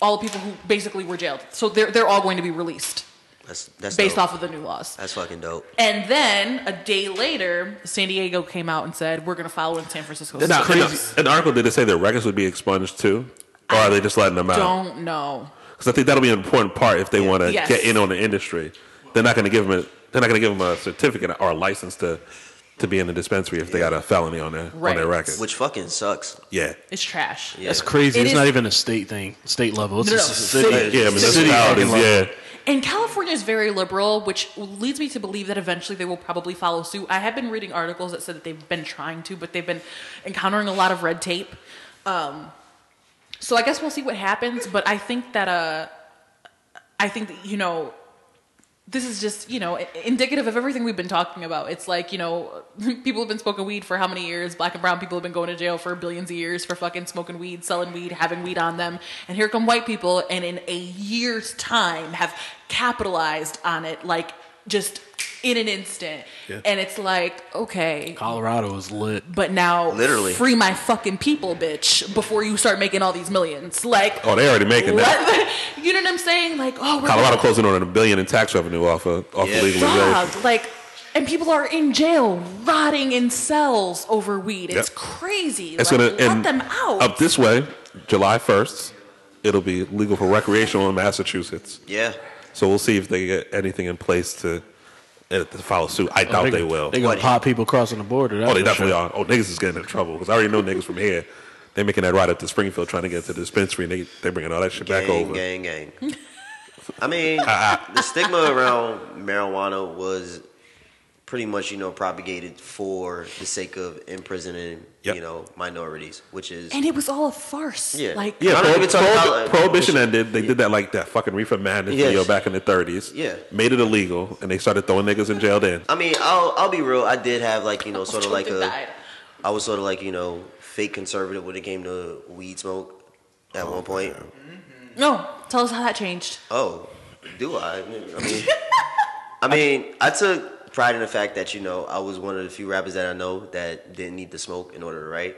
all the people who basically were jailed. So they're they're all going to be released
That's that's
based
dope.
off of the new laws.
That's fucking dope.
And then a day later, San Diego came out and said we're going to follow in San Francisco.
Now, in the- in the article, uh, did it say their records would be expunged too? Or are they just letting them out?
Don't know.
Because I think that'll be an important part if they want to
Yes.
get in on the industry. They're not going to give them. A, they're not going to give them a certificate or a license to to be in the dispensary if they got a felony on their on their
Right.
record.
Which fucking sucks.
yeah,
It's trash.
Yeah.
That's crazy.
It
it's
is-
not even a state thing, state level. It's
No,
just a
no,
city.
city.
yeah,
City fucking
municipalities.
law.
Yeah,
And California is very liberal, which leads me to believe that eventually they will probably follow suit. I have been reading articles that said that they've been trying to, but they've been encountering a lot of red tape. Um, so I guess we'll see what happens. But I think that uh, I think that, you know this is just you know i- indicative of everything we've been talking about. It's like you know *laughs* people have been smoking weed for how many years? Black and brown people have been going to jail for billions of years for fucking smoking weed, selling weed, having weed on them, and here come white people, and in a year's time have capitalized on it like just in an instant. And it's like okay,
Colorado is lit.
but now
Literally.
free my fucking people, bitch, before you start making all these millions. Like
Oh, they already making that.
let the- you know what I'm saying? Like oh, we're
Colorado
gonna-
closing on a billion in tax revenue off of off
Yeah.
of legalization.
dog. Like, and people are in jail, rotting in cells over weed. It's
Yep.
crazy.
It's
like,
gonna
let
end
them out.
up this way, July first. It'll be legal for recreational in Massachusetts.
Yeah.
So we'll see if they get anything in place to, uh, to follow suit. I doubt they will.
They're gonna
What?
pop people crossing the border. that's
oh, they
for
definitely
sure.
are. Oh, niggas is getting in trouble because I already know niggas from here. They're making that ride up to Springfield trying to get to the dispensary and they, they're bringing all that shit back
gang,
over. Ah,
*laughs*
gang, gang. I mean, the stigma around marijuana was pretty much, you know, propagated for the sake of imprisoning,
Yep.
you know, minorities, which is
and it was all a farce.
Yeah.
Like,
Yeah,
I don't
prohi-
even talk
prohi-
about-
prohibition ended. They did that like that fucking reefer madness
Yes.
video back in the 30s.
Yeah.
Made it illegal and they started throwing niggas in jail then.
I mean, I'll I'll be real. I did have like you know sort of like
Children died.
a, I was sort of like you know fake conservative when it came to weed smoke at
Oh,
one point.
no. Tell us how that changed.
Oh, do I? I mean, I mean, I took pride in the fact that you know I was one of the few rappers that I know that didn't need to smoke in order to write,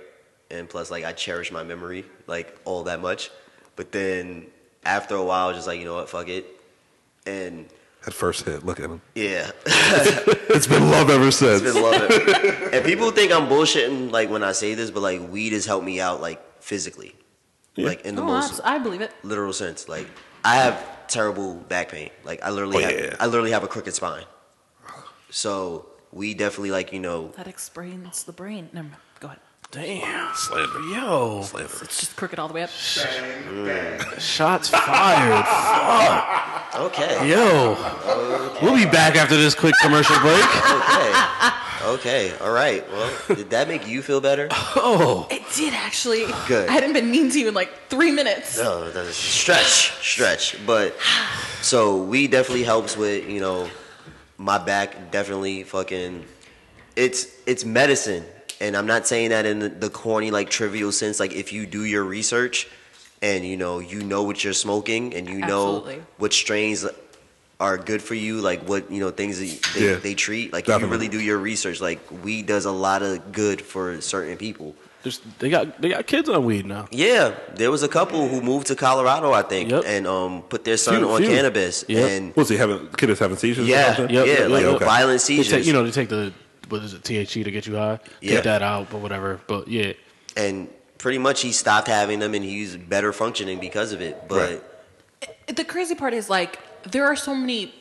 and plus like I cherish my memory like all that much. But then after a while, I was just like you know what, fuck it, and
That first hit, look at him.
yeah.
It's been love ever since.
Been loving it. *laughs* and people think I'm bullshitting like when I say this, but like weed has helped me out like physically,
Yeah.
like in the
No,
most
Oh, I I believe it.
literal sense. Like I have terrible back pain. Like I literally,
Oh,
have,
yeah.
I literally have a crooked spine. So we definitely like you know
That explains the brain. Never mind. Go ahead.
Damn.
Slander.
Yo.
It's just crooked all the way up.
Shots fired.
okay,
Yo. We'll be back after this quick commercial break.
okay, okay, all right. Well, did that make you feel better?
Oh.
It did actually.
Good.
I hadn't been mean to you in like three minutes.
No, that's stretch, stretch. But so we definitely helps with you know my back. Definitely fucking. It's it's medicine, and I'm not saying that in the, the corny like trivial sense. Like if you do your research, and you know you know what you're smoking, and you know
Absolutely.
what strains are good for you, like what you know things that they,
Yeah.
they treat. Like if you
Definitely.
really do your research, like weed does a lot of good for certain people.
Just, they got they got kids on weed now.
Yeah, there was a couple who moved to Colorado, I think,
Yep.
and um, put their son
Few-
on
few.
cannabis.
Yep.
And
Was he having kids having seizures? or
yeah,
something?
yeah,
Yep, yep,
like
yep. Okay.
violent
They
seizures.
take, you know, they take the what is it, THC to get you high.
Yeah.
Get that out, but whatever. But yeah.
and pretty much he stopped having them, and he's better functioning because of it. But
Right.
the crazy part is like there are so many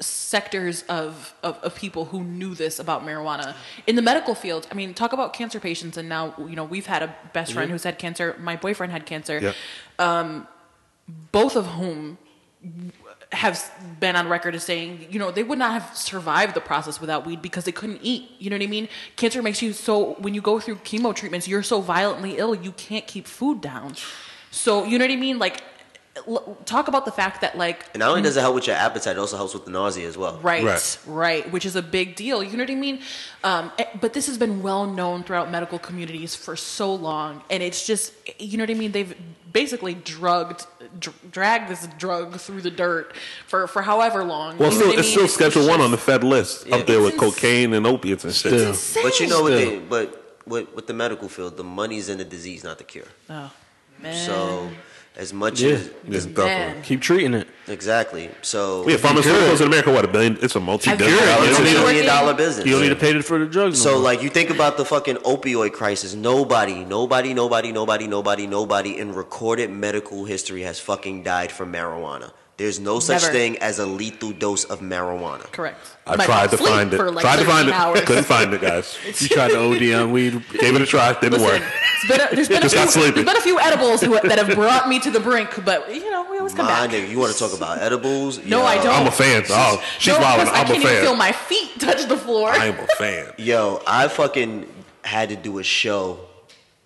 sectors of, of, of people who knew this about marijuana in the medical field i mean talk about cancer patients and now you know we've had a best friend who's had cancer my boyfriend had cancer
Yeah.
both of whom have been on record as saying, you know, they would not have survived the process without weed because they couldn't eat. You know what I mean? Cancer makes you so, when you go through chemo treatments, you're so violently ill, you can't keep food down. So, you know what I mean? Like, l- talk about the fact that like
And not only does it help with your appetite, it also helps with the nausea as well.
Right,
Right.
right, which is a big deal. You know what I mean? Um, eh, but this has been well known throughout medical communities for so long, and it's just, you know what I mean? They've basically drugged, dr- dragged this drug through the dirt for, for however long.
Well,
you know
still,
what I
it's still
mean?
Schedule One on the Fed list up there with
It's ins-
cocaine and opiates and shit.
Still.
Insane.
But you know what?
Still.
They, but with, with the medical field, the money's in the disease, not the cure.
Oh, man.
So as much
Yeah.
as
Yeah, definitely.
man.
Keep treating it.
exactly, so
We have pharmaceuticals in America. What a billion! It's a multi-billion.
I've-
dollar
it's a
don't need
industry.
to-
billion dollar business.
You don't need to pay for the drugs. no
So
more.
like you think about the fucking opioid crisis. Nobody, nobody, nobody, nobody, nobody, nobody in recorded medical history has fucking died from marijuana. There's no such
Never.
thing as a lethal dose of marijuana.
Correct.
I
Might
tried to
sleep
find it.
For like
tried to find
13 hours.
it. Couldn't find it,
*laughs*
guys.
you tried to OD on weed.
Gave it a try. Didn't
Listen,
work.
it's been a, there's been a
Just got
few,
sleepy.
there's been a few edibles who, that have brought me to the brink, but you know we always come
My
back.
nigga, you want to talk about edibles?
*laughs* No, I don't.
I'm a fan. Oh, she's
no,
wild.
because I
I'm a
can't even feel
fan.
my feet touch the floor.
I'm a fan.
Yo, I fucking had to do a show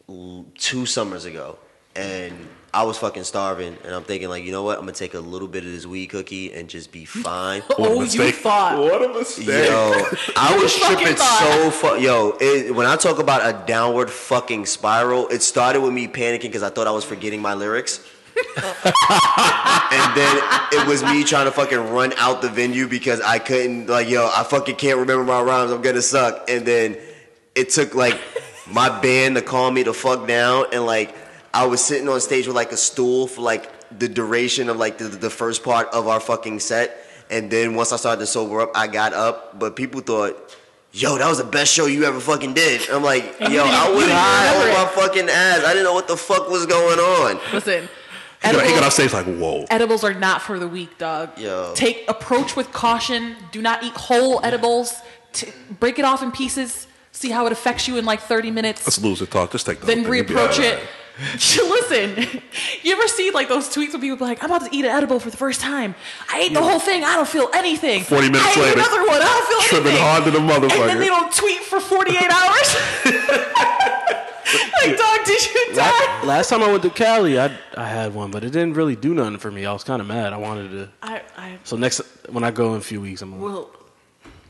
l- two summers ago, and I was fucking starving, and I'm thinking like, you know what? I'm gonna take a little bit of this weed cookie and
*laughs*
just be fine.
What a
oh, you
mistake.
thought.
What a mistake.
*laughs*
Yo, I was
fucking
tripping so
thought.
fu- Yo, it, when I talk about a downward fucking spiral, it started with me panicking because I thought I was forgetting my lyrics. and then it was me trying to fucking run out the venue because I couldn't, like, yo, I fucking can't remember my rhymes. I'm gonna suck. And then it took, like, my band to calm me the fuck down. And, like, I was sitting on stage with, like, a stool for, like, the duration of, like, the, the first part of our fucking set. And then once I started to sober up, I got up. But people thought, yo, that was the best show you ever fucking did. I'm like,
And *laughs* you
yo,
didn't-
I
you
was
didn't
high
remember
on
it.
my fucking ass. I didn't know what the fuck was going on.
*laughs*
Listen,
He got- he got off
edibles,
stage like, whoa.
edibles are not for the weak, dog.
Yo.
Take approach with caution. Do not eat whole edibles. T- break it off in pieces. See how it affects you in like 30 minutes.
Let's lose the talk. Just take the
then
whole thing. You'll be
reapproach
all
it. *laughs*
right.
Listen, *laughs* you ever see like those tweets where people be like, "I'm about to eat an edible for the first time. I ate the whole thing. I don't feel anything."
40 minutes
I ate
later,
another one. I don't feel
tripping
anything.
hard to the
And then they
motherfucker.
don't tweet for 48
*laughs*
hours. *laughs* like, dog, did you
La-
die?
Last, time I went to Cali, I I had one, but it didn't really do nothing for me. I was kind of mad. I wanted to.
I, I
So next, when I go in a few weeks, I'm gonna,
will.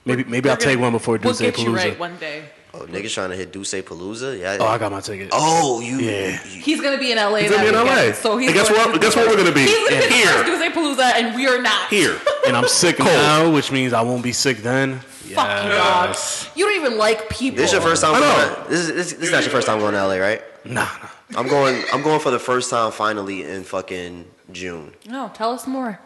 maybe maybe I'll take one before
We'll
Dulce
get you
Palooza.
right one day.
Oh, niggas trying to hit Duce Palooza? Yeah.
Oh, I got my ticket.
Oh, you.
Yeah.
you-
He's gonna be in LA.
He's gonna be in
that
LA.
weekend, So he's
and guess
going
what? Guess what we're gonna be?
He's gonna be
Here.
Tuesday Palooza, and we are not
Here.
and I'm sick
Oh.
now, which means I won't be sick then.
Fuck you, dog. You don't even like people.
This is your first time.
I know.
Going to, this is this, this is not your first time going to LA, right?
Nah, nah.
I'm going. I'm going for the first time finally in fucking June.
No, tell us more.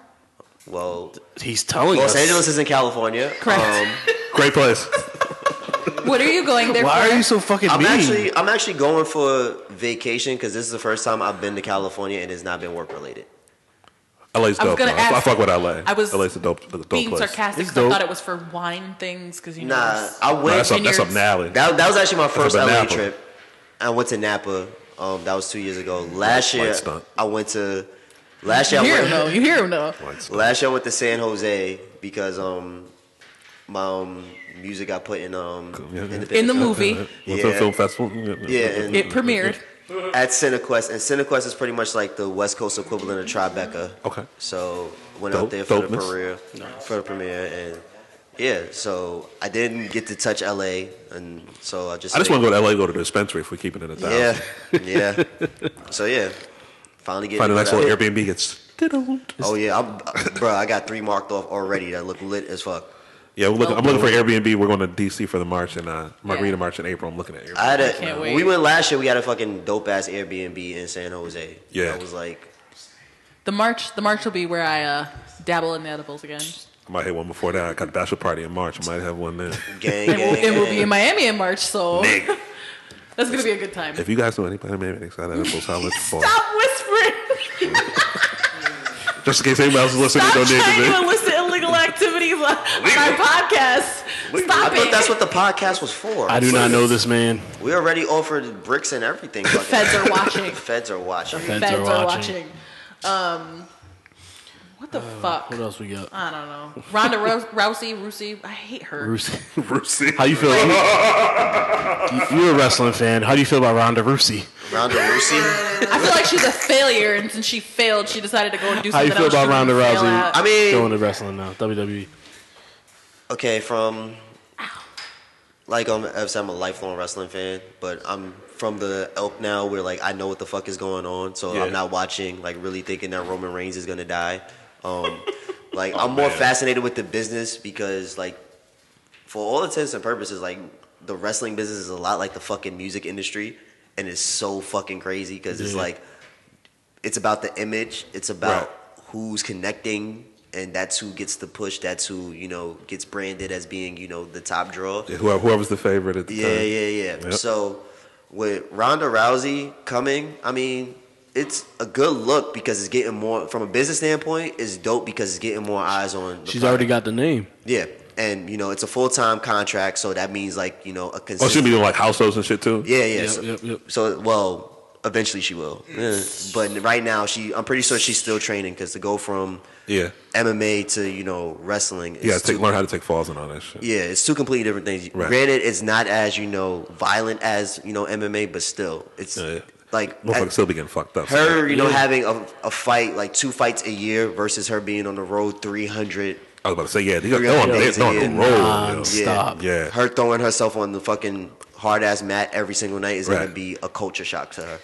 Well,
He's telling
Los
us.
Angeles is in California. Um,
Correct.
Great place.
*laughs* What are you going there
Why
for?
are you so fucking
I'm
mean?
actually I'm actually going for vacation because this is the first time I've been to California and it's not been work related.
LA's
I was
dope.
gonna
though. I- I
ask-
fuck with LA.
I was
LA's a dope, a dope
being
place.
sarcastic
It's
'cause I
dope.
thought it was for wine things because you know.
Nah,
it's-
I
No,
went.
that's up. That's up
vineyards.
Nally.
That, that was actually my first
about
LA
Napa.
trip. I went to Napa. Um, that was two years ago. Last
Light
year
stunt.
I went to. Last year
you hear
I
him
went.
though. You hear
*laughs*
him though.
Last year I went to San Jose because um my um, music got put in um independent
In the
film.
movie,
Went to the
Yeah.
film festival.
Yeah, and
it premiered.
at CineQuest, and CineQuest is pretty much like the West Coast equivalent of Tribeca.
Okay.
So went
Dope-
out there for the
dopeness.
premiere, for the premiere, and yeah. So I didn't get to touch LA, and so I just
I just want to go to LA. Go to the dispensary if we're keeping it a thousand.
yeah, *laughs* yeah. So yeah, finally get
Find a
to
nice
go to
little
LA.
Airbnb. Gets
Oh yeah, I'm, bro, I got three marked off already that look lit as fuck.
yeah. We're looking, I'm looking for Airbnb. We're going to DC for the March and uh, Margarita
Yeah.
March in April. I'm looking at Airbnb.
I had a.
can't
We
wait.
went last year. We had a fucking dope ass Airbnb in San Jose.
Yeah.
That was
*laughs*
like.
The March, the March will be where I uh, dabble in the edibles again,
I might have one before that. I got a bachelor party in March. I might have one then.
Gang,
and we'll,
gang,
and we'll
gang.
be in Miami in March. So *laughs* that's gonna be a good time.
If you guys know anybody, maybe excited at Bulls House for
Stop whispering.
just in case anybody else is listening,
Stop
don't need
trying to *laughs*
to
elicit illegal activities on my podcast.
I
Stop
thought
it.
that's what the podcast was for.
I do not know this man.
We already offered bricks and everything.
*laughs*
fucking- *laughs*
Feds are watching.
Feds are watching.
Feds
Feds,
are
are
watching.
watching. Um, What the fuck?
What else we got?
I don't know. Ronda Rous- Rousey, Rousey, I hate her.
Rousey.
Rousey.
How you feel? You- You're a wrestling fan. How do you feel about Ronda Rousey?
Ronda Rousey.
I feel like she's a failure, and since she failed, she decided to go and do
How you
something
feel
else.
about
She
Ronda
didn't fail
Rousey?
at.
I
Going
mean,
to wrestling now. E? WWE.
okay, from like I'm, obviously I'm a lifelong wrestling fan, but I'm from the elk now where like I know what the fuck is going on, so
Yeah.
I'm not watching like really thinking that Roman Reigns is gonna die. Um, like I'm more fascinated with the business because like for all intents and purposes, like the wrestling business is a lot like the fucking music industry, and it's so fucking crazy because it's
Yeah.
like it's about the image, it's about who's connecting, and that's who gets the push, that's who you know gets branded as being you know the top draw.
Yeah, whoever, whoever's the favorite at the
Yeah,
time.
yeah, yeah.
Yep.
So with Ronda Rousey coming, I mean, it's a good look because it's getting more from a business standpoint. It's dope because it's getting more eyes on. The
She's
product.
already got the name.
yeah, and you know it's a full time contract, so that means like you know a
Oh, she'll
consistent.
be doing like house shows and shit too.
yeah, yeah.
Yep,
so,
yep, yep.
so, well, eventually she will, Yeah. but right now she, I'm pretty sure she's still training because to go from
yeah.
MMA to you know wrestling is
You gotta
too
take, learn how to take falls and all that shit.
yeah, it's two completely different things.
Right.
Granted, it's not as you know violent as you know MMA, but still, it's
Yeah, yeah.
like
Motherfuckers
at-
still be getting fucked up.
her, you know,
Yeah.
having a, a fight like two fights a year versus her being on the road three hundred.
I was about to say, yeah, they're, they're on,
Yeah,
they're on
yeah.
the road. yo.
Yeah. Stop.
Yeah.
her throwing herself on the fucking hard ass mat every single night is
Right.
gonna be a culture shock to her.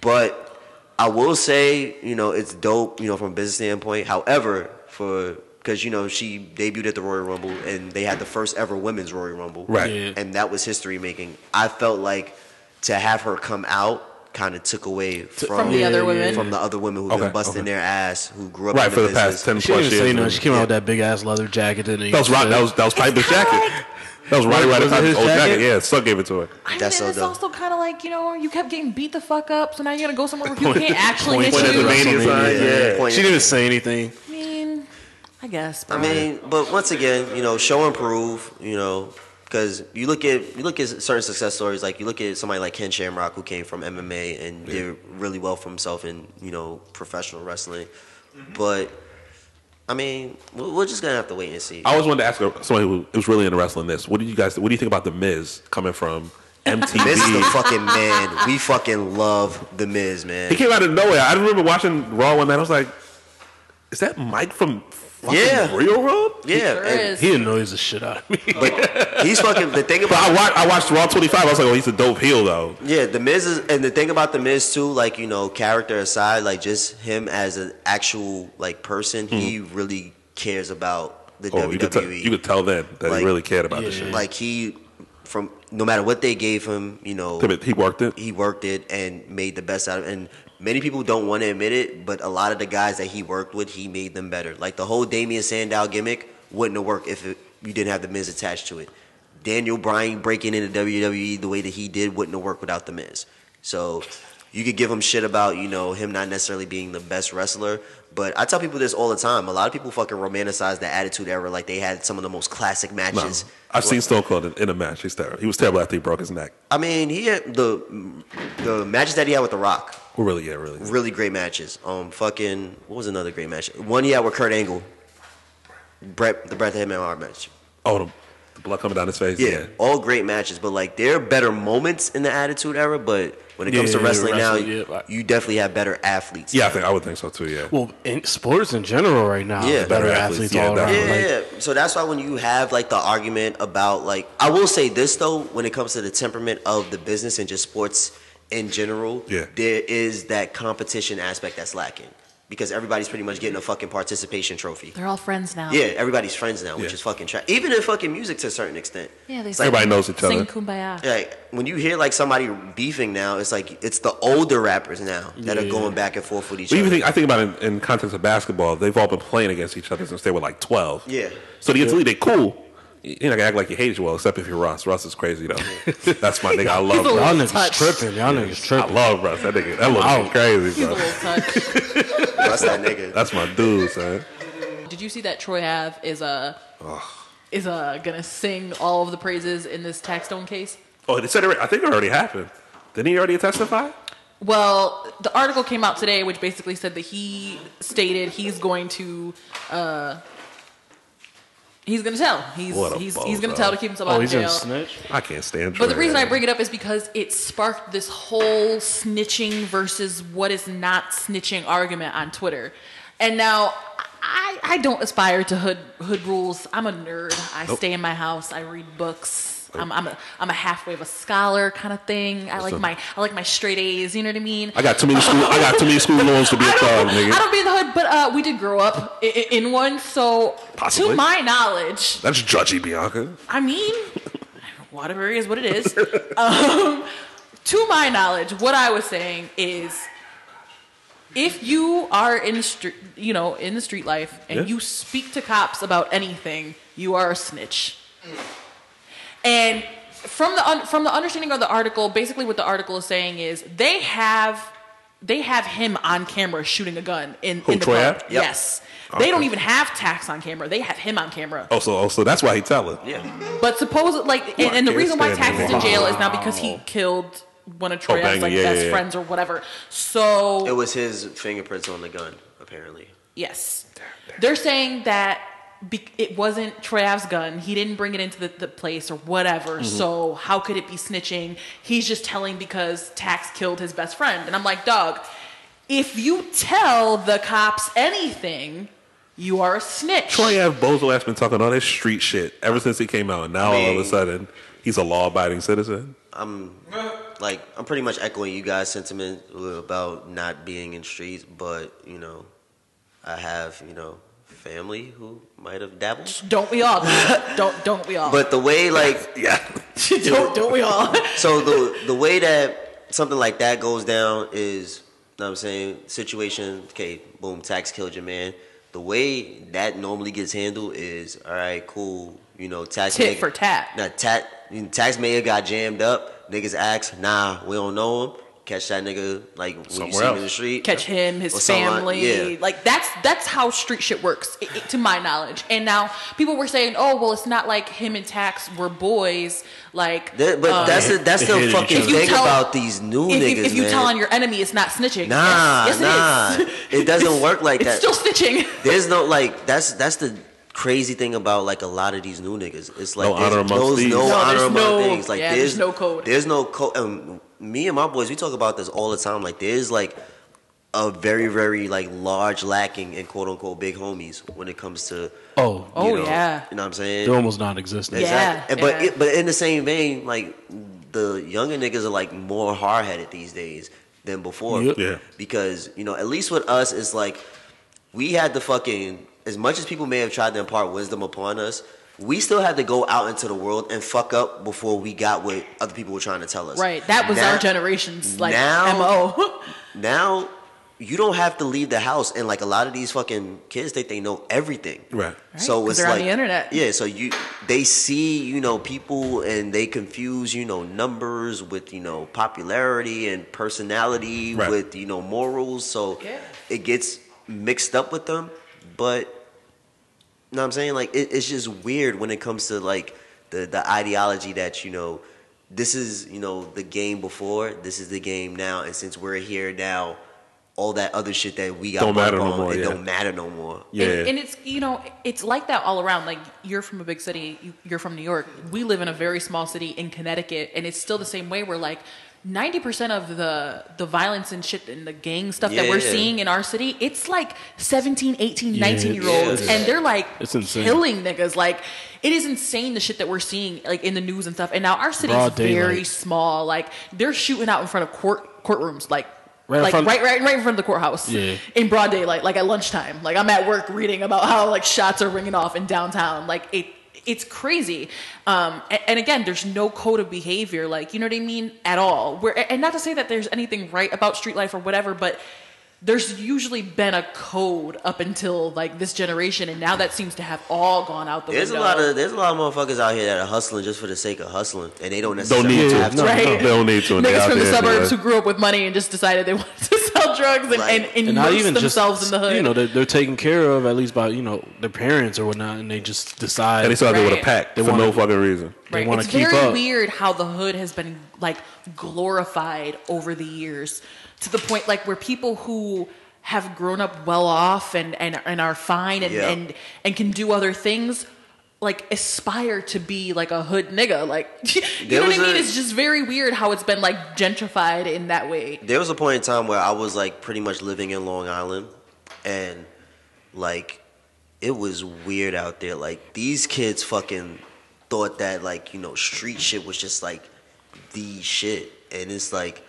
But I will say, you know, it's dope, you know, from a business standpoint. However, for because you know she debuted at the Royal Rumble and they had the first ever women's Royal Rumble,
Right.
Yeah.
And that was history making. I felt like to have her come out kind of took away from,
from the other women.
from the other women who've
Okay,
been busting
okay.
their ass, who grew up
Right,
in
for the past
business.
10
She
plus
didn't even say
years.
nothing.
man.
She came out with that big ass leather jacket. That,
That was rock. That was that was Piper's jacket. That was Roddy Roddy's
Was it his
old jacket.
jacket?
Yeah, Suck gave it to her.
I mean,
That's so
and it's
dumb.
also kind of like you know you kept getting beat the fuck up, so now you're gonna go somewhere where people can't actually hit
Point at the
you.
main-
I
WrestleMania.
Yeah. Point-
She didn't even say anything.
mean, I guess. Bro.
I mean, but once again, you know, show and prove, you know, because you look at you look at certain success stories, like you look at somebody like Ken Shamrock who came from MMA and did really well for himself in you know professional wrestling, but. I mean, we- we're just gonna have to wait and see.
I always wanted to ask her, somebody who was really into wrestling. This. What do you guys? What do you think about the Miz coming from
Miz is *laughs* the
MTV?
fucking man. We fucking love the Miz, man.
he came out of nowhere. I remember watching Raw one night. I was like, "Is that Mike from fucking
Yeah.
Real World?"
Yeah,
Sure
and-
is.
He annoys the shit out of me.
but he's fucking. The thing
But
about
I watched, I watched Raw 25. I was like, "Oh, he's a dope heel, though."
Yeah, the Miz is, and the thing about the Miz too, like you know, character aside, like just him as an actual like person, he really cares about the
Mm-hmm. Oh,
WWE.
you could, tell, you could tell then that
E. Like-
he really cared about this
Yeah.
shit.
like he, from no matter what they gave him, you know,
But He worked it.
he worked it and made the best out of it. And many people don't want to admit it, but a lot of the guys that he worked with, he made them better. Like the whole Damian Sandow gimmick wouldn't have worked if it, you didn't have the Miz attached to it. Daniel Bryan breaking into WWE the way that he did wouldn't have worked without the Miz. So you could give him shit about, you know, him not necessarily being the best wrestler. But I tell people this all the time. A lot of people fucking romanticize the Attitude Era like they had some of the most classic
No.
matches.
I've seen Stone Cold in, in a match. He's terrible. He was terrible after he broke his neck.
I mean, he had the the matches that he had with The Rock
Well, really, yeah, really.
really great matches. Um, fucking, what was another great match? One he had with Kurt Angle, Brett, the Brett the Hitman Hart match.
Oh, the, the blood coming down his face.
Yeah,
yeah.
all great matches, but like there are better moments in the Attitude Era. But when it comes
Yeah,
to wrestling,
wrestling,
now,
yeah.
you definitely have better athletes.
Yeah, I think I would think so too. Yeah,
Well, in sports in general right now,
Yeah.
yeah, better,
Better athletes,
athletes,
yeah,
all
better
around.
Yeah,
Like,
yeah. So that's why when you have like the argument about like, I will say this though, when it comes to the temperament of the business and just sports in general,
Yeah.
there is that competition aspect that's lacking because everybody's pretty much getting a fucking participation trophy.
They're all friends now.
Yeah, everybody's friends now, which
Yeah.
is fucking trash. Even in fucking music to a certain extent.
yeah. They
It's
sing-
everybody knows each
sing
other.
kumbaya.
Like when you hear like somebody beefing now, it's like it's the older rappers now that are
Yeah.
going back and forth with each
But
other.
even think, I think about it in, in context of basketball. They've all been playing against each other since they were like twelve.
Yeah.
So to get to league, they cool. You're not gonna act like you hate each well, except if you're Russ. Russ is crazy though. *laughs* That's my nigga. I love
He's a-
Russ.
Y'all niggas
Touch.
tripping. Y'all niggas
I
tripping.
love Russ. That nigga. That little
Wow.
crazy,
He's a
bro.
little touch. *laughs*
That's that nigga.
That's my dude, son.
Did you see that Troy Ave is uh, is uh, gonna sing all of the praises in this tax stone case?
Oh, they said it. I think it already happened. Didn't he already testify?
Well, the article came out today, which basically said that he stated he's going to. Uh, he's going to tell. He's
What a
he's he's going
bozo.
to tell to keep himself
Oh,
out of
he's
jail.
gonna snitch.
I can't stand.
But the reason I bring it up is because it sparked this whole snitching versus what is not snitching argument on Twitter. And now I, I don't aspire to hood hood rules. I'm a nerd. I
Nope.
stay in my house. I read books. I'm, I'm a I'm a halfway of a scholar kind of thing. I like
up?
my I like my straight A's. You know what I mean?
I got too many school. I got too many school loans to be a
I
thug,
don't, I
nigga.
don't be in the hood, but uh, we did grow up i- i- in one. So
Possibly.
to my knowledge,
That's judgy, Bianca.
I mean, Waterbury is what it is. Um, to my knowledge, what I was saying is, if you are in the street, you know, in the street life, and
Yeah.
you speak to cops about anything, you are a snitch. And from the un- from the understanding of the article, basically what the article is saying is they have they have him on camera shooting a gun in,
Who,
in the
Troy
club.
Ave?
Yep.
Yes. They don't
Okay.
even have tax on camera. They have him on camera.
Oh, so, oh, so that's why he telling.
Yeah.
But suppose like, and, and the
can't
reason why
stand
Tax
it.
is in jail is not because he killed one of Troy's
Banger,
like
Oh, yeah,
best
yeah, yeah.
friends or whatever.
It
So
was his fingerprints on the gun, apparently.
yes, they're saying that be- it wasn't Trav's gun. He didn't bring it into the, the place or whatever.
Mm-hmm.
So how could it be snitching? He's just telling because Tax killed his best friend. And I'm like, dog, if you tell the cops anything, you are a snitch.
Troy Ave Bozo has been talking all this street shit ever since he came out, and now all of
mean-
a sudden he's a law-abiding citizen.
Like, I'm pretty much echoing you guys' sentiment about not being in streets, but, you know, I have, you know, family who might have dabbled.
don't
*laughs*
we all? don't don't we all?
But the way, like,
Yeah,
*laughs* don't don't we all?
so the the way that something like that goes down is, know what I'm saying, situation, okay, boom, tax killed your man. The way that normally gets handled is, all right, cool, you know, tax
Tit
may-
for tat.
Now, tat, you know, tax mayor got jammed up. Niggas ask, nah, we don't know him. Catch that nigga like when you see
Somewhere
him in the
else.
street.
catch him, his
Or something like-
family.
yeah.
Like that's that's how street shit works, i i to my knowledge. And now people were saying, "Oh, well, it's not like him and Tax were boys." Like,
That- but
um,
that's the that's
They
the
hated
fucking
each other.
thing
If you tell-
about these new
if,
niggas,
you, if you
man.
tell on your enemy, it's not snitching.
Nah,
yes, yes, it is.
nah. It doesn't work
*laughs*
like
it's still
that.
snitching.
There's no like that's that's the crazy thing about like a lot of these new niggas. It's like
No
there's
honor amongst
no,
thieves.
no
No,
honor
there's
among
no-
things. Like
yeah,
there's,
there's no code.
There's no code. Um, me and my boys, we talk about this all the time. Like there's like a very very like large lacking in quote unquote big homies when it comes to you
Oh,
Oh,
know,
yeah.
You know what I'm saying?
they're almost non-existent.
Yeah.
Exactly. And- But
yeah.
it, but in the same vein, like the younger niggas are like more hard headed these days than before.
Yep.
Yeah.
Because you know, at least with us, it's like we had to fucking as much as people may have tried to impart wisdom upon us. We still had to go out into the world and fuck up before we got what other people were trying to tell us.
Right, that was
Now-
our generation's like
now-
*laughs* mo.
Now you don't have to leave the house, and like a lot of these fucking kids think they know everything.
right.
So
'cause
it's
they're on
like
the internet.
Yeah, so you they see you know people and they confuse you know numbers with you know popularity and personality
Right.
with you know morals. So
Yeah.
it gets mixed up with them. But you know what I'm saying like it, it's just weird when it comes to like the the ideology that you know this is you know the game before this is the game now and since we're here now all that other shit that we got
Don't
brought
matter no
on,
more,
it
yeah.
don't matter no more
Yeah.
And, and it's you know it's like that all around. Like you're from a big city, you, you're from New York. We live in a very small city in Connecticut, and it's still the same way. Where like ninety percent of the the violence and shit and the gang stuff that we're
Yeah.
seeing in our city, it's like 17, 18,
Yeah,
19 year olds,
yeah.
and they're like
It's insane.
killing niggas. Like it is insane the shit that we're seeing like in the news and stuff. And now our city's
Broad daylight.
very small. Like they're shooting out in front of court courtrooms, like.
Right in
like
front-
right, right, right in front of the courthouse
Yeah.
in broad daylight, like at lunchtime. Like I'm at work reading about how like shots are ringing off in downtown. Like it, it's crazy. Um, a- and, again, there's no code of behavior. Like you know what I mean at all. Where and not to say that there's anything right about street life or whatever, but there's usually been a code up until like this generation, and now that seems to have all gone out the
There's a
window.
lot of there's a lot of motherfuckers out here that are hustling just for the sake of hustling, and they don't
Don't
necessarily
need to.
have to.
No,
Right.
They don't need to. and they
niggas
out
from the
there
suburbs who
anyway.
grew up with money and just decided they *laughs* wanted to sell drugs and,
Right.
and, and, immerse themselves in the hood.
You know, they're, they're taken care of at least by you know their parents or whatnot, and they just decide.
And they started with a
Right.
pack
They
for
wanna-
no fucking reason.
they
Right.
wanna
It's
keep
very
up.
weird how the hood has been like glorified over the years to the point like where people who have grown up well off and and, and are fine and,
Yeah.
and and can do other things like aspire to be like a hood nigga like *laughs* you
There
know what
was
I mean
a-
it's just very weird how it's been like gentrified in that way
There was a point in time where I was like pretty much living in Long Island, and like it was weird out there. Like these kids fucking thought that like you know street shit was just like the shit, and it's like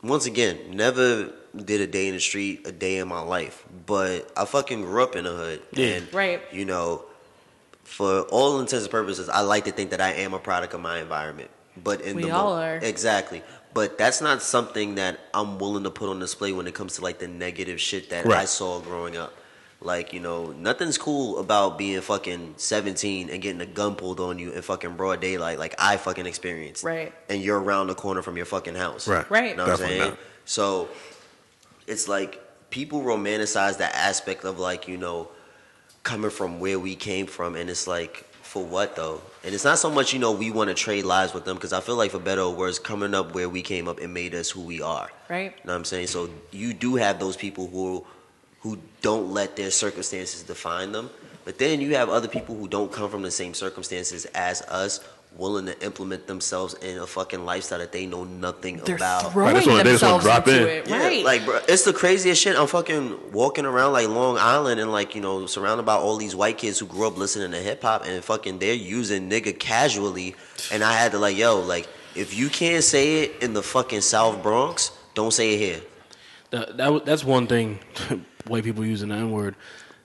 once again never did a day in the street a day in my life, but I fucking grew up in the hood, and
Right.
you know for all intents and purposes, I like to think that I am a product of my environment. But in
We
the
all
mo-
are.
exactly. But that's not something that I'm willing to put on display when it comes to like the negative shit that I
Right.
saw growing up. Like you know, nothing's cool about being fucking 17 and getting a gun pulled on you in fucking broad daylight, like I fucking experienced.
Right.
And you're around the corner from your fucking house.
Right.
Right.
You know what I'm
Definitely
saying?
not.
So it's like people romanticize that aspect of like you know coming from where we came from, and it's like, for what though? And it's not so much, you know, we want to trade lives with them because I feel like, for better or worse, coming up where we came up, it made us who we are.
right
You know what I'm saying? So you do have those people who who don't let their circumstances define them, but then you have other people who don't come from the same circumstances as us, willing to implement themselves in a fucking lifestyle that they know nothing
they're
about.
throwing
Right, that's what- they just wanna
themselves
drop
into
in.
it
Yeah,
right
Like, bro, it's the craziest shit. I'm fucking walking around like Long Island and like you know surrounded by all these white kids who grew up listening to hip hop and fucking they're using nigga casually. And I had to like, yo, like if you can't say it in the fucking South Bronx, don't say it here.
That, that wa- that's one thing *laughs* white people using the N word.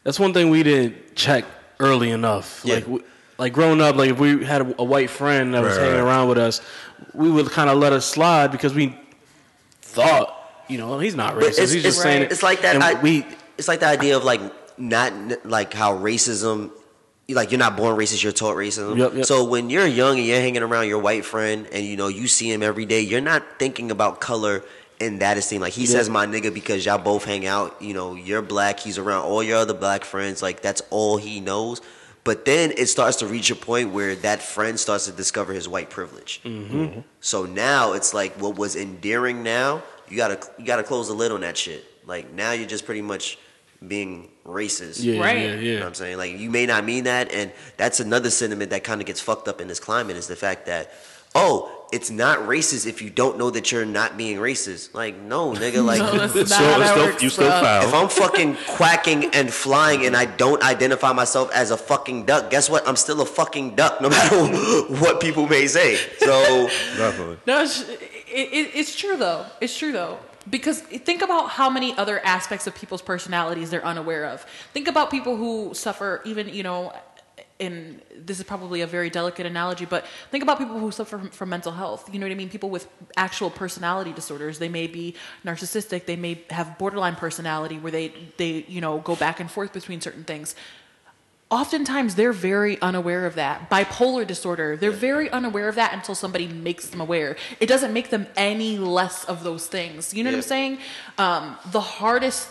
That's one thing we didn't check early enough.
Yeah.
Like we, like growing up, like if we had a, a white friend that was
Right,
hanging
right.
around with us, we would kind of let us slide because we thought, you know, he's not
But
racist. He's just saying it.
it's like that.
And
I,
we
it's like the idea of like not like how racism. Like you're not born racist, you're taught racism.
Yep, yep.
So when you're young and you're hanging around your white friend and you know you see him every day, you're not thinking about color in that esteem. Like he says, "My nigga," because y'all both hang out. You know, you're black. He's around all your other black friends. Like that's all he knows. But then it starts to reach a point where that friend starts to discover his white privilege.
Mm-hmm.
So now it's like what was endearing now, you gotta you gotta close the lid on that shit. Like now you're just pretty much being racist.
yeah,
Right.
yeah,
You know
yeah.
what I'm saying? Like you may not mean that and that's another sentiment that kinda gets fucked up in this climate is the fact that, oh, it's not racist if you don't know that you're not being racist. Like, no,
*laughs*
nigga, *laughs* like
No, that's
It's
not
still,
how
it's
that
still,
works,
you still
bruh.
if
foul.
I'm fucking quacking and flying and I don't identify myself as a fucking duck, guess what? I'm still a fucking duck no *laughs* matter what people may say. So
Definitely.
No, it's, it, it, it's true though. It's true though. Because think about how many other aspects of people's personalities they're unaware of. Think about people who suffer, even, you know, and this is probably a very delicate analogy, but think about people who suffer from, from mental health. You know what I mean? People with actual personality disorders. They may be narcissistic. They may have borderline personality where they, they you know, go back and forth between certain things oftentimes they're very unaware of that. Bipolar disorder, they're very unaware of that until somebody makes them aware. It doesn't make them any less of those things. You know what I'm
Yeah.
saying? Um, the hardest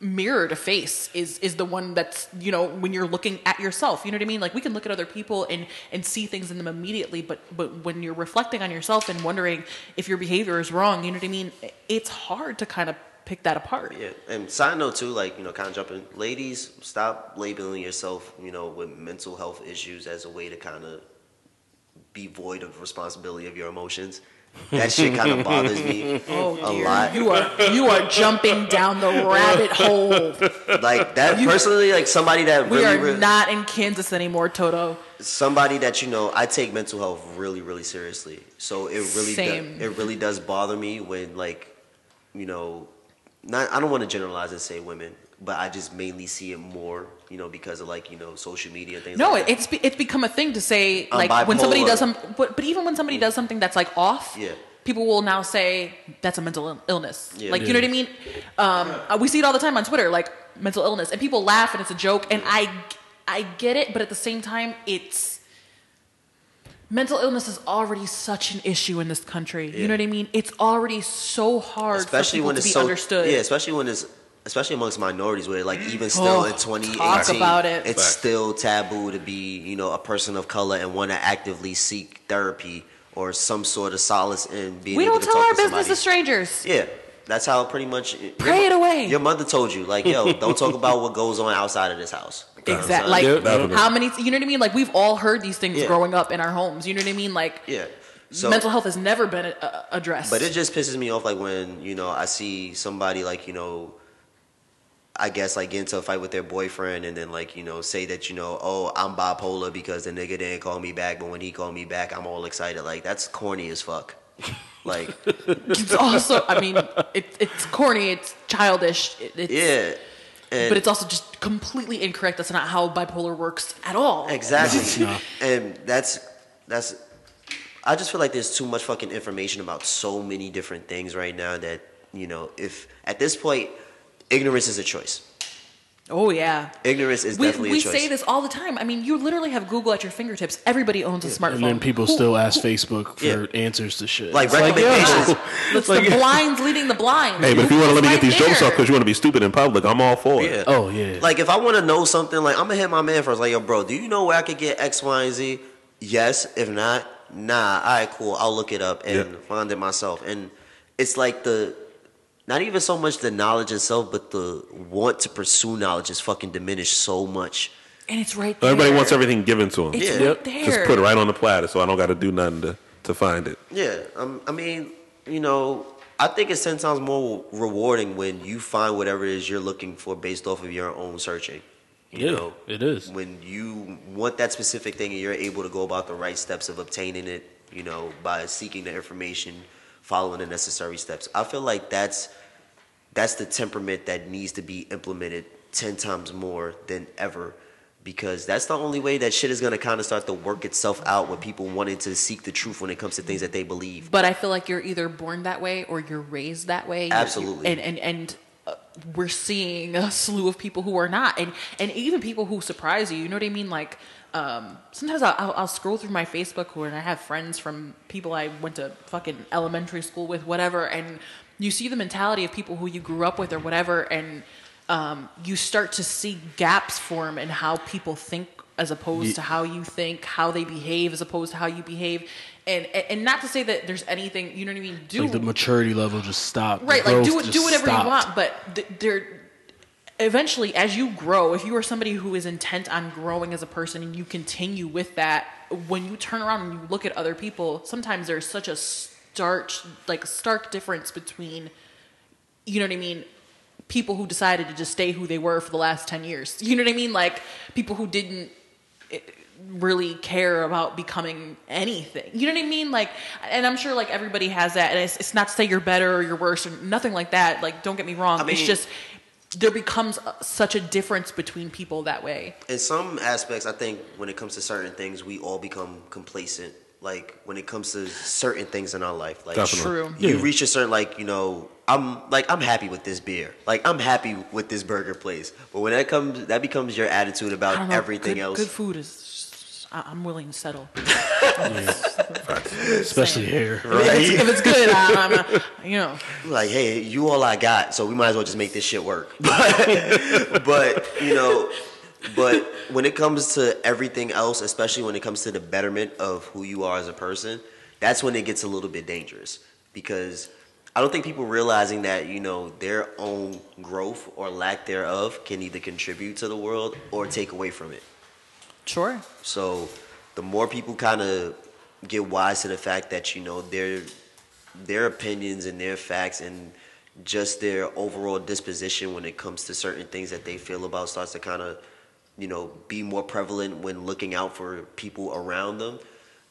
mirror to face is is the one that's you know when you're looking at yourself you know what i mean like we can look at other people and and see things in them immediately but but when you're reflecting on yourself and wondering if your behavior is wrong you know what i mean it's hard to kind of pick that apart
Yeah, and side note too, like you know, kind of jumping. Ladies, stop labeling yourself, you know, with mental health issues as a way to kind of be void of responsibility of your emotions. That shit kind of bothers me
Oh
a
dear!
lot.
You are you are jumping down
*laughs*
the rabbit hole.
Like that personally, like somebody that
We
really,
are
really-
not in Kansas anymore, Toto.
somebody that you know, I take mental health really, really seriously. So it really, do-
Same.
it really does bother me when like, you know, not I don't want to generalize and say women, but I just mainly see it more, you know, because of like you know social media and things.
No,
like
it,
that.
it's be- it's become a thing to say
I'm
like when somebody
bipolar.
does some, but, but even when somebody does something that's like off,
Yeah.
people will now say that's a mental ill- illness.
Yeah.
Like you know what I mean? Um, uh, we see it all the time on Twitter, like mental illness, and people laugh and it's a joke, and I I get it, but at the same time, it's mental illness is already such an issue in this country.
Yeah.
You know what I mean? It's already so hard for
especially
people
when
to
it's
be
so
understood.
yeah, especially when it's especially amongst minorities where like even still
Oh,
in 2018
talk about it.
it's
Facts.
still taboo to be you know a person of color and want to actively seek therapy or some sort of solace in being
we
able
don't
to
tell
talk
our
to
business
somebody.
to strangers.
yeah that's how pretty much your
Pray
mo-
it away.
your mother told you like yo don't
*laughs*
talk about what goes on outside of this house
Exactly.
You know what I'm saying?
Yeah,
Like
definitely.
how many? You know what I mean? Like we've all heard these things
Yeah.
growing up in our homes. You know what I mean? Like
yeah so
mental health has never been uh, addressed.
But it just pisses me off, like when you know I see somebody like you know, I guess like get into a fight with their boyfriend, and then like you know say that you know, oh I'm bipolar because the nigga didn't call me back, but when he called me back, I'm all excited. Like that's corny as
*laughs*
fuck. Like
it's also, I mean, it, it's corny. It's childish. It, it's,
yeah, and
But it's also just completely incorrect. That's not how bipolar works at all. *laughs*
exactly,
No, no.
and that's that's. I just feel like there's too much fucking information about so many different things right now that you know if at this point, ignorance is a choice.
Oh yeah.
Ignorance is
we
definitely
we
a choice.
say this all the time. I mean, you literally have Google at your fingertips. Everybody owns a smartphone.
And then people still ask Facebook for
Yeah.
answers to shit.
Like
It's
*laughs*
yo, *laughs*
recommendations.
It's
like-
the blinds leading the blind.
Hey, but if you want to let me get these jokes
off,
off because you want to be stupid in public, I'm all for it.
Yeah.
Oh yeah.
Like if I want to know something, like I'm gonna hit my man first. Like, yo, bro, do you know where I could get X, Y, and Z? Yes. If not, nah. All right, cool. I'll look it up and
Yeah.
find it myself. And it's like the not even so much the knowledge itself, but the want to pursue knowledge is fucking diminished so much.
and it's right there.
Everybody wants everything given to them.
It's
Yeah.
right there.
Just put it right on the platter, so I don't got to do nothing to, to find it.
Yeah. Um, I mean, you know, I think it's ten times more rewarding when you find whatever it is you're looking for based off of your own searching. You
yeah,
know.
it is.
when you want that specific thing and you're able to go about the right steps of obtaining it, you know, by seeking the information, following the necessary steps. I feel like that's that's the temperament that needs to be implemented 10 times more than ever because that's the only way that shit is going to kind of start to work itself out with people wanting to seek the truth when it comes to things that they believe.
But I feel like you're either born that way or you're raised that way. You're-
Absolutely.
and and and uh, we're seeing a slew of people who are not, and and even people who surprise you. You know what I mean? Like um, sometimes I'll, I'll, I'll scroll through my Facebook and I have friends from people I went to fucking elementary school with, whatever, and you see the mentality of people who you grew up with or whatever, and um, you start to see gaps form in how people think as opposed to how you think, how they behave as opposed to how you behave. And, and and not to say that there's anything, you know what I mean? Do
Like the maturity level just stopped. The
right like do
growth
it do
just
whatever
stopped.
you want but th- there eventually as you grow if you are somebody who is intent on growing as a person and you continue with that when you turn around and you look at other people sometimes there's such a stark like stark difference between you know what i mean people who decided to just stay who they were for the last 10 years you know what i mean like people who didn't eh, really care about becoming anything. You know what I mean? Like, and I'm sure like everybody has that. And it's, it's not to say you're better or you're worse or nothing like that. Like, don't get me wrong.
I
it's
mean-
just there becomes uh, such a difference between people that way.
in some aspects, I think when it comes to certain things, we all become complacent. Like when it comes to certain things in our life, like
Definitely.
True.
you reach a certain like you know, I'm like I'm happy with this beer, like I'm happy with this burger place. But when that comes, that becomes your attitude
I don't
about
know.
everything
good,
else.
Good food is. I- I'm willing to settle.
Especially here.
If, it's, if it's
*laughs*
good, I, I'm. uh, you know,
like, hey, you all I got, so we might as well just make this shit work. But, but you know, but when it comes to everything else, especially when it comes to the betterment of who you are as a person, that's when it gets a little bit dangerous because I don't think people realizing that you know their own growth or lack thereof can either contribute to the world or take away from it.
sure.
So the more people kind of get wise to the fact that you know their their opinions and their facts and just their overall disposition when it comes to certain things that they feel about starts to kind of you know be more prevalent when looking out for people around them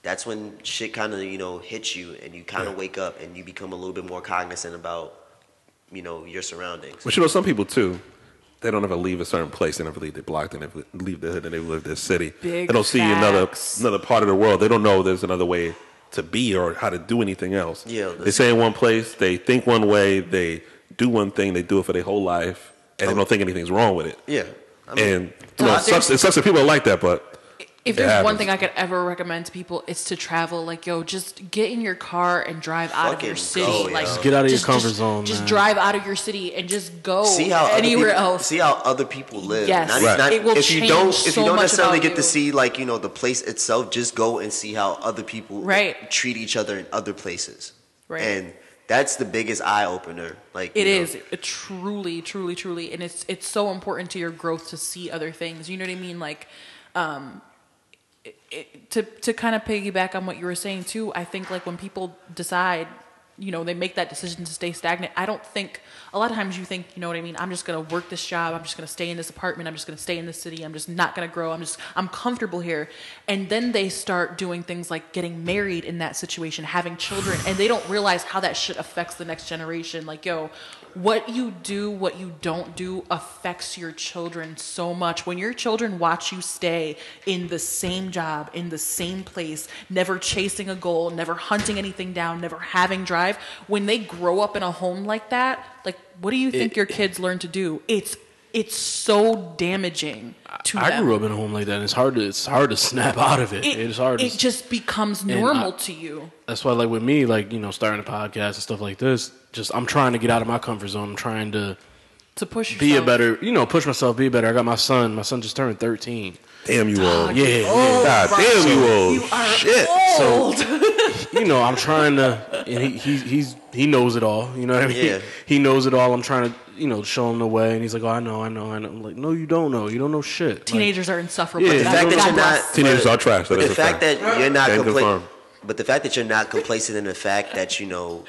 that's when shit kind of you know hits you and you kind of wake up and you become a little bit more cognizant about you know your surroundings
But you know, some people too, they don't ever leave a certain place. They never leave their block. They never leave their hood. They never leave their city.
Big
they don't see another
facts.
another part of the world. They don't know there's another way to be or how to do anything else.
Yeah,
they stay in one place. They think one way. They do one thing. They do it for their whole life, and they don't think anything's wrong with it.
yeah
and you know,
God,
it sucks, it sucks that people are like that, but
If
It
there's one
happens.
thing I could ever recommend to people, it's to travel. Like, yo, just get in your car and drive out of
Fucking
your city.
go,
like,
yo. Just
get out of your comfort
just-
zone,
Just
man.
drive out of your city and just go
see how other
Oh, anywhere
people,
else.
See how other people live.
Yes.
Not,
Right.
not-
It will
if you
change
don't if
so
you don't
much
necessarily
about
get
you.
to see like you know the place itself, just go and see how other people
Right.
treat each other in other places.
Right.
And that's the biggest eye opener. Like
It
you know,
is it truly, truly, truly, and it's it's so important to your growth to see other things. You know what I mean? Like, um, it, it, to to kind of piggyback on what you were saying too. I think like when people decide, you know, they make that decision to stay stagnant. I don't think a lot of times you think, you know what I mean? I'm just gonna work this job. I'm just gonna stay in this apartment. I'm just gonna stay in this city. I'm just not gonna grow. I'm just I'm comfortable here. And then they start doing things like getting married in that situation, having children, and they don't realize how that shit affects the next generation. Like, yo, what you do, what you don't do affects your children so much. When your children watch you stay in the same job, in the same place, never chasing a goal, never hunting anything down, never having drive, when they grow up in a home like that, like what do you think your kids learn to do? It's it's so damaging to
I
them.
grew up in a home like that. And it's hard to it's hard to *laughs* snap out of it. it's hard.
It
to,
just becomes normal
I-
to you.
that's why like with me like you know starting a podcast and stuff like this. Just I'm trying to get out of my comfort zone. I'm trying to
To push yourself.
be a better you know push myself, be better. I got my son. My son just turned 13.
Damn you old.
Yeah.
Oh,
God damn you old. Shit.
old.
you know, I'm trying to, and he, he he's he knows it all. You know what I mean?
Yeah.
He knows it all. I'm trying to, you know, show him the way, and he's like, "Oh, I know, I know, I know." I'm like, "No, you don't know. You don't know shit." Like,
Teenagers are insufferable.
Yeah,
the fact that
God
you're
bless.
not
Teenagers
but-
are trash, that
But
is
the
a
fact
fact.
that you're not
Can
complacent.
confirm.
But the fact that you're not complacent in the fact that you know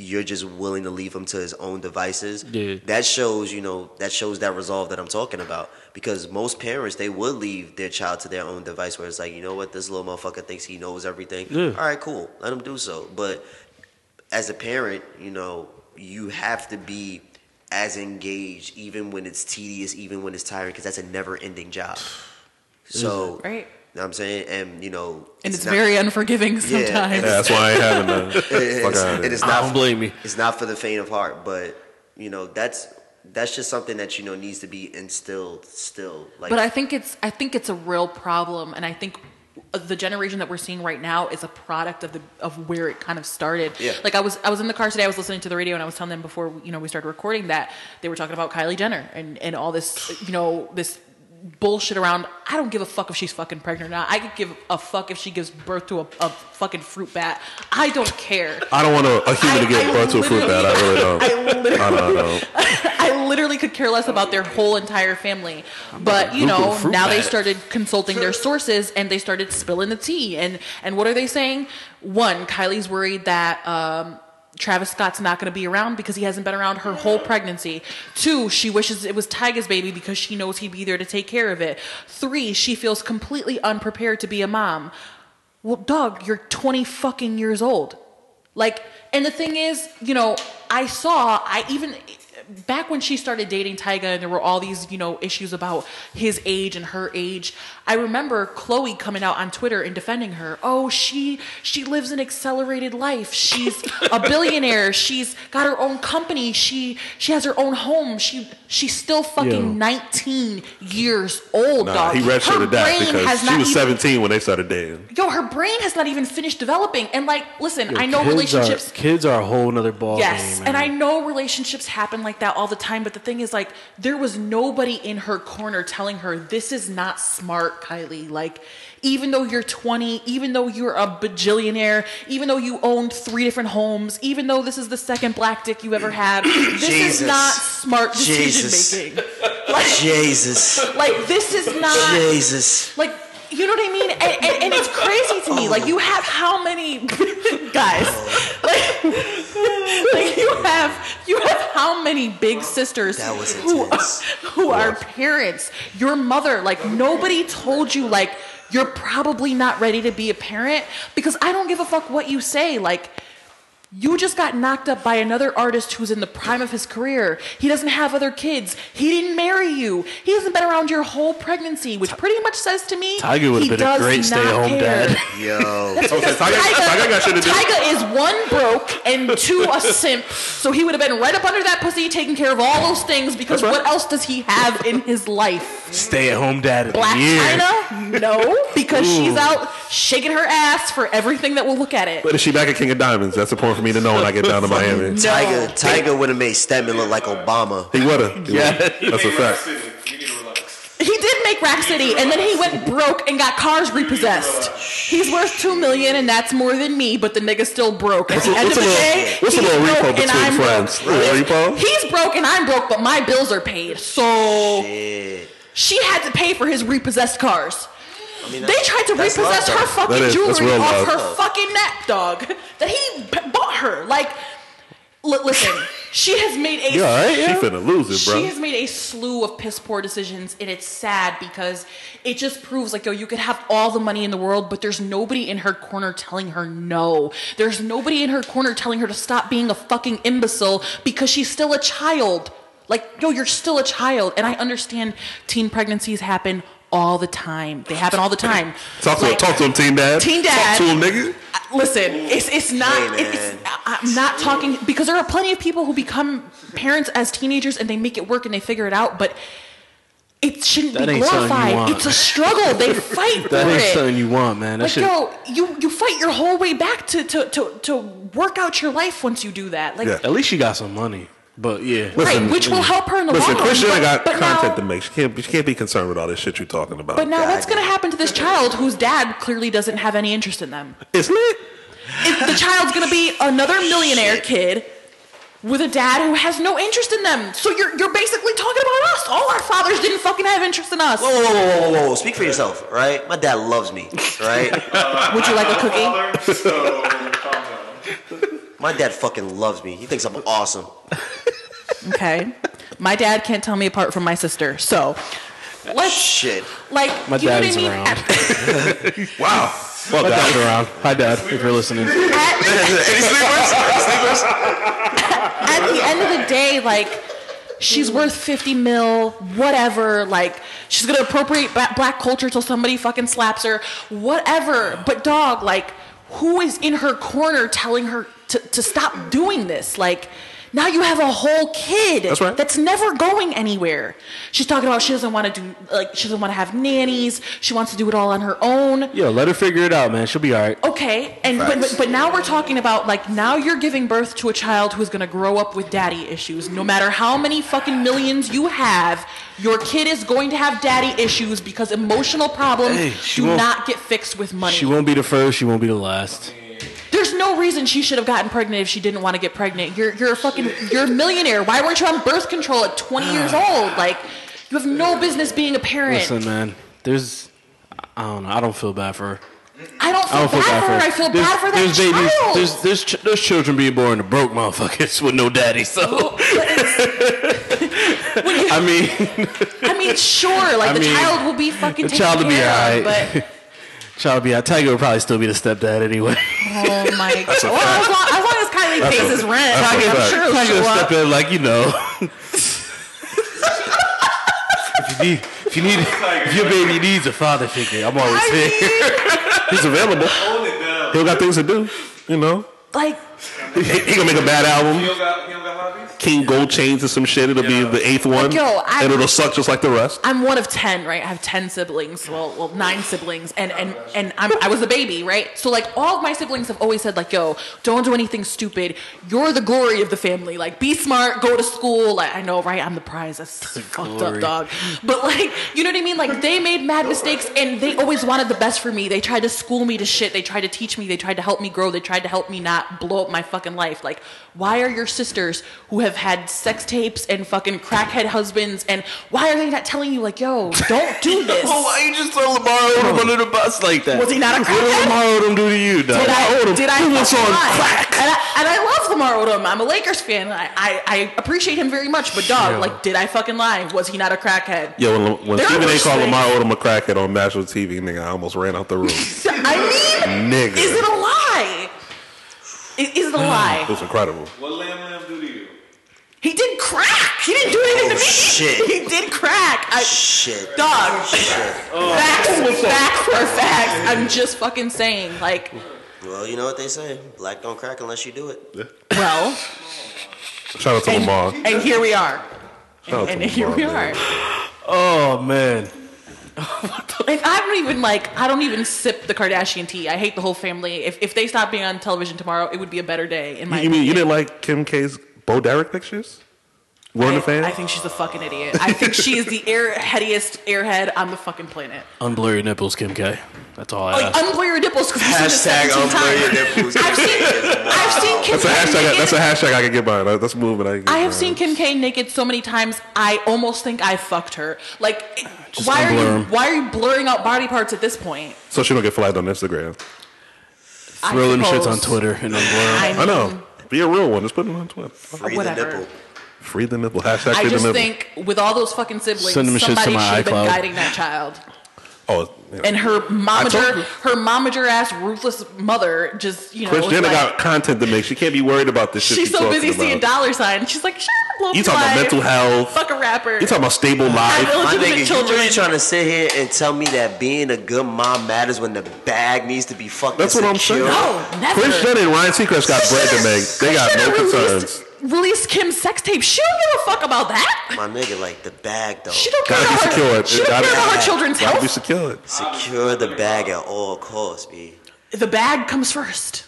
you're just willing to leave him to his own devices.
Yeah.
That shows you know that shows that resolve that I'm talking about. Because most parents they would leave their child to their own device, where it's like you know what this little motherfucker thinks he knows everything.
Yeah.
All right, cool, let him do so. But as a parent, you know, you have to be as engaged, even when it's tedious, even when it's tiring, because that's a never-ending job.
Mm-hmm.
So,
Right.
know what I'm saying, and you know,
and it's,
not- *laughs*
very *laughs* unforgiving
Yeah,
sometimes.
Yeah, that's why I ain't having none.
it's,
Fuck outta
*laughs* it
here.
is not.
don't blame me.
It's not for the faint of heart, but you know, that's that's just something that you know needs to be instilled. Still, like,
but I think it's I think it's a real problem, and I think the generation that we're seeing right now is a product of the of where it kind of started.
Yeah.
Like I was I was in the car today. I was listening to the radio, and I was telling them before you know we started recording that they were talking about Kylie Jenner and and all this you know this bullshit around. I don't give a fuck if she's fucking pregnant or not. I could give a fuck if she gives birth to a, a fucking fruit bat. I don't care.
I don't want a, a human to
I-
get
I
birth to a fruit bat. I really don't.
I literally-
I don't know.
I literally could care less about their whole entire family. But you
Google
know,
fruit
now they
bat.
started consulting their sources and they started spilling the tea. And and what are they saying? One, Kylie's worried that um, Travis Scott's not going to be around because he hasn't been around her whole pregnancy. Two, she wishes it was Tyga's baby because she knows he'd be there to take care of it. Three, she feels completely unprepared to be a mom. Well, Doug, you're 20 fucking years old. Like, and the thing is, you know, I saw, I even, back when she started dating Tyga and there were all these, you know, issues about his age and her age, I remember Chloe coming out on Twitter and defending her. Oh, she, she lives an accelerated life. She's
*laughs*
a billionaire. She's got her own company. She, she has her own home. She, she's still fucking
Yo.
19 years old,
Nah,
dog.
he
Her
redshirted that
brain
because
has
she
not
was
even-
17 when they started dating.
yo, her brain has not even finished developing. And like, listen,
yo,
I know
kids
relationships.
Are, kids are a whole nother ball
Yes,
game.
and I
man.
know relationships happen like that all the time, but the thing is, like, there was nobody in her corner telling her, This is not smart, Kylie. Like, even though you're 20, even though you're a bajillionaire, even though you owned three different homes, even though this is the second black dick you ever
*coughs*
had, this
Jesus.
is not smart
Jesus.
decision making. Like,
Jesus,
like, this is
*coughs*
not.
Jesus.
Like, you know what I mean? And, and, and it's crazy to me. Like, you have how many *laughs* guys? Like, like you have you have how many big sisters
That was
who are,
intense.
who are parents? Your mother. Like, nobody told you. Like, you're probably not ready to be a parent because I don't give a fuck what you say. Like. You just got knocked up by another artist who's in the prime of his career. He doesn't have other kids. He didn't marry you. He hasn't been around your whole pregnancy, which pretty much says to me
Tiger would've
he
been a
does
great
not
stay-at-home
care. *laughs*
dad.
Yo,
I was like, Tiger, Tiger got shit to do.
Tyga is one broke and two a simp, so he would have been right up under that pussy, taking care of all those things. Because
That's right.
what else does he have in his life?
Stay at home dad of
Black
the year.
China? No, because she's out shaking her ass for everything that will look at it.
But is she back at King of Diamonds? That's important for me to know when I get down to Miami.
Tiger, Tiger would have made Stedman look like Obama.
He would have. Yeah. That's a
Hey, Rock
fact.
City, you need to relax.
He did make Rack City, and then he went broke and got cars repossessed. He's worth two million, and that's more than me. But the nigga's still broke. At the end
What's
of the
a little,
day,
what's a
he's
little repo
broke
between
and I'm
friends?
broke.
Little repo?
He's broke and I'm broke, but my bills are paid. So
Shit.
she had to pay for his repossessed cars.
I mean,
They tried to
that's love,
repossess
though.
her fucking
That is- that's
jewelry
real love.
off her fucking neck, dog. That he p- bought her. Like, li- listen, she has made a
You all right? She finna lose it,
she
bro.
has made a slew of piss poor decisions, and it's sad because it just proves like, yo, you could have all the money in the world, but there's nobody in her corner telling her no. There's nobody in her corner telling her to stop being a fucking imbecile because she's still a child. Like, yo, you're still a child. And I understand teen pregnancies happen all the time, they happen all the time.
Talk to,
Like,
talk to him, teen dad.
Teen dad.
Talk to him, nigga.
I- Listen, it's it's not.
Hey,
it's,
man.
I- I'm not talking because there are plenty of people who become parents as teenagers and they make it work and they figure it out, but it shouldn't
That
be
ain't something you
glorified.
want.
It's a struggle.
*laughs*
They fight
That
for
ain't
it.
something you want, man. That
like
shit.
yo, you you fight your whole way back to to to to work out your life once you do that. Like.
Yeah.
At least she got some money. But yeah,
Listen,
right, which will help her in the
Listen,
long run.
Christian
but-
ain't got
but now-
content to make. She can't, be- she can't be concerned with all this shit you talking about.
But now,
God
what's going to
damn.
happen to this child whose dad clearly doesn't have any interest in them?
it's lit.
If the child's gonna be another millionaire kid with a dad who has no interest in them. So you're you're basically talking about us. All our fathers didn't fucking have interest in us.
Whoa, whoa, whoa, whoa, whoa, whoa! Speak for yourself, right? My dad loves me, *laughs* right?
Would you like a cookie?
Father, so calm down.
My dad fucking loves me. He thinks I'm awesome.
Okay. My dad can't tell me apart from my sister. So let's
Shit.
like
My
you
dad
know what
is
I mean? *laughs*
around.
At,
Wow. Fuck
my dad's
that.
around. Hi, dad, if you're listening.
at,
Any sleepers? Any sleepers?
at the end of the day, like she's worth 50 mil, whatever. Like she's gonna appropriate ba- black culture till somebody fucking slaps her, whatever. But dog, like who is in her corner telling her to, to stop doing this? Like now you have a whole kid
That's right.
that's never going anywhere. She's talking about she doesn't want to do like she doesn't want to have nannies. She wants to do it all on her own
Yo, let her figure it out, man. She'll be all right.
okay and but, but, but now we're talking about like now you're giving birth to a child who's going to grow up with daddy issues no matter how many fucking millions you have your kid is going to have daddy issues because emotional problems
Hey, she
do
won't-
not get fixed with money
She won't be the first. She won't be the last.
there's no reason she should have gotten pregnant if she didn't want to get pregnant you're, you're a fucking you're a millionaire why weren't you on birth control at 20 years old like you have no business being a parent
Ah. Listen, man. There's, I don't know. I don't feel bad for her.
i don't feel,
I don't feel
bad, for her i feel
there's,
bad for that
there's babies.
child
There's there's ch- there's children being born to broke motherfuckers with no daddy. So *laughs* I mean,
I mean, sure, like
I
the
mean,
child will be fucking
the
taken
child will be
care of,
alright. *laughs*
but
child be out. Tiger would probably still be the stepdad
*laughs*
anyway.
oh my god! Well, as long, as long as Kylie
That's
pays
a-
his rent,
that's a
I'm
fact.
sure he'll
Tiger
show
would step
up.
in like you
*laughs*
know. if you need, if you need, if your baby needs a father figure, I'm always
I
here.
mean,
He's available.
Hold it down.
He'll got things to do. You know?
like,
He, he gonna make a bad
He
album.
don't got, he don't got hobbies?
King Gold Chains and some shit. It'll be the eighth one.
Yo, I-
and it'll suck just like the rest.
I'm one of ten, right? I have ten siblings, well, well, nine siblings, and and and I'm, I was a baby, right? So like, all of my siblings have always said, like, yo, don't do anything stupid. You're the glory of the family. Like, be smart, go to school. Like, I know, right? I'm the prize. That's fucked up,
glory.
dog. But like, you know what I mean? Like, they made mad mistakes, and they always wanted the best for me. They tried to school me to shit. They tried to teach me. They tried to help me grow. They tried to help me not blow up my fucking life. Like, why are your sisters who have had sex tapes and fucking crackhead husbands, and why are they not telling you like, yo, don't
*laughs*
do this?
why you just throw Lamar Odom under the bus like that?
Was he not a
Oh. What did
crackhead?
Lamar Odom do to you, dog?
Did
Lamar
I,
Odom,
did I
he was
fucking
on
lie?
crack.
And I, and I love Lamar Odom. I'm a Lakers fan. I, I, I appreciate him very much. But dog,
Yeah.
like, did I fucking lie? Was he not a crackhead?
Yo, when, when
There are
Stephen A.
worse
called
things.
Lamar Odom a crackhead on national
*laughs*
TV, nigga, I almost ran out the room.
I mean,
Nigga.
is it a lie? It isn't a lie.
was incredible.
What Lamb Lamb do to you?
He did crack. He didn't do anything to me.
shit.
He did crack. I,
Shit.
dog.
Oh,
Facts, facts for facts. I'm just fucking saying. Like,
Well, you know what they say. Black don't crack unless you do *laughs* it.
well,
Shout out to
and,
Lamar.
and here we are.
Shout out to
And here
Lamar,
we
man.
are.
Oh man.
Like I don't even like I don't even sip the Kardashian tea. I hate the whole family. If if they stopped being on television tomorrow, it would be a better day
You,
in my
you mean you didn't like Kim K's Bo Derek pictures? We're in the fan.
I think she's a fucking idiot. I think she
*laughs*
is the airheadiest airhead on the fucking planet.
Unblur your nipples, Kim K. That's all
Oh,
I
Like,
ask.
unblur your nipples. 'cause you've seen this 17 times.
nipples.
I've seen,
*laughs*
I've seen Kim
that's a
K
hashtag.
naked.
That's a hashtag I can get behind. That's a movement I can get
I have
behind.
seen Kim K naked so many times. I almost think I fucked her. Like, why are
unblur
you?
'em.
Why are you blurring out body parts at this point?
So she don't get flagged on Instagram.
I
Throw them shits
suppose.
on Twitter and unblur. 'em.
I
I know.
mean,
Be a real one. Just put it on Twitter.
Free
Whatever.
the nipple.
Free the nipple. Hashtag free
I
the
just
nipple.
think with all those fucking siblings,
Send them shits to
somebody should
my
have been
iCloud.
guiding that child.
oh, yeah.
And her
told
momager,
you.
her momager ass ruthless mother just you know.
Chris
was
Jenner
like,
got content to make. She can't be worried about this shit.
she's so
talking
busy seeing
about.
dollar signs. She's like, shut up, blow up
You
your
talking about
life.
mental health?
Fuck a rapper.
You talking about stable
I
life?
will-
My
Legitimate
nigga, you
children.
really trying to sit here and tell me that being a good mom matters when the bag needs to be fucking
That's what I'm
secure?
saying.
no, never.
Chris Jenner and Ryan Seacrest got bread to make. They got no
Christina released-
concerns.
Released Kim's sex tape. She don't give a fuck about that.
My nigga, like the bag though.
She don't care
Gotta be
about her.
secured.
She don't
Gotta-
care about her children's
Gotta be
health.
secured.
Secure the bag at all costs, B.
The bag comes first.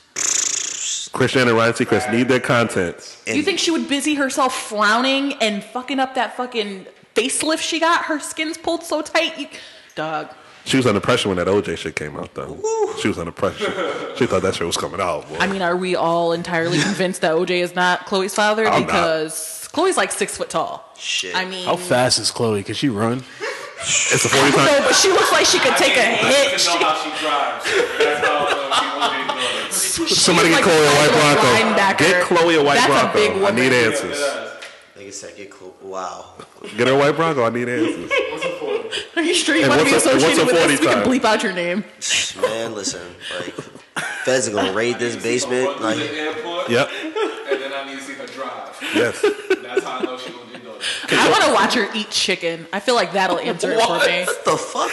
Chris Jenner and Ryan Seacrest need their content.
And
you think she would busy herself frowning and fucking up that fucking facelift she got? Her skin's pulled so tight. You, dog.
She was under pressure when that OJ shit came out, though. She was under pressure. She thought that shit was coming out. Boy.
I mean, are we all entirely
*laughs*
convinced that OJ is not Chloe's father?
I'm not.
because Chloe's like six foot tall.
Shit.
I mean,
How fast is Chloe? Can she run?
it's a 40
no,
time.
but she looks like she could take a hit.
You know how she
*laughs*
drives. That's how uh, she OJ does.
She-
Somebody
she's
get
like
Chloe a white
a
Bronco.
linebacker.
Get Chloe a white
That's
Bronco.
a big woman.
I need
It
answers.
does.
nigga said get cool. Wow.
Get her a white Bronco. I need answers.
What's it for?
Are you sure you
And
want to be
what's a-
associated
what's a
with this?
40
We can
time?
bleep out your name.
Man, listen, like feds are gonna raid this basement.
Run to the
Like
airport,
Yep.
and then I need to see her drive.
Yes.
Oh,
That's how I know she OJ does.
I want to watch her eat chicken. I feel like that'll answer it for me.
what the fuck?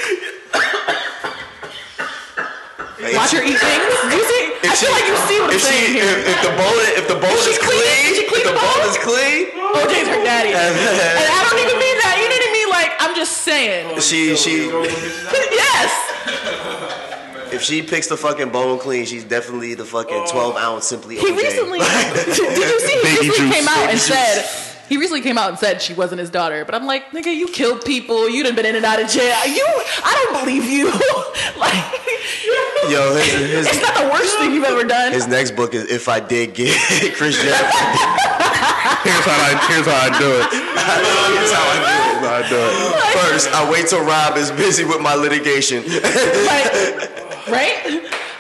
Like,
Watch her eat things. You see, I feel like you see what I'm
if she,
saying
if,
here.
if the bowl, if the bowl
she
is
clean? Did she clean
clean, if the
the
bowl
bowl?
is clean.
OJ's her
*laughs*
daddy, and I don't even mean that. You didn't mean like I'm just saying.
She, she, Oh,
*laughs* yes,
if she picks the fucking bowl clean, she's definitely the fucking twelve ounce simply.
Oh. he
OJ. *laughs*
recently. did you see? He
Baby
recently
juice,
came out
baby
and said. He recently came out and said she wasn't his daughter, but I'm like, nigga, you killed people. You done been in and out of jail. You, I don't believe you. *laughs* like,
Yo, his,
it's
his,
not the worst thing you've ever done.
his next book is if I did get *laughs*
*laughs*
Chris Jenner.
Here's how I, here's how I do it.
That's how I
Here's how I do it.
do it. First, I wait till Rob is busy with my litigation.
like, right?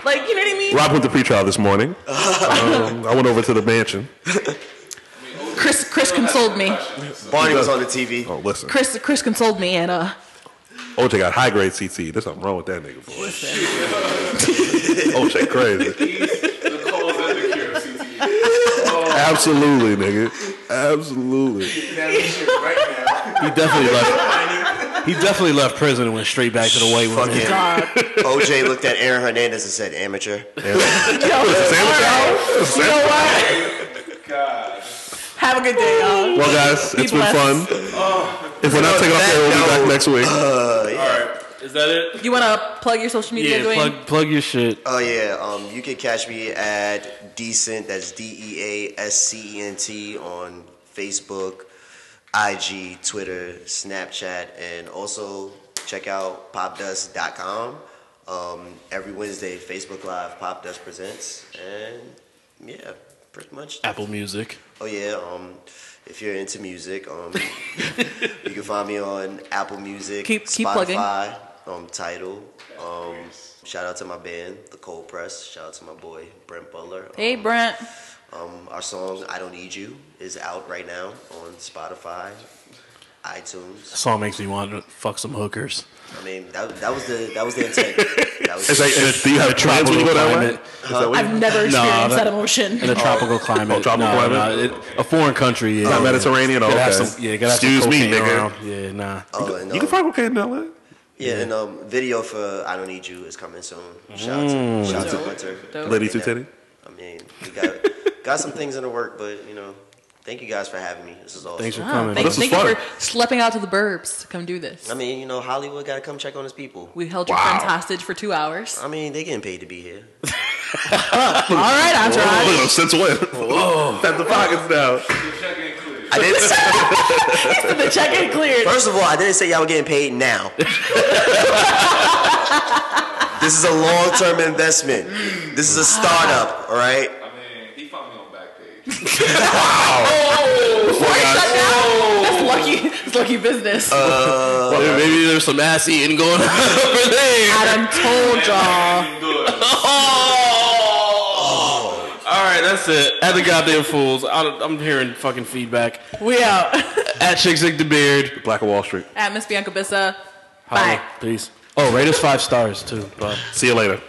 Like, you know what I mean?
Rob went to pretrial this
*laughs*
morning. Um, I went over to the mansion.
Chris, Chris consoled me.
Barney was on the TV.
Oh, listen.
Chris, Chris consoled me, and uh,
OJ got high grade CT. There's something wrong with that nigga, boy. OJ crazy.
*laughs*
The cause and the cure of CTE.
Absolutely, nigga. Absolutely.
Now this shit right now.
He definitely left. He definitely left prison and went straight back to the white
Fuck
woman.
him. OJ looked at Aaron Hernandez and said, amateur.
yo, *laughs* all right. you know what?
God.
Have a good day, y'all.
Well, guys,
Be
it's been
blessed. Uh,
fun. If we're not taking off air, we'll be back next week.
Is that it?
You want to plug your social media,
Yeah,
Dwayne?
plug plug your shit.
Oh, yeah. Um, you can catch me at Decent, that's D E A S C E N T, on Facebook, IG, Twitter, Snapchat, and also check out popdust.com. Um, every Wednesday, Facebook Live, Pop Dust Presents. And yeah, pretty much.
Apple Music.
Oh yeah, um, if you're into music,
*laughs*
um, you can find me on Apple Music,
Keep- keep plugging.
Spotify, um, Title. Um, shout out to my band, The Cold Press. Shout out to my boy Brent Butler.
Hey,
Um,
Brent.
Um, our song "I Don't Need You" is out right now on Spotify, iTunes.
Song makes me want to fuck some hookers.
*laughs*
I mean, that, that was the that was the intent. That was
It's like, and do you have plans when you go that way? Is that what you-
I've never
Nah,
experienced
that-
that emotion.
Uh-huh. In a tropical climate.
Oh, tropical
Nah,
climate?
nah, it- a foreign country. Yeah,
Not Mediterranean?
Gotta have
Okay.
some- yeah, gotta have some
Excuse me,
cocaine
nigga.
around. Yeah, nah.
oh, and,
You can
um,
find cocaine in L.A.
Yeah, and um, video for "I Don't Need You" is coming soon. Shout out to shout out to
Dope.
Hunter.
Mm. Dope.
Lady Two Titty?
I mean, we got got some things in the work, but you know, thank you guys for having me. This is awesome.
Thanks for
Wow,
coming.
*laughs* thank
this was
thank
fun.
you for schlepping out to the burbs to come do this.
I mean, you know, Hollywood got to come check on his people.
we held your
Wow.
friends hostage for two hours.
I mean, they getting paid to be here.
All right,
Oh,
Entourage.
look at him, since when?
Oh.
Whoa. Tap the pockets now.
The check ain't clear.
I didn't.
the check ain't cleared.
*laughs* First of all, I didn't say y'all were getting paid now. this is a long term investment. This is a startup. All right.
I mean, he found me on Backpage.
That's lucky. It's lucky business.
Yeah, maybe there's some ass eating
*laughs*
going on over there.
I done told y'all.
Even good.
Oh! All right, that's it. At the goddamn fools. I don't- I'm hearing fucking feedback.
We out. *laughs*
At Chick Zick the Beard.
Black of Wall Street.
At Miss Bianca Bissa.
Holla.
Bye.
Peace. Oh, rate us five stars too. Bye.
See you later.